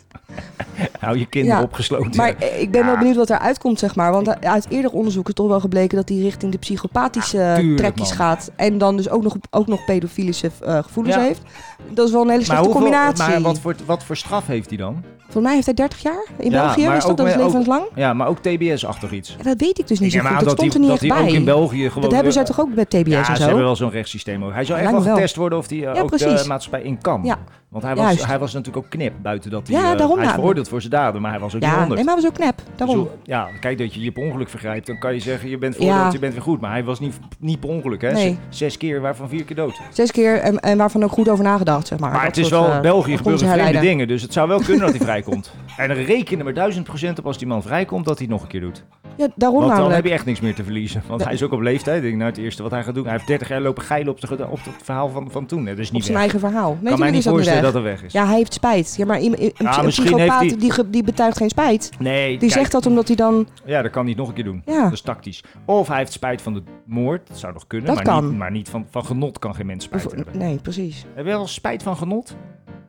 [SPEAKER 1] hou je kinderen
[SPEAKER 3] Ja,
[SPEAKER 1] opgesloten.
[SPEAKER 3] Maar eh, ik ben
[SPEAKER 1] Ja.
[SPEAKER 3] wel benieuwd wat eruit komt, zeg maar. Want eh, uit eerder onderzoek is toch wel gebleken dat hij richting de psychopathische eh,
[SPEAKER 1] tuurlijk,
[SPEAKER 3] trekjes
[SPEAKER 1] man.
[SPEAKER 3] gaat. En dan dus ook nog, ook nog pedofilische eh, gevoelens
[SPEAKER 1] Ja.
[SPEAKER 3] heeft. Dat is wel een hele
[SPEAKER 1] Maar,
[SPEAKER 3] slechte
[SPEAKER 1] hoeveel,
[SPEAKER 3] combinatie.
[SPEAKER 1] maar wat, voor, wat voor straf heeft hij dan?
[SPEAKER 3] Volgens mij heeft hij 30 jaar in
[SPEAKER 1] Ja,
[SPEAKER 3] België.
[SPEAKER 1] maar
[SPEAKER 3] Is dat
[SPEAKER 1] ook
[SPEAKER 3] dat is
[SPEAKER 1] met- ook-
[SPEAKER 3] levenslang?
[SPEAKER 1] Ja, maar ook TBS-achtig iets.
[SPEAKER 3] Ja, dat weet ik dus niet
[SPEAKER 1] Ik
[SPEAKER 3] zo
[SPEAKER 1] neem
[SPEAKER 3] goed.
[SPEAKER 1] aan
[SPEAKER 3] Dat,
[SPEAKER 1] dat hij,
[SPEAKER 3] stond er niet
[SPEAKER 1] dat
[SPEAKER 3] echt
[SPEAKER 1] hij ook
[SPEAKER 3] bij.
[SPEAKER 1] in België gewoon...
[SPEAKER 3] dat hebben zij toch ook bij TBS
[SPEAKER 1] Ja,
[SPEAKER 3] en
[SPEAKER 1] ze
[SPEAKER 3] zo?
[SPEAKER 1] hebben wel zo'n rechtssysteem ook. Hij zou echt
[SPEAKER 3] Lijkt
[SPEAKER 1] wel
[SPEAKER 3] me wel.
[SPEAKER 1] getest worden of hij eh,
[SPEAKER 3] Ja,
[SPEAKER 1] ook de
[SPEAKER 3] precies.
[SPEAKER 1] maatschappij in kan.
[SPEAKER 3] Ja.
[SPEAKER 1] Want hij was,
[SPEAKER 3] Juist.
[SPEAKER 1] hij was natuurlijk ook knip buiten dat hij...
[SPEAKER 3] Ja,
[SPEAKER 1] eh,
[SPEAKER 3] daarom
[SPEAKER 1] hij is
[SPEAKER 3] namelijk.
[SPEAKER 1] veroordeeld voor zijn daden, maar hij was ook niet
[SPEAKER 3] Ja,
[SPEAKER 1] honderd.
[SPEAKER 3] nee, maar we zijn ook knap. Daarom.
[SPEAKER 1] Zo- ja, kijk dat je je per ongeluk vergrijpt. Dan kan je zeggen, je bent veroordeeld,
[SPEAKER 3] Ja.
[SPEAKER 1] je bent weer goed. Maar hij was niet, niet per ongeluk, hè?
[SPEAKER 3] Nee.
[SPEAKER 1] Z- Zes keer, waarvan vier keer dood.
[SPEAKER 3] Zes keer en, en waarvan ook goed over nagedacht, zeg maar.
[SPEAKER 1] Maar
[SPEAKER 3] Dat
[SPEAKER 1] het is
[SPEAKER 3] soort,
[SPEAKER 1] wel,
[SPEAKER 3] eh,
[SPEAKER 1] België
[SPEAKER 3] opkomsten
[SPEAKER 1] gebeuren vreemde
[SPEAKER 3] herleiden.
[SPEAKER 1] dingen. Dus het zou wel kunnen dat hij vrijkomt. En dan rekenen we duizend procent op als die man vrijkomt, dat hij het nog een keer doet.
[SPEAKER 3] Ja, daarom
[SPEAKER 1] Want dan
[SPEAKER 3] namelijk.
[SPEAKER 1] heb je echt niks meer te verliezen. Want
[SPEAKER 3] Ja.
[SPEAKER 1] hij is ook op leeftijd. Ik denk, nou, het eerste wat hij gaat doen. Hij heeft 30 jaar lopen geilen op, de, ge- op het verhaal van, van toen. hè. Dat is
[SPEAKER 3] Op
[SPEAKER 1] niet
[SPEAKER 3] zijn
[SPEAKER 1] weg.
[SPEAKER 3] eigen verhaal. Nee,
[SPEAKER 1] kan mij niet
[SPEAKER 3] natuurlijk is dat niet
[SPEAKER 1] voorstellen
[SPEAKER 3] weg.
[SPEAKER 1] dat er weg is.
[SPEAKER 3] Ja, hij heeft spijt. Ja, maar een, een,
[SPEAKER 1] Ja,
[SPEAKER 3] een
[SPEAKER 1] misschien
[SPEAKER 3] psychopaat
[SPEAKER 1] heeft hij-
[SPEAKER 3] die, ge- die betuigt geen spijt. Die
[SPEAKER 1] Nee, kijk,
[SPEAKER 3] zegt dat omdat hij dan...
[SPEAKER 1] Ja, dat kan hij het nog een keer doen.
[SPEAKER 3] Ja.
[SPEAKER 1] Dat is tactisch. Of hij heeft spijt van de moord. Dat zou nog kunnen.
[SPEAKER 3] Dat
[SPEAKER 1] maar
[SPEAKER 3] kan.
[SPEAKER 1] niet, maar niet van, van genot kan geen mens spijt hebben.
[SPEAKER 3] Nee, precies.
[SPEAKER 1] Heb je wel spijt van genot?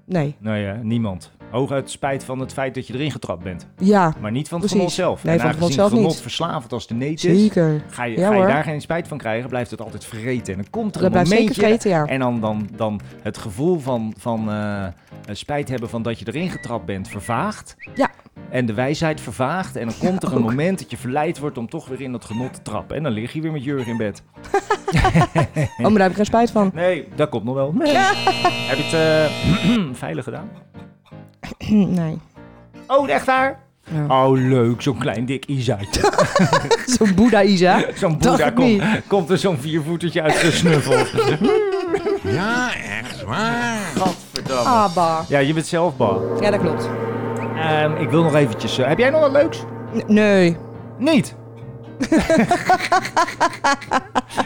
[SPEAKER 3] Nee.
[SPEAKER 1] Nou ja, niemand. Hooguit spijt van het feit dat je erin getrapt bent.
[SPEAKER 3] Ja,
[SPEAKER 1] Maar niet van het
[SPEAKER 3] Precies.
[SPEAKER 1] genot zelf.
[SPEAKER 3] Nee,
[SPEAKER 1] en
[SPEAKER 3] van het
[SPEAKER 1] aangezien
[SPEAKER 3] genot zelf
[SPEAKER 1] genot
[SPEAKER 3] niet.
[SPEAKER 1] verslavend als de neet is,
[SPEAKER 3] zeker.
[SPEAKER 1] ga je,
[SPEAKER 3] Ja,
[SPEAKER 1] ga je
[SPEAKER 3] hoor.
[SPEAKER 1] daar geen spijt van krijgen, blijft het altijd vreten. En dan komt er
[SPEAKER 3] Dat
[SPEAKER 1] een
[SPEAKER 3] blijft zeker
[SPEAKER 1] momentje
[SPEAKER 3] vergeten, ja.
[SPEAKER 1] en dan, dan, dan het gevoel van, van eh, eh, spijt hebben van dat je erin getrapt bent vervaagt.
[SPEAKER 3] Ja.
[SPEAKER 1] En de wijsheid vervaagt. En dan komt er een
[SPEAKER 3] ook.
[SPEAKER 1] moment dat je verleid wordt om toch weer in dat genot te trappen. En dan lig je weer met Jurgen in bed.
[SPEAKER 3] Oh, maar daar heb ik geen spijt van.
[SPEAKER 1] Nee, dat komt nog wel. Heb je het eh, veilig gedaan?
[SPEAKER 3] Hm, Nee.
[SPEAKER 1] Oh, echt waar?
[SPEAKER 3] Ja.
[SPEAKER 1] Oh, leuk. Zo'n klein dik Isaatje.
[SPEAKER 3] Zo'n Boeddha Isa.
[SPEAKER 1] Zo'n
[SPEAKER 3] Dacht
[SPEAKER 1] boeddha
[SPEAKER 3] ik
[SPEAKER 1] komt,
[SPEAKER 3] niet.
[SPEAKER 1] komt er zo'n viervoetertje uit gesnuffeld.
[SPEAKER 5] Ja, echt waar.
[SPEAKER 1] Gadverdamme.
[SPEAKER 3] Ah, bah.
[SPEAKER 1] Ja, je bent zelf bal.
[SPEAKER 3] Ja, dat klopt.
[SPEAKER 1] Ehm, ik wil nog eventjes... eh, heb jij nog wat leuks?
[SPEAKER 3] N- nee.
[SPEAKER 1] Niet.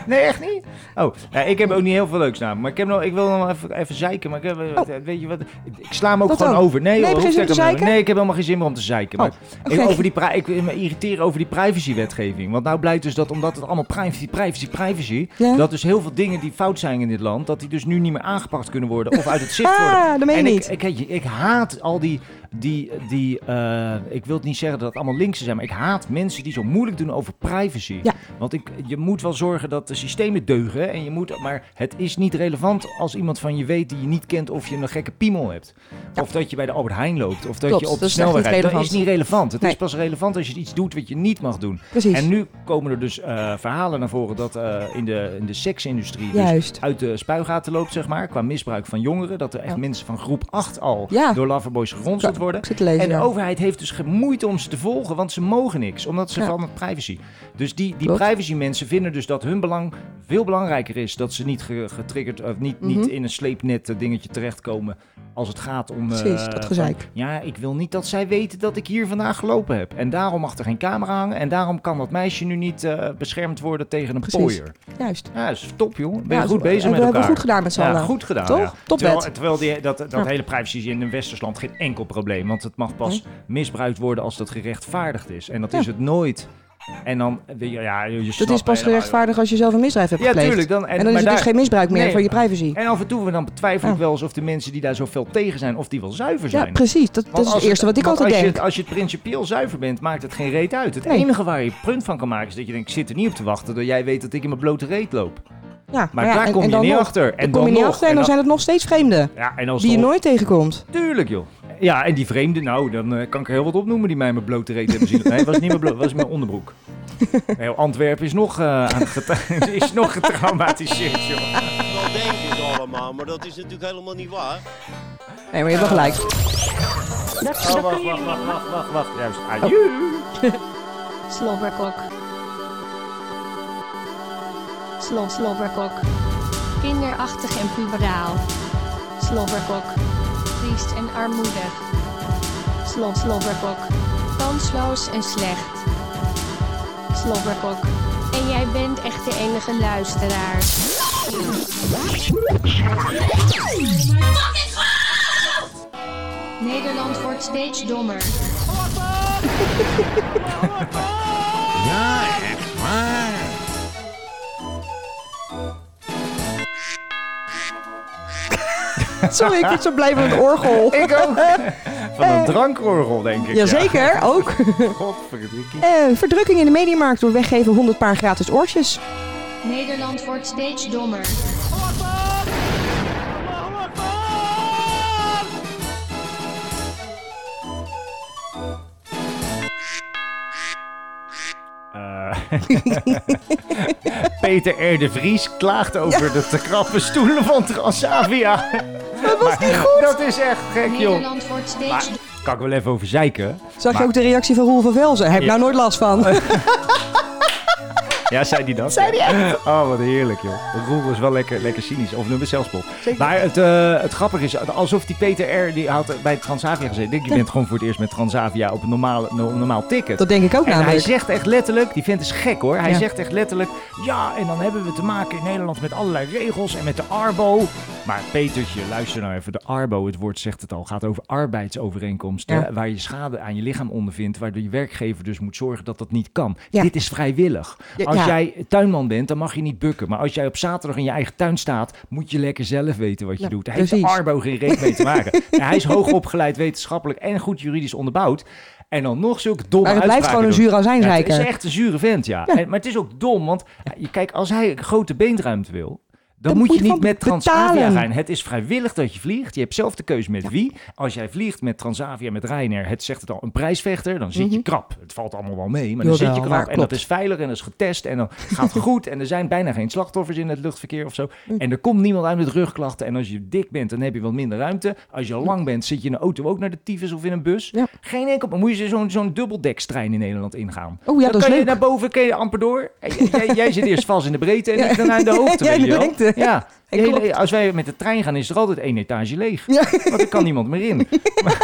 [SPEAKER 1] nee, echt niet? Oh, nou, ik heb ook niet heel veel leuks namen. Maar ik, heb nog, ik wil nog even, even zeiken. Maar ik heb, eh, weet je wat? Ik sla hem ook
[SPEAKER 3] Wat
[SPEAKER 1] gewoon
[SPEAKER 3] dan?
[SPEAKER 1] over. Nee,
[SPEAKER 3] Oh. Nee,
[SPEAKER 1] hoor,
[SPEAKER 3] heb je
[SPEAKER 1] hoeft
[SPEAKER 3] geen zin
[SPEAKER 1] echt
[SPEAKER 3] om te
[SPEAKER 1] helemaal niet.
[SPEAKER 3] zeiken? Oh,
[SPEAKER 1] nee, ik heb helemaal geen zin meer om te zeiken. Maar
[SPEAKER 3] oké.
[SPEAKER 1] ik, over die pri- ik wil me irriteren over die privacywetgeving. Want nou blijkt dus dat omdat het allemaal privacy, privacy, privacy...
[SPEAKER 3] Ja.
[SPEAKER 1] dat dus heel veel dingen die fout zijn in dit land... dat die dus nu niet meer aangepakt kunnen worden of uit het zicht worden.
[SPEAKER 3] Ah, dat meen je
[SPEAKER 1] en
[SPEAKER 3] niet.
[SPEAKER 1] Ik, ik, ik haat al die. die, die eh, ik wil het niet zeggen dat het allemaal linkse zijn, maar ik haat mensen die zo moeilijk doen over privacy.
[SPEAKER 3] Ja.
[SPEAKER 1] Want ik, je moet wel zorgen dat de systemen deugen. En je moet, maar het is niet relevant als iemand van je weet die je niet kent of je een gekke piemel hebt. Of dat je bij de Albert Heijn loopt. Of dat
[SPEAKER 3] Klopt,
[SPEAKER 1] je op de
[SPEAKER 3] dat is echt niet
[SPEAKER 1] snelweg rijdt. Dat is
[SPEAKER 3] relevant.
[SPEAKER 1] niet relevant. Het
[SPEAKER 3] Nee.
[SPEAKER 1] is pas relevant als je iets doet wat je niet mag doen.
[SPEAKER 3] Precies.
[SPEAKER 1] En nu komen er dus eh, verhalen naar voren dat eh, in, de, in de seksindustrie dus
[SPEAKER 3] Juist.
[SPEAKER 1] uit de spuigaten loopt, zeg maar, qua misbruik van jongeren. Dat er echt
[SPEAKER 3] Ja.
[SPEAKER 1] mensen van groep 8 al
[SPEAKER 3] Ja.
[SPEAKER 1] door loverboys geronseld
[SPEAKER 3] Ja,
[SPEAKER 1] worden.
[SPEAKER 3] ik zit te lezen,
[SPEAKER 1] en de
[SPEAKER 3] ja.
[SPEAKER 1] overheid heeft dus gemoeid om ze te volgen, want ze mogen niks. Omdat ze
[SPEAKER 3] Ja.
[SPEAKER 1] van het privacy. Dus die, die
[SPEAKER 3] Klopt.
[SPEAKER 1] privacy mensen vinden dus dat hun belang veel belangrijker is. Dat ze niet ge- getriggerd, of niet, niet
[SPEAKER 3] Mhm.
[SPEAKER 1] in een sleepnet eh, dingetje terechtkomen als het gaat om... eh,
[SPEAKER 3] Precies, dat gezeik.
[SPEAKER 1] van, ja, ik wil niet dat zij weten dat ik hier vandaag gelopen heb. En daarom mag er geen camera hangen. En daarom kan dat meisje nu niet eh, beschermd worden tegen een
[SPEAKER 3] Precies.
[SPEAKER 1] pooier.
[SPEAKER 3] Juist.
[SPEAKER 1] Ja, dat is top, joh. Ben
[SPEAKER 3] Ja,
[SPEAKER 1] je goed
[SPEAKER 3] zo-
[SPEAKER 1] bezig
[SPEAKER 3] hebben
[SPEAKER 1] met
[SPEAKER 3] we
[SPEAKER 1] elkaar.
[SPEAKER 3] goed gedaan met z'n
[SPEAKER 1] ja,
[SPEAKER 3] allen.
[SPEAKER 1] goed gedaan,
[SPEAKER 3] Toch?
[SPEAKER 1] ja.
[SPEAKER 3] Topwet.
[SPEAKER 1] Terwijl, terwijl die, dat, dat
[SPEAKER 3] Ja.
[SPEAKER 1] hele privacy is in een westers land geen enkel probleem. Want het mag pas misbruikt worden als dat gerechtvaardigd is. En dat
[SPEAKER 3] Ja.
[SPEAKER 1] is het nooit. En dan, weet je, ja, je
[SPEAKER 3] Dat
[SPEAKER 1] snapt
[SPEAKER 3] is pas
[SPEAKER 1] mij helemaal, joh.
[SPEAKER 3] gerechtvaardig als je zelf een misdrijf hebt
[SPEAKER 1] Ja,
[SPEAKER 3] gepleegd.
[SPEAKER 1] tuurlijk. Dan, en,
[SPEAKER 3] En dan
[SPEAKER 1] maar
[SPEAKER 3] is het
[SPEAKER 1] daar-
[SPEAKER 3] dus geen misbruik meer
[SPEAKER 1] Nee.
[SPEAKER 3] van je privacy.
[SPEAKER 1] En af en toe dan betwijfel ik
[SPEAKER 3] Ja.
[SPEAKER 1] wel eens of de mensen die daar zo fel tegen zijn, of die wel zuiver zijn.
[SPEAKER 3] Ja, precies. Dat, dat
[SPEAKER 1] Want
[SPEAKER 3] is
[SPEAKER 1] als
[SPEAKER 3] het eerste wat ik
[SPEAKER 1] want
[SPEAKER 3] altijd
[SPEAKER 1] als
[SPEAKER 3] denk.
[SPEAKER 1] Je, als je het principieel zuiver bent, maakt het geen reet uit. Het
[SPEAKER 3] Nee.
[SPEAKER 1] enige waar je punt van kan maken is dat je denkt, ik zit er niet op te wachten, dat jij weet dat ik in mijn blote reet loop.
[SPEAKER 3] Ja,
[SPEAKER 1] Maar
[SPEAKER 3] ja,
[SPEAKER 1] daar
[SPEAKER 3] en-
[SPEAKER 1] kom
[SPEAKER 3] en
[SPEAKER 1] je
[SPEAKER 3] dan
[SPEAKER 1] niet
[SPEAKER 3] nog.
[SPEAKER 1] achter. En
[SPEAKER 3] Dan kom je niet
[SPEAKER 1] nog.
[SPEAKER 3] achter en
[SPEAKER 1] En
[SPEAKER 3] dan zijn het nog steeds vreemden.
[SPEAKER 1] Ja, en als
[SPEAKER 3] Die je
[SPEAKER 1] de-
[SPEAKER 3] nooit tegenkomt.
[SPEAKER 1] Tuurlijk, joh. Ja, en die vreemde, nou, dan eh, kan ik er heel wat opnoemen die mij mijn blote reet hebben zien. Nee, het was niet mijn blote, was mijn onderbroek. Heel Antwerpen is nog, eh, aan geta- is nog getraumatiseerd, joh.
[SPEAKER 8] Dat denken ze allemaal, maar dat is natuurlijk helemaal niet waar.
[SPEAKER 3] Nee, maar je hebt wel gelijk.
[SPEAKER 7] Dat,
[SPEAKER 1] Oh,
[SPEAKER 7] dat
[SPEAKER 1] wacht,
[SPEAKER 7] kunnen
[SPEAKER 1] wacht,
[SPEAKER 7] jullie
[SPEAKER 1] wacht, wacht,
[SPEAKER 7] niet maken.
[SPEAKER 1] wacht, wacht. Juist, adieu.
[SPEAKER 6] Slobberkok. Slob slobberkok. Kinderachtig en puberaal. Slobberkok. Triest en armoedig. Slob slobberkok. Kansloos en slecht. Slobberkok. En jij bent echt de enige luisteraar. Nederland wordt steeds dommer.
[SPEAKER 5] Ja, echt waar.
[SPEAKER 3] Sorry, ik word zo blij van het orgel.
[SPEAKER 1] Ik ook. Van een drankorgel, denk ik.
[SPEAKER 3] Jazeker, ook.
[SPEAKER 1] Ja. Godverdikkie.
[SPEAKER 3] Eh, verdrukking in de mediamarkt door weggeven 100 paar gratis oortjes.
[SPEAKER 6] Nederland wordt steeds dommer.
[SPEAKER 1] Eh, Peter R. de Vries klaagt over de te krappe stoelen van Transavia. Dat was niet goed. Dat is echt gek, joh.
[SPEAKER 6] Nederland wordt
[SPEAKER 1] Maar
[SPEAKER 6] steeds dommer.
[SPEAKER 1] kan ik wel even over zeiken.
[SPEAKER 3] Zag
[SPEAKER 1] Maar-
[SPEAKER 3] je ook de reactie van Roel van Velzen? Heb
[SPEAKER 1] Ja.
[SPEAKER 3] nou nooit last van.
[SPEAKER 1] Ja, zei die dat? Zei die Oh, wat heerlijk, joh. Roel is wel lekker, lekker cynisch. Of nummer zelfspot. Maar het, eh, het grappige is, alsof die Peter R. die had bij Transavia gezeten. Ik denk, je bent gewoon voor het eerst met Transavia op een normaal, no- normaal ticket.
[SPEAKER 3] Dat denk ik ook
[SPEAKER 1] en hij
[SPEAKER 3] namelijk.
[SPEAKER 1] zegt echt letterlijk, die vent is gek hoor. Hij
[SPEAKER 3] Ja.
[SPEAKER 1] zegt echt letterlijk, ja, en dan hebben we te maken in Nederland met allerlei regels en met de Arbo. Maar Petertje, luister nou even, de Arbo, het woord zegt het al, gaat over arbeidsovereenkomsten.
[SPEAKER 3] Ja.
[SPEAKER 1] Waar je schade aan je lichaam ondervindt, waardoor je werkgever dus moet zorgen dat dat niet kan.
[SPEAKER 3] Ja.
[SPEAKER 1] Dit is vrijwillig.
[SPEAKER 3] Ja,
[SPEAKER 1] Als Als
[SPEAKER 3] Ja.
[SPEAKER 1] jij tuinman bent, dan mag je niet bukken. Maar als jij op zaterdag in je eigen tuin staat, moet je lekker zelf weten wat je
[SPEAKER 3] Ja,
[SPEAKER 1] doet. Daar heeft de
[SPEAKER 3] precies.
[SPEAKER 1] Arbo geen reet mee te maken. En hij is hoogopgeleid, wetenschappelijk en goed juridisch onderbouwd. En dan nog zulke domme
[SPEAKER 3] Maar het blijft
[SPEAKER 1] uitspraken
[SPEAKER 3] gewoon een
[SPEAKER 1] doen.
[SPEAKER 3] zuur azijnzeiker.
[SPEAKER 1] Ja, het is echt een zure vent, ja. En- maar het is ook dom, want ja, je, kijk, als hij een grote beenruimte wil... Dan, moet je
[SPEAKER 3] moet je
[SPEAKER 1] niet
[SPEAKER 3] van
[SPEAKER 1] met Transavia
[SPEAKER 3] betalen.
[SPEAKER 1] gaan. Het is vrijwillig dat je vliegt. Je hebt zelf de keuze met wie. Als jij vliegt met Transavia, met Ryanair, het zegt het al, een prijsvechter, dan zit je krap. Het valt allemaal wel mee, maar dan
[SPEAKER 3] Mhm. Jawel,
[SPEAKER 1] zit je
[SPEAKER 3] maar
[SPEAKER 1] krap. En dat
[SPEAKER 3] klopt.
[SPEAKER 1] is veilig en dat is getest en dan gaat het goed. En er zijn bijna geen slachtoffers in het luchtverkeer of zo.
[SPEAKER 3] Mm.
[SPEAKER 1] En er komt niemand uit met rugklachten. En als je dik bent, dan heb je wat minder ruimte. Als je lang bent, zit je in een auto ook naar de tyfus of in een bus.
[SPEAKER 3] Ja.
[SPEAKER 1] Geen enkel... Maar moet je zo'n zo'n dubbeldekstrein in Nederland ingaan?
[SPEAKER 3] Oh ja,
[SPEAKER 1] dan
[SPEAKER 3] dat is
[SPEAKER 1] kan je
[SPEAKER 3] leuk.
[SPEAKER 1] naar boven, kun je amper door. En j- jij, jij zit eerst vast in de breedte en ik daarna in de hoogte.
[SPEAKER 3] Ja,
[SPEAKER 1] weet je
[SPEAKER 3] in de
[SPEAKER 1] wel.
[SPEAKER 3] lengte.
[SPEAKER 1] Ja,
[SPEAKER 3] Ja,
[SPEAKER 1] Die hele-
[SPEAKER 3] klopt.
[SPEAKER 1] als wij met de trein gaan, is er altijd één etage leeg.
[SPEAKER 3] Ja.
[SPEAKER 1] Want er kan niemand meer in. maar,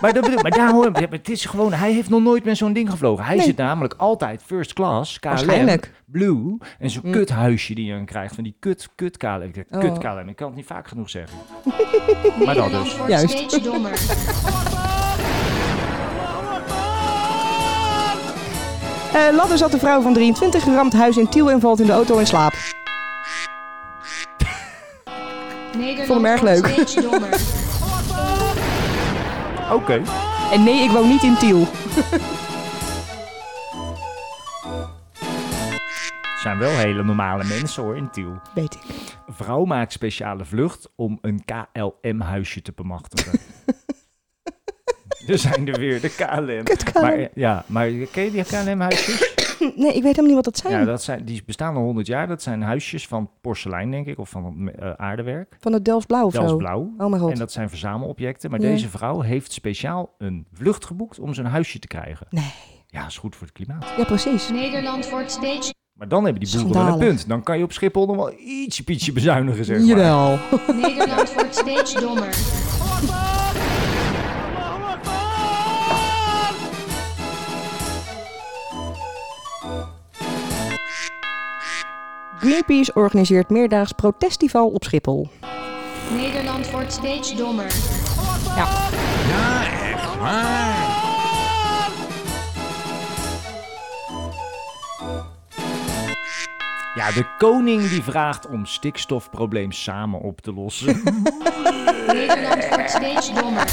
[SPEAKER 1] maar, dat bedoel- maar daar hoor maar het is gewoon, hij heeft nog nooit met zo'n ding gevlogen. Hij
[SPEAKER 3] Nee.
[SPEAKER 1] zit namelijk altijd first class, KLM,
[SPEAKER 3] Waarschijnlijk. Mm.
[SPEAKER 1] Blue. En zo'n kuthuisje die je dan krijgt van die kut, kut KLM. Ik zeg,
[SPEAKER 3] Oh.
[SPEAKER 1] Kut KLM, ik kan het niet vaak genoeg zeggen. Maar dat
[SPEAKER 6] Nederland
[SPEAKER 1] dus.
[SPEAKER 6] wordt
[SPEAKER 3] Juist.
[SPEAKER 6] steeds dommer.
[SPEAKER 3] Eh, ladder zat de vrouw van 23 geramd huis in Tiel en valt in de auto in slaap.
[SPEAKER 6] Nederland
[SPEAKER 3] Vond hem erg
[SPEAKER 6] wordt
[SPEAKER 3] leuk.
[SPEAKER 6] steeds dommer.
[SPEAKER 1] Oké.
[SPEAKER 3] En nee, ik woon niet in Tiel.
[SPEAKER 1] Zijn wel hele normale mensen hoor, in Tiel.
[SPEAKER 3] Weet ik.
[SPEAKER 1] Vrouw maakt speciale vlucht om een KLM-huisje te bemachtigen. er zijn er weer, de KLM.
[SPEAKER 3] KLM.
[SPEAKER 1] Maar, ja, maar ken je die KLM-huisjes?
[SPEAKER 3] Nee, ik weet helemaal niet wat dat zijn.
[SPEAKER 1] Ja, dat zijn, die bestaan al 100 jaar. Dat zijn huisjes van porselein, denk ik, of van eh, aardewerk.
[SPEAKER 3] Van het Delft Blauw of
[SPEAKER 1] Dat
[SPEAKER 3] zo.
[SPEAKER 1] is blauw.
[SPEAKER 3] Oh mijn god.
[SPEAKER 1] En dat zijn verzamelobjecten. Maar
[SPEAKER 3] Ja.
[SPEAKER 1] deze vrouw heeft speciaal een vlucht geboekt om zo'n huisje te krijgen.
[SPEAKER 3] Nee.
[SPEAKER 1] Ja, is goed voor het klimaat.
[SPEAKER 3] Ja, precies.
[SPEAKER 6] Nederland wordt steeds...
[SPEAKER 1] Maar dan hebben die boeren wel een
[SPEAKER 3] Schandalig.
[SPEAKER 1] punt. Dan kan je op Schiphol nog wel ietsje pietje bezuinigen, zeg maar.
[SPEAKER 3] Jawel.
[SPEAKER 6] Nederland wordt steeds dommer.
[SPEAKER 3] Greenpeace organiseert meerdaags protestfestival op Schiphol.
[SPEAKER 6] Nederland wordt steeds dommer.
[SPEAKER 5] Ja, echt waar.
[SPEAKER 1] Ja, de koning die vraagt om stikstofprobleem samen op te lossen.
[SPEAKER 6] Nederland wordt steeds dommer.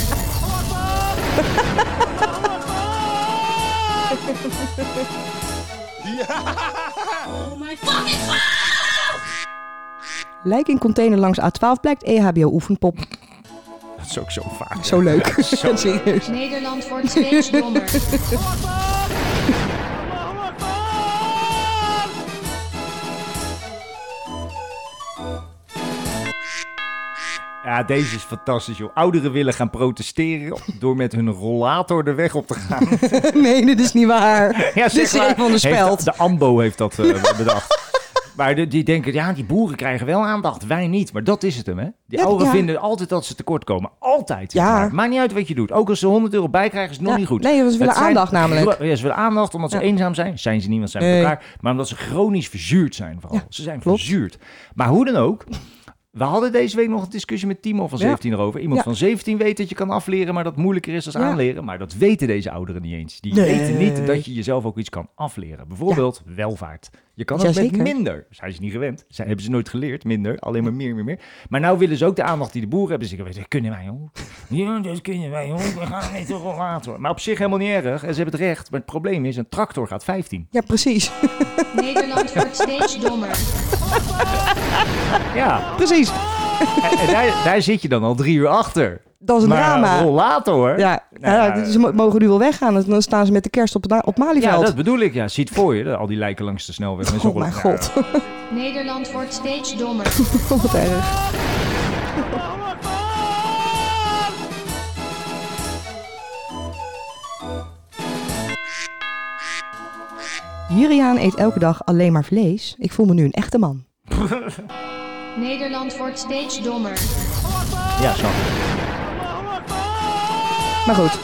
[SPEAKER 3] Lijk in container langs A12 blijkt E EHBO oefenpop.
[SPEAKER 1] dat is ook zo vaak.
[SPEAKER 3] Zo leuk. Serieus.
[SPEAKER 6] Nederland wordt steeds dommer.
[SPEAKER 1] Ja, deze is fantastisch, joh. Ouderen willen gaan protesteren door met hun rollator de weg op te gaan.
[SPEAKER 3] Nee, dit is niet waar.
[SPEAKER 1] Ja,
[SPEAKER 3] dit is
[SPEAKER 1] maar.
[SPEAKER 3] een van de
[SPEAKER 1] Heeft
[SPEAKER 3] speld.
[SPEAKER 1] dat- de AMBO heeft dat eh, bedacht. Maar de- die denken, ja, die boeren krijgen wel aandacht, wij niet. Maar dat is het hem, hè? Die
[SPEAKER 3] Ja,
[SPEAKER 1] ouderen
[SPEAKER 3] ja.
[SPEAKER 1] vinden altijd dat ze tekortkomen. Altijd. zeg
[SPEAKER 3] Ja.
[SPEAKER 1] maar. Maakt niet uit wat je doet. Ook als ze 100 euro bijkrijgen, is het nog
[SPEAKER 3] Ja,
[SPEAKER 1] niet goed.
[SPEAKER 3] nee, want ze willen
[SPEAKER 1] Het zijn-
[SPEAKER 3] aandacht namelijk.
[SPEAKER 1] Ja, ze willen aandacht omdat ze
[SPEAKER 3] Ja.
[SPEAKER 1] eenzaam zijn. Zijn ze niet, want ze zijn
[SPEAKER 3] Nee.
[SPEAKER 1] met elkaar. Maar omdat ze chronisch verzuurd zijn vooral.
[SPEAKER 3] Ja,
[SPEAKER 1] ze zijn
[SPEAKER 3] klopt.
[SPEAKER 1] verzuurd. Maar hoe dan ook... We hadden deze week nog een discussie met Timo van
[SPEAKER 3] Ja.
[SPEAKER 1] 17 erover. Iemand
[SPEAKER 3] Ja.
[SPEAKER 1] van 17 weet dat je kan afleren, maar dat moeilijker is dan
[SPEAKER 3] Ja.
[SPEAKER 1] aanleren. Maar dat weten deze ouderen niet eens. Die
[SPEAKER 3] Nee.
[SPEAKER 1] weten niet dat je jezelf ook iets kan afleren. Bijvoorbeeld welvaart. Je kan het met
[SPEAKER 3] Jazeker.
[SPEAKER 1] minder. Zijn ze niet gewend. Zij hebben ze nooit geleerd. Minder. Alleen maar meer, meer, meer. Maar nou willen ze ook de aandacht die de boeren hebben. Ze zeggen, "Weet je, kunnen wij ook. Ja, dat kunnen wij ook. We gaan met de rollator. Maar op zich helemaal niet erg. En ze hebben het recht. Maar het probleem is, een tractor gaat 15.
[SPEAKER 3] Ja, precies.
[SPEAKER 6] Nederland wordt steeds dommer.
[SPEAKER 1] Ja.
[SPEAKER 3] Precies.
[SPEAKER 1] En, en daar, daar zit je dan al drie uur achter.
[SPEAKER 3] Dat is een
[SPEAKER 1] maar
[SPEAKER 3] drama.
[SPEAKER 1] een rollator.
[SPEAKER 3] Ja,
[SPEAKER 1] Nou
[SPEAKER 3] ja,
[SPEAKER 1] ja,
[SPEAKER 3] dit is- ze mogen nu wel weggaan. dan- Dan staan ze met de kerst op, het- op
[SPEAKER 1] Ja,
[SPEAKER 3] Malieveld.
[SPEAKER 1] dat bedoel ik. Ja, ziet voor je. Al die lijken langs de snelweg. met zo'n
[SPEAKER 3] Oh mijn
[SPEAKER 1] rollator.
[SPEAKER 3] god,
[SPEAKER 6] Nederland wordt steeds dommer.
[SPEAKER 3] wat erg. Juriaan eet elke dag alleen maar vlees. Ik voel me nu een echte man.
[SPEAKER 6] Nederland wordt steeds dommer.
[SPEAKER 1] Ja, snap ik.
[SPEAKER 3] Maar goed.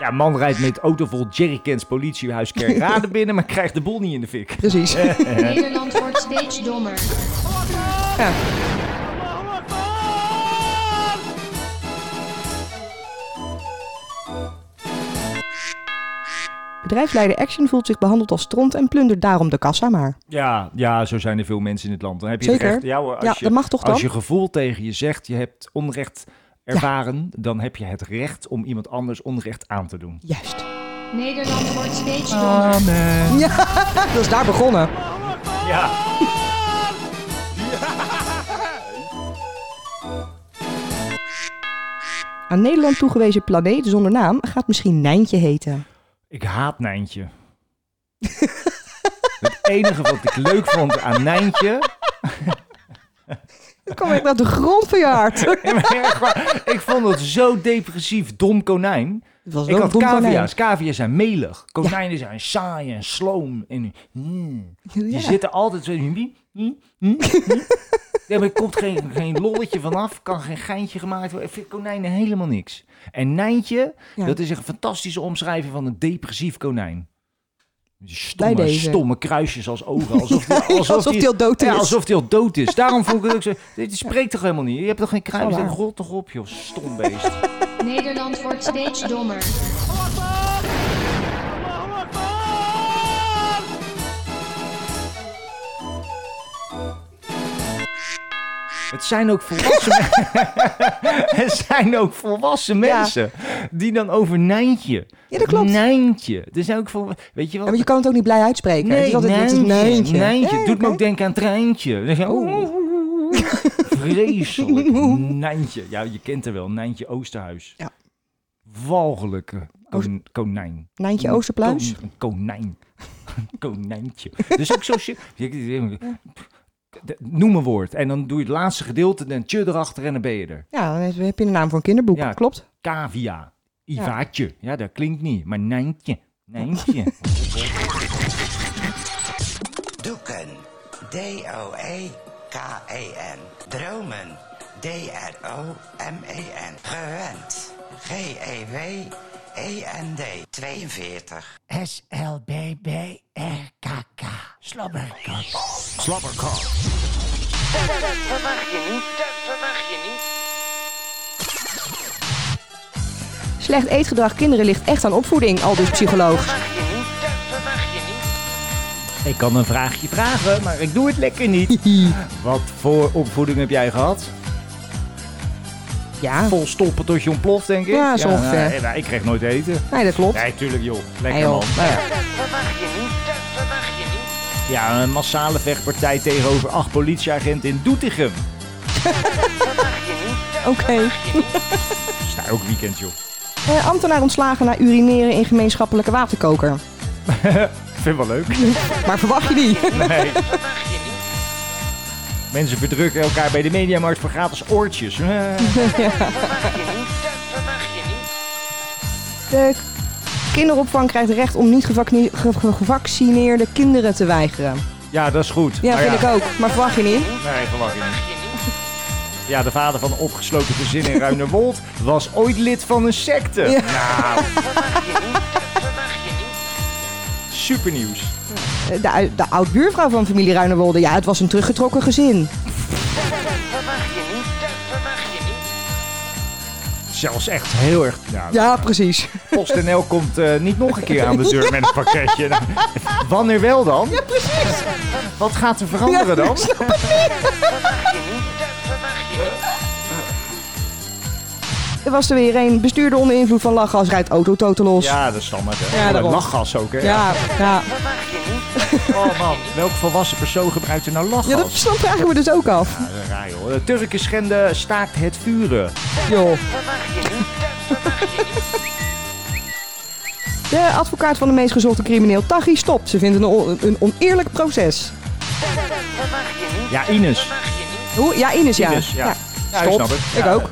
[SPEAKER 1] Ja, man rijdt met auto vol jerrycans politiehuis Kerkrade binnen, maar krijgt de boel niet in de fik.
[SPEAKER 3] Precies.
[SPEAKER 6] Nederland wordt steeds dommer.
[SPEAKER 3] Bedrijfsleider Action voelt zich behandeld als stront en plundert daarom de kassa maar.
[SPEAKER 1] Ja, ja, zo zijn er veel mensen in het land. Dan heb je
[SPEAKER 3] Zeker.
[SPEAKER 1] het recht. Ja, hoor, als
[SPEAKER 3] Ja,
[SPEAKER 1] je,
[SPEAKER 3] dat mag toch
[SPEAKER 1] Als
[SPEAKER 3] dan?
[SPEAKER 1] je gevoel tegen je zegt, je hebt onrecht ervaren, dan heb je het recht om iemand anders onrecht aan te doen.
[SPEAKER 3] Juist.
[SPEAKER 6] Nederland wordt steeds dommer.
[SPEAKER 3] Ja, dat is daar begonnen.
[SPEAKER 1] Ja.
[SPEAKER 3] Aan Nederland toegewezen planeet zonder naam gaat misschien Nijntje heten.
[SPEAKER 1] Ik haat Nijntje. het enige wat ik leuk vond aan Nijntje...
[SPEAKER 3] Dat kwam echt uit de grond van je hart.
[SPEAKER 1] Ja, maar echt waar, ik vond het zo depressief dom konijn.
[SPEAKER 3] Het was
[SPEAKER 1] Ik
[SPEAKER 3] wel
[SPEAKER 1] had
[SPEAKER 3] een dom konijn.
[SPEAKER 1] cavia's. Cavia's zijn melig. Konijnen zijn saai en sloom. En, hmm. Die
[SPEAKER 3] Ja.
[SPEAKER 1] zitten altijd zo... Hmm, hmm, hmm, hmm. Ja, maar er komt geen, geen lolletje vanaf. Kan geen geintje gemaakt worden. Ik vind konijnen helemaal niks. En Nijntje,
[SPEAKER 3] Ja.
[SPEAKER 1] dat is een fantastische omschrijving van een depressief konijn. Die stomme,
[SPEAKER 3] Bij deze.
[SPEAKER 1] stomme kruisjes als ogen. Alsof die, alsof
[SPEAKER 3] alsof die al dood
[SPEAKER 1] Ja,
[SPEAKER 3] is.
[SPEAKER 1] alsof die al dood is. Daarom vond ik het ook zo... Dit spreekt toch helemaal niet? Je hebt toch geen kruis?
[SPEAKER 3] Wel waar.
[SPEAKER 1] Rot toch op, joh. Stom beest.
[SPEAKER 6] Nederland wordt steeds dommer.
[SPEAKER 1] Het zijn ook volwassen, het zijn ook volwassen
[SPEAKER 3] Ja.
[SPEAKER 1] mensen die dan over Nijntje.
[SPEAKER 3] Ja, dat klopt.
[SPEAKER 1] Nijntje. Er zijn ook vol, weet je
[SPEAKER 3] Ja,
[SPEAKER 1] wel?
[SPEAKER 3] Oh, maar je kan het ook niet blij uitspreken. het is altijd het is Nijntje.
[SPEAKER 1] Nijntje.
[SPEAKER 3] Ja,
[SPEAKER 1] Doet me
[SPEAKER 3] oké.
[SPEAKER 1] ook denken aan treintje. Dan zeg je, oeh, oeh, oeh. Vreselijk. Nijntje. Ja, je kent er wel. Nijntje Oosterhuis.
[SPEAKER 3] Ja.
[SPEAKER 1] Walgelijke kon, konijn.
[SPEAKER 3] Nijntje Oosterpluis.
[SPEAKER 1] Kon- Een konijn. Een konijntje. Dus ook zo shit. Noem een woord. En dan doe je het laatste gedeelte, dan tje erachter en dan ben je er.
[SPEAKER 3] Ja, dan heb je een naam voor een kinderboek.
[SPEAKER 1] Ja.
[SPEAKER 3] Klopt.
[SPEAKER 1] Cavia. Ivaatje. Ja. dat klinkt niet. Maar nijntje. Nijntje.
[SPEAKER 9] Doeken. E D-O-E-K-E-N. Dromen. D-R-O-M-E-N. E Gewend. E G-E-W-E-N-D. 42. S-L-B-B-R-K-K. Slobberkok. Slobberkok. Dat verwacht je niet. Dat verwacht je niet.
[SPEAKER 3] Slecht eetgedrag kinderen ligt echt aan opvoeding, al dus psycholoog.
[SPEAKER 9] Verwacht je niet. Dat verwacht je niet.
[SPEAKER 1] ik kan een vraagje vragen, maar ik doe het lekker niet. Wat voor opvoeding heb jij gehad?
[SPEAKER 3] Ja,
[SPEAKER 1] Vol stoppen tot je ontploft, denk ik.
[SPEAKER 3] Ja, zo ongeveer.
[SPEAKER 1] nou, nou, ik kreeg nooit eten.
[SPEAKER 3] nee, dat klopt.
[SPEAKER 1] Nee, tuurlijk joh.
[SPEAKER 3] Nee,
[SPEAKER 1] Lekker
[SPEAKER 3] joh.
[SPEAKER 1] man.
[SPEAKER 3] Nou ja.
[SPEAKER 9] Dat verwacht je niet. Dat verwacht je niet.
[SPEAKER 1] Ja, een massale vechtpartij tegenover acht politieagenten in Doetinchem.
[SPEAKER 3] Oké.
[SPEAKER 1] Dat is daar ook weekend, joh.
[SPEAKER 3] Eh, ambtenaar ontslagen na urineren in gemeenschappelijke waterkoker.
[SPEAKER 1] Vind wel leuk.
[SPEAKER 3] Maar verwacht je niet?
[SPEAKER 1] Nee. Mensen verdrukken elkaar bij de mediamarkt voor gratis oortjes. Eh.
[SPEAKER 3] De kinderopvang krijgt recht om niet gevacni- ge- ge- gevaccineerde kinderen te weigeren.
[SPEAKER 1] Ja, dat is goed.
[SPEAKER 3] Oh Ja,
[SPEAKER 1] Maar
[SPEAKER 3] vind ik ook. Maar verwacht je niet?
[SPEAKER 1] Nee, verwacht ik niet. Ja, de vader van een opgesloten gezin in Ruinerwold was ooit lid van een secte.
[SPEAKER 3] Ja.
[SPEAKER 1] Nou. Super nieuws.
[SPEAKER 3] Eh, De, ui- de oud-buurvrouw van familie Ruinerwolde. Ja, het was een teruggetrokken gezin.
[SPEAKER 1] Zelfs echt heel erg. Nou,
[SPEAKER 3] Ja, precies.
[SPEAKER 1] PostNL komt eh, niet nog een keer aan de deur met een pakketje. Nou, wanneer wel dan? Ja, precies. Wat gaat er veranderen dan?
[SPEAKER 3] Er was er weer een. Bestuurder onder invloed van lachgas rijdt auto totalos.
[SPEAKER 1] Ja, dat is standaard. hè.
[SPEAKER 3] Ja,
[SPEAKER 1] Met
[SPEAKER 3] daarom.
[SPEAKER 1] lachgas ook, hè?
[SPEAKER 3] ja. ja.
[SPEAKER 1] Oh man, welk volwassen persoon gebruikt er nou lachgas?
[SPEAKER 3] Ja, dat snap vragen we dus ook
[SPEAKER 1] Ja,
[SPEAKER 3] af.
[SPEAKER 1] dat is raar, joh. De Turken schenden staakt het vuren.
[SPEAKER 3] Joh. De advocaat van de meest gezochte crimineel Taghi stopt. Ze vinden een, on- een oneerlijk proces.
[SPEAKER 1] Ja, Ines.
[SPEAKER 3] Hoe? Ja, Ines, ja.
[SPEAKER 1] Ines, ja. Ja, ik
[SPEAKER 3] Stop.
[SPEAKER 1] snap het.
[SPEAKER 3] Ik
[SPEAKER 1] Ja.
[SPEAKER 3] ook.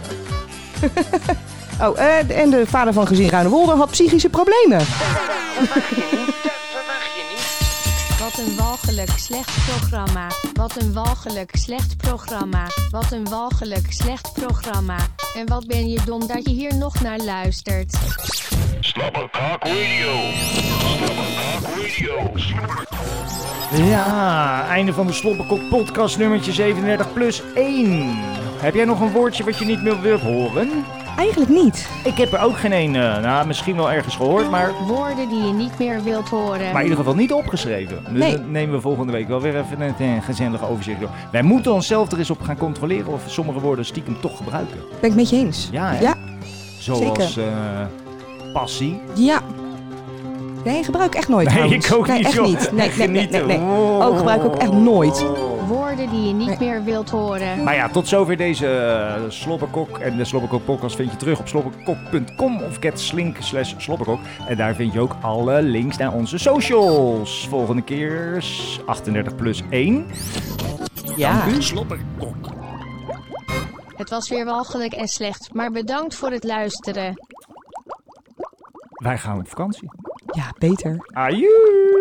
[SPEAKER 3] oh, eh, de- en de vader van gezin Ruinewolde had psychische problemen.
[SPEAKER 6] Wat een walgelijk slecht programma. Wat een walgelijk slecht programma. Wat een walgelijk slecht programma. En wat ben je dom dat je hier nog naar luistert.
[SPEAKER 2] Slobberkok Radio. Slobberkok Radio.
[SPEAKER 1] Ja, einde van de Sloppenkok podcast nummertje 37 plus 1. Heb jij nog een woordje wat je niet meer wilt horen?
[SPEAKER 3] Eigenlijk niet.
[SPEAKER 1] Ik heb er ook geen één, eh, nou, misschien wel ergens gehoord, maar,
[SPEAKER 6] Woorden die je niet meer wilt horen.
[SPEAKER 1] maar in ieder geval niet opgeschreven. Dus
[SPEAKER 3] Nee.
[SPEAKER 1] dat nemen we volgende week wel weer even een, eh, gezellig overzicht door. Wij moeten onszelf er eens op gaan controleren of we sommige woorden stiekem toch gebruiken.
[SPEAKER 3] Ben ik met je eens.
[SPEAKER 1] Ja, hè?
[SPEAKER 3] Ja.
[SPEAKER 1] Zoals eh, passie.
[SPEAKER 3] Ja. Nee, gebruik echt nooit
[SPEAKER 1] Nee,
[SPEAKER 3] trouwens.
[SPEAKER 1] ik ook
[SPEAKER 3] nee,
[SPEAKER 1] niet,
[SPEAKER 3] echt
[SPEAKER 1] joh.
[SPEAKER 3] niet. Nee, nee, nee, nee,
[SPEAKER 1] Genieten.
[SPEAKER 3] nee. Ook gebruik ook echt nooit.
[SPEAKER 6] Woorden die je niet meer wilt horen.
[SPEAKER 1] Maar ja, tot zover deze eh, Slobberkok. En de Slobberkok podcast vind je terug op slobberkok.com of catslink slash slobberkok. En daar vind je ook alle links naar onze socials. Volgende keer s- 38 plus 1.
[SPEAKER 3] Ja.
[SPEAKER 1] Slobberkok.
[SPEAKER 6] Het was weer walgelijk en slecht, maar bedankt voor het luisteren.
[SPEAKER 1] Wij gaan op vakantie.
[SPEAKER 3] Ja, beter.
[SPEAKER 1] Ajoe!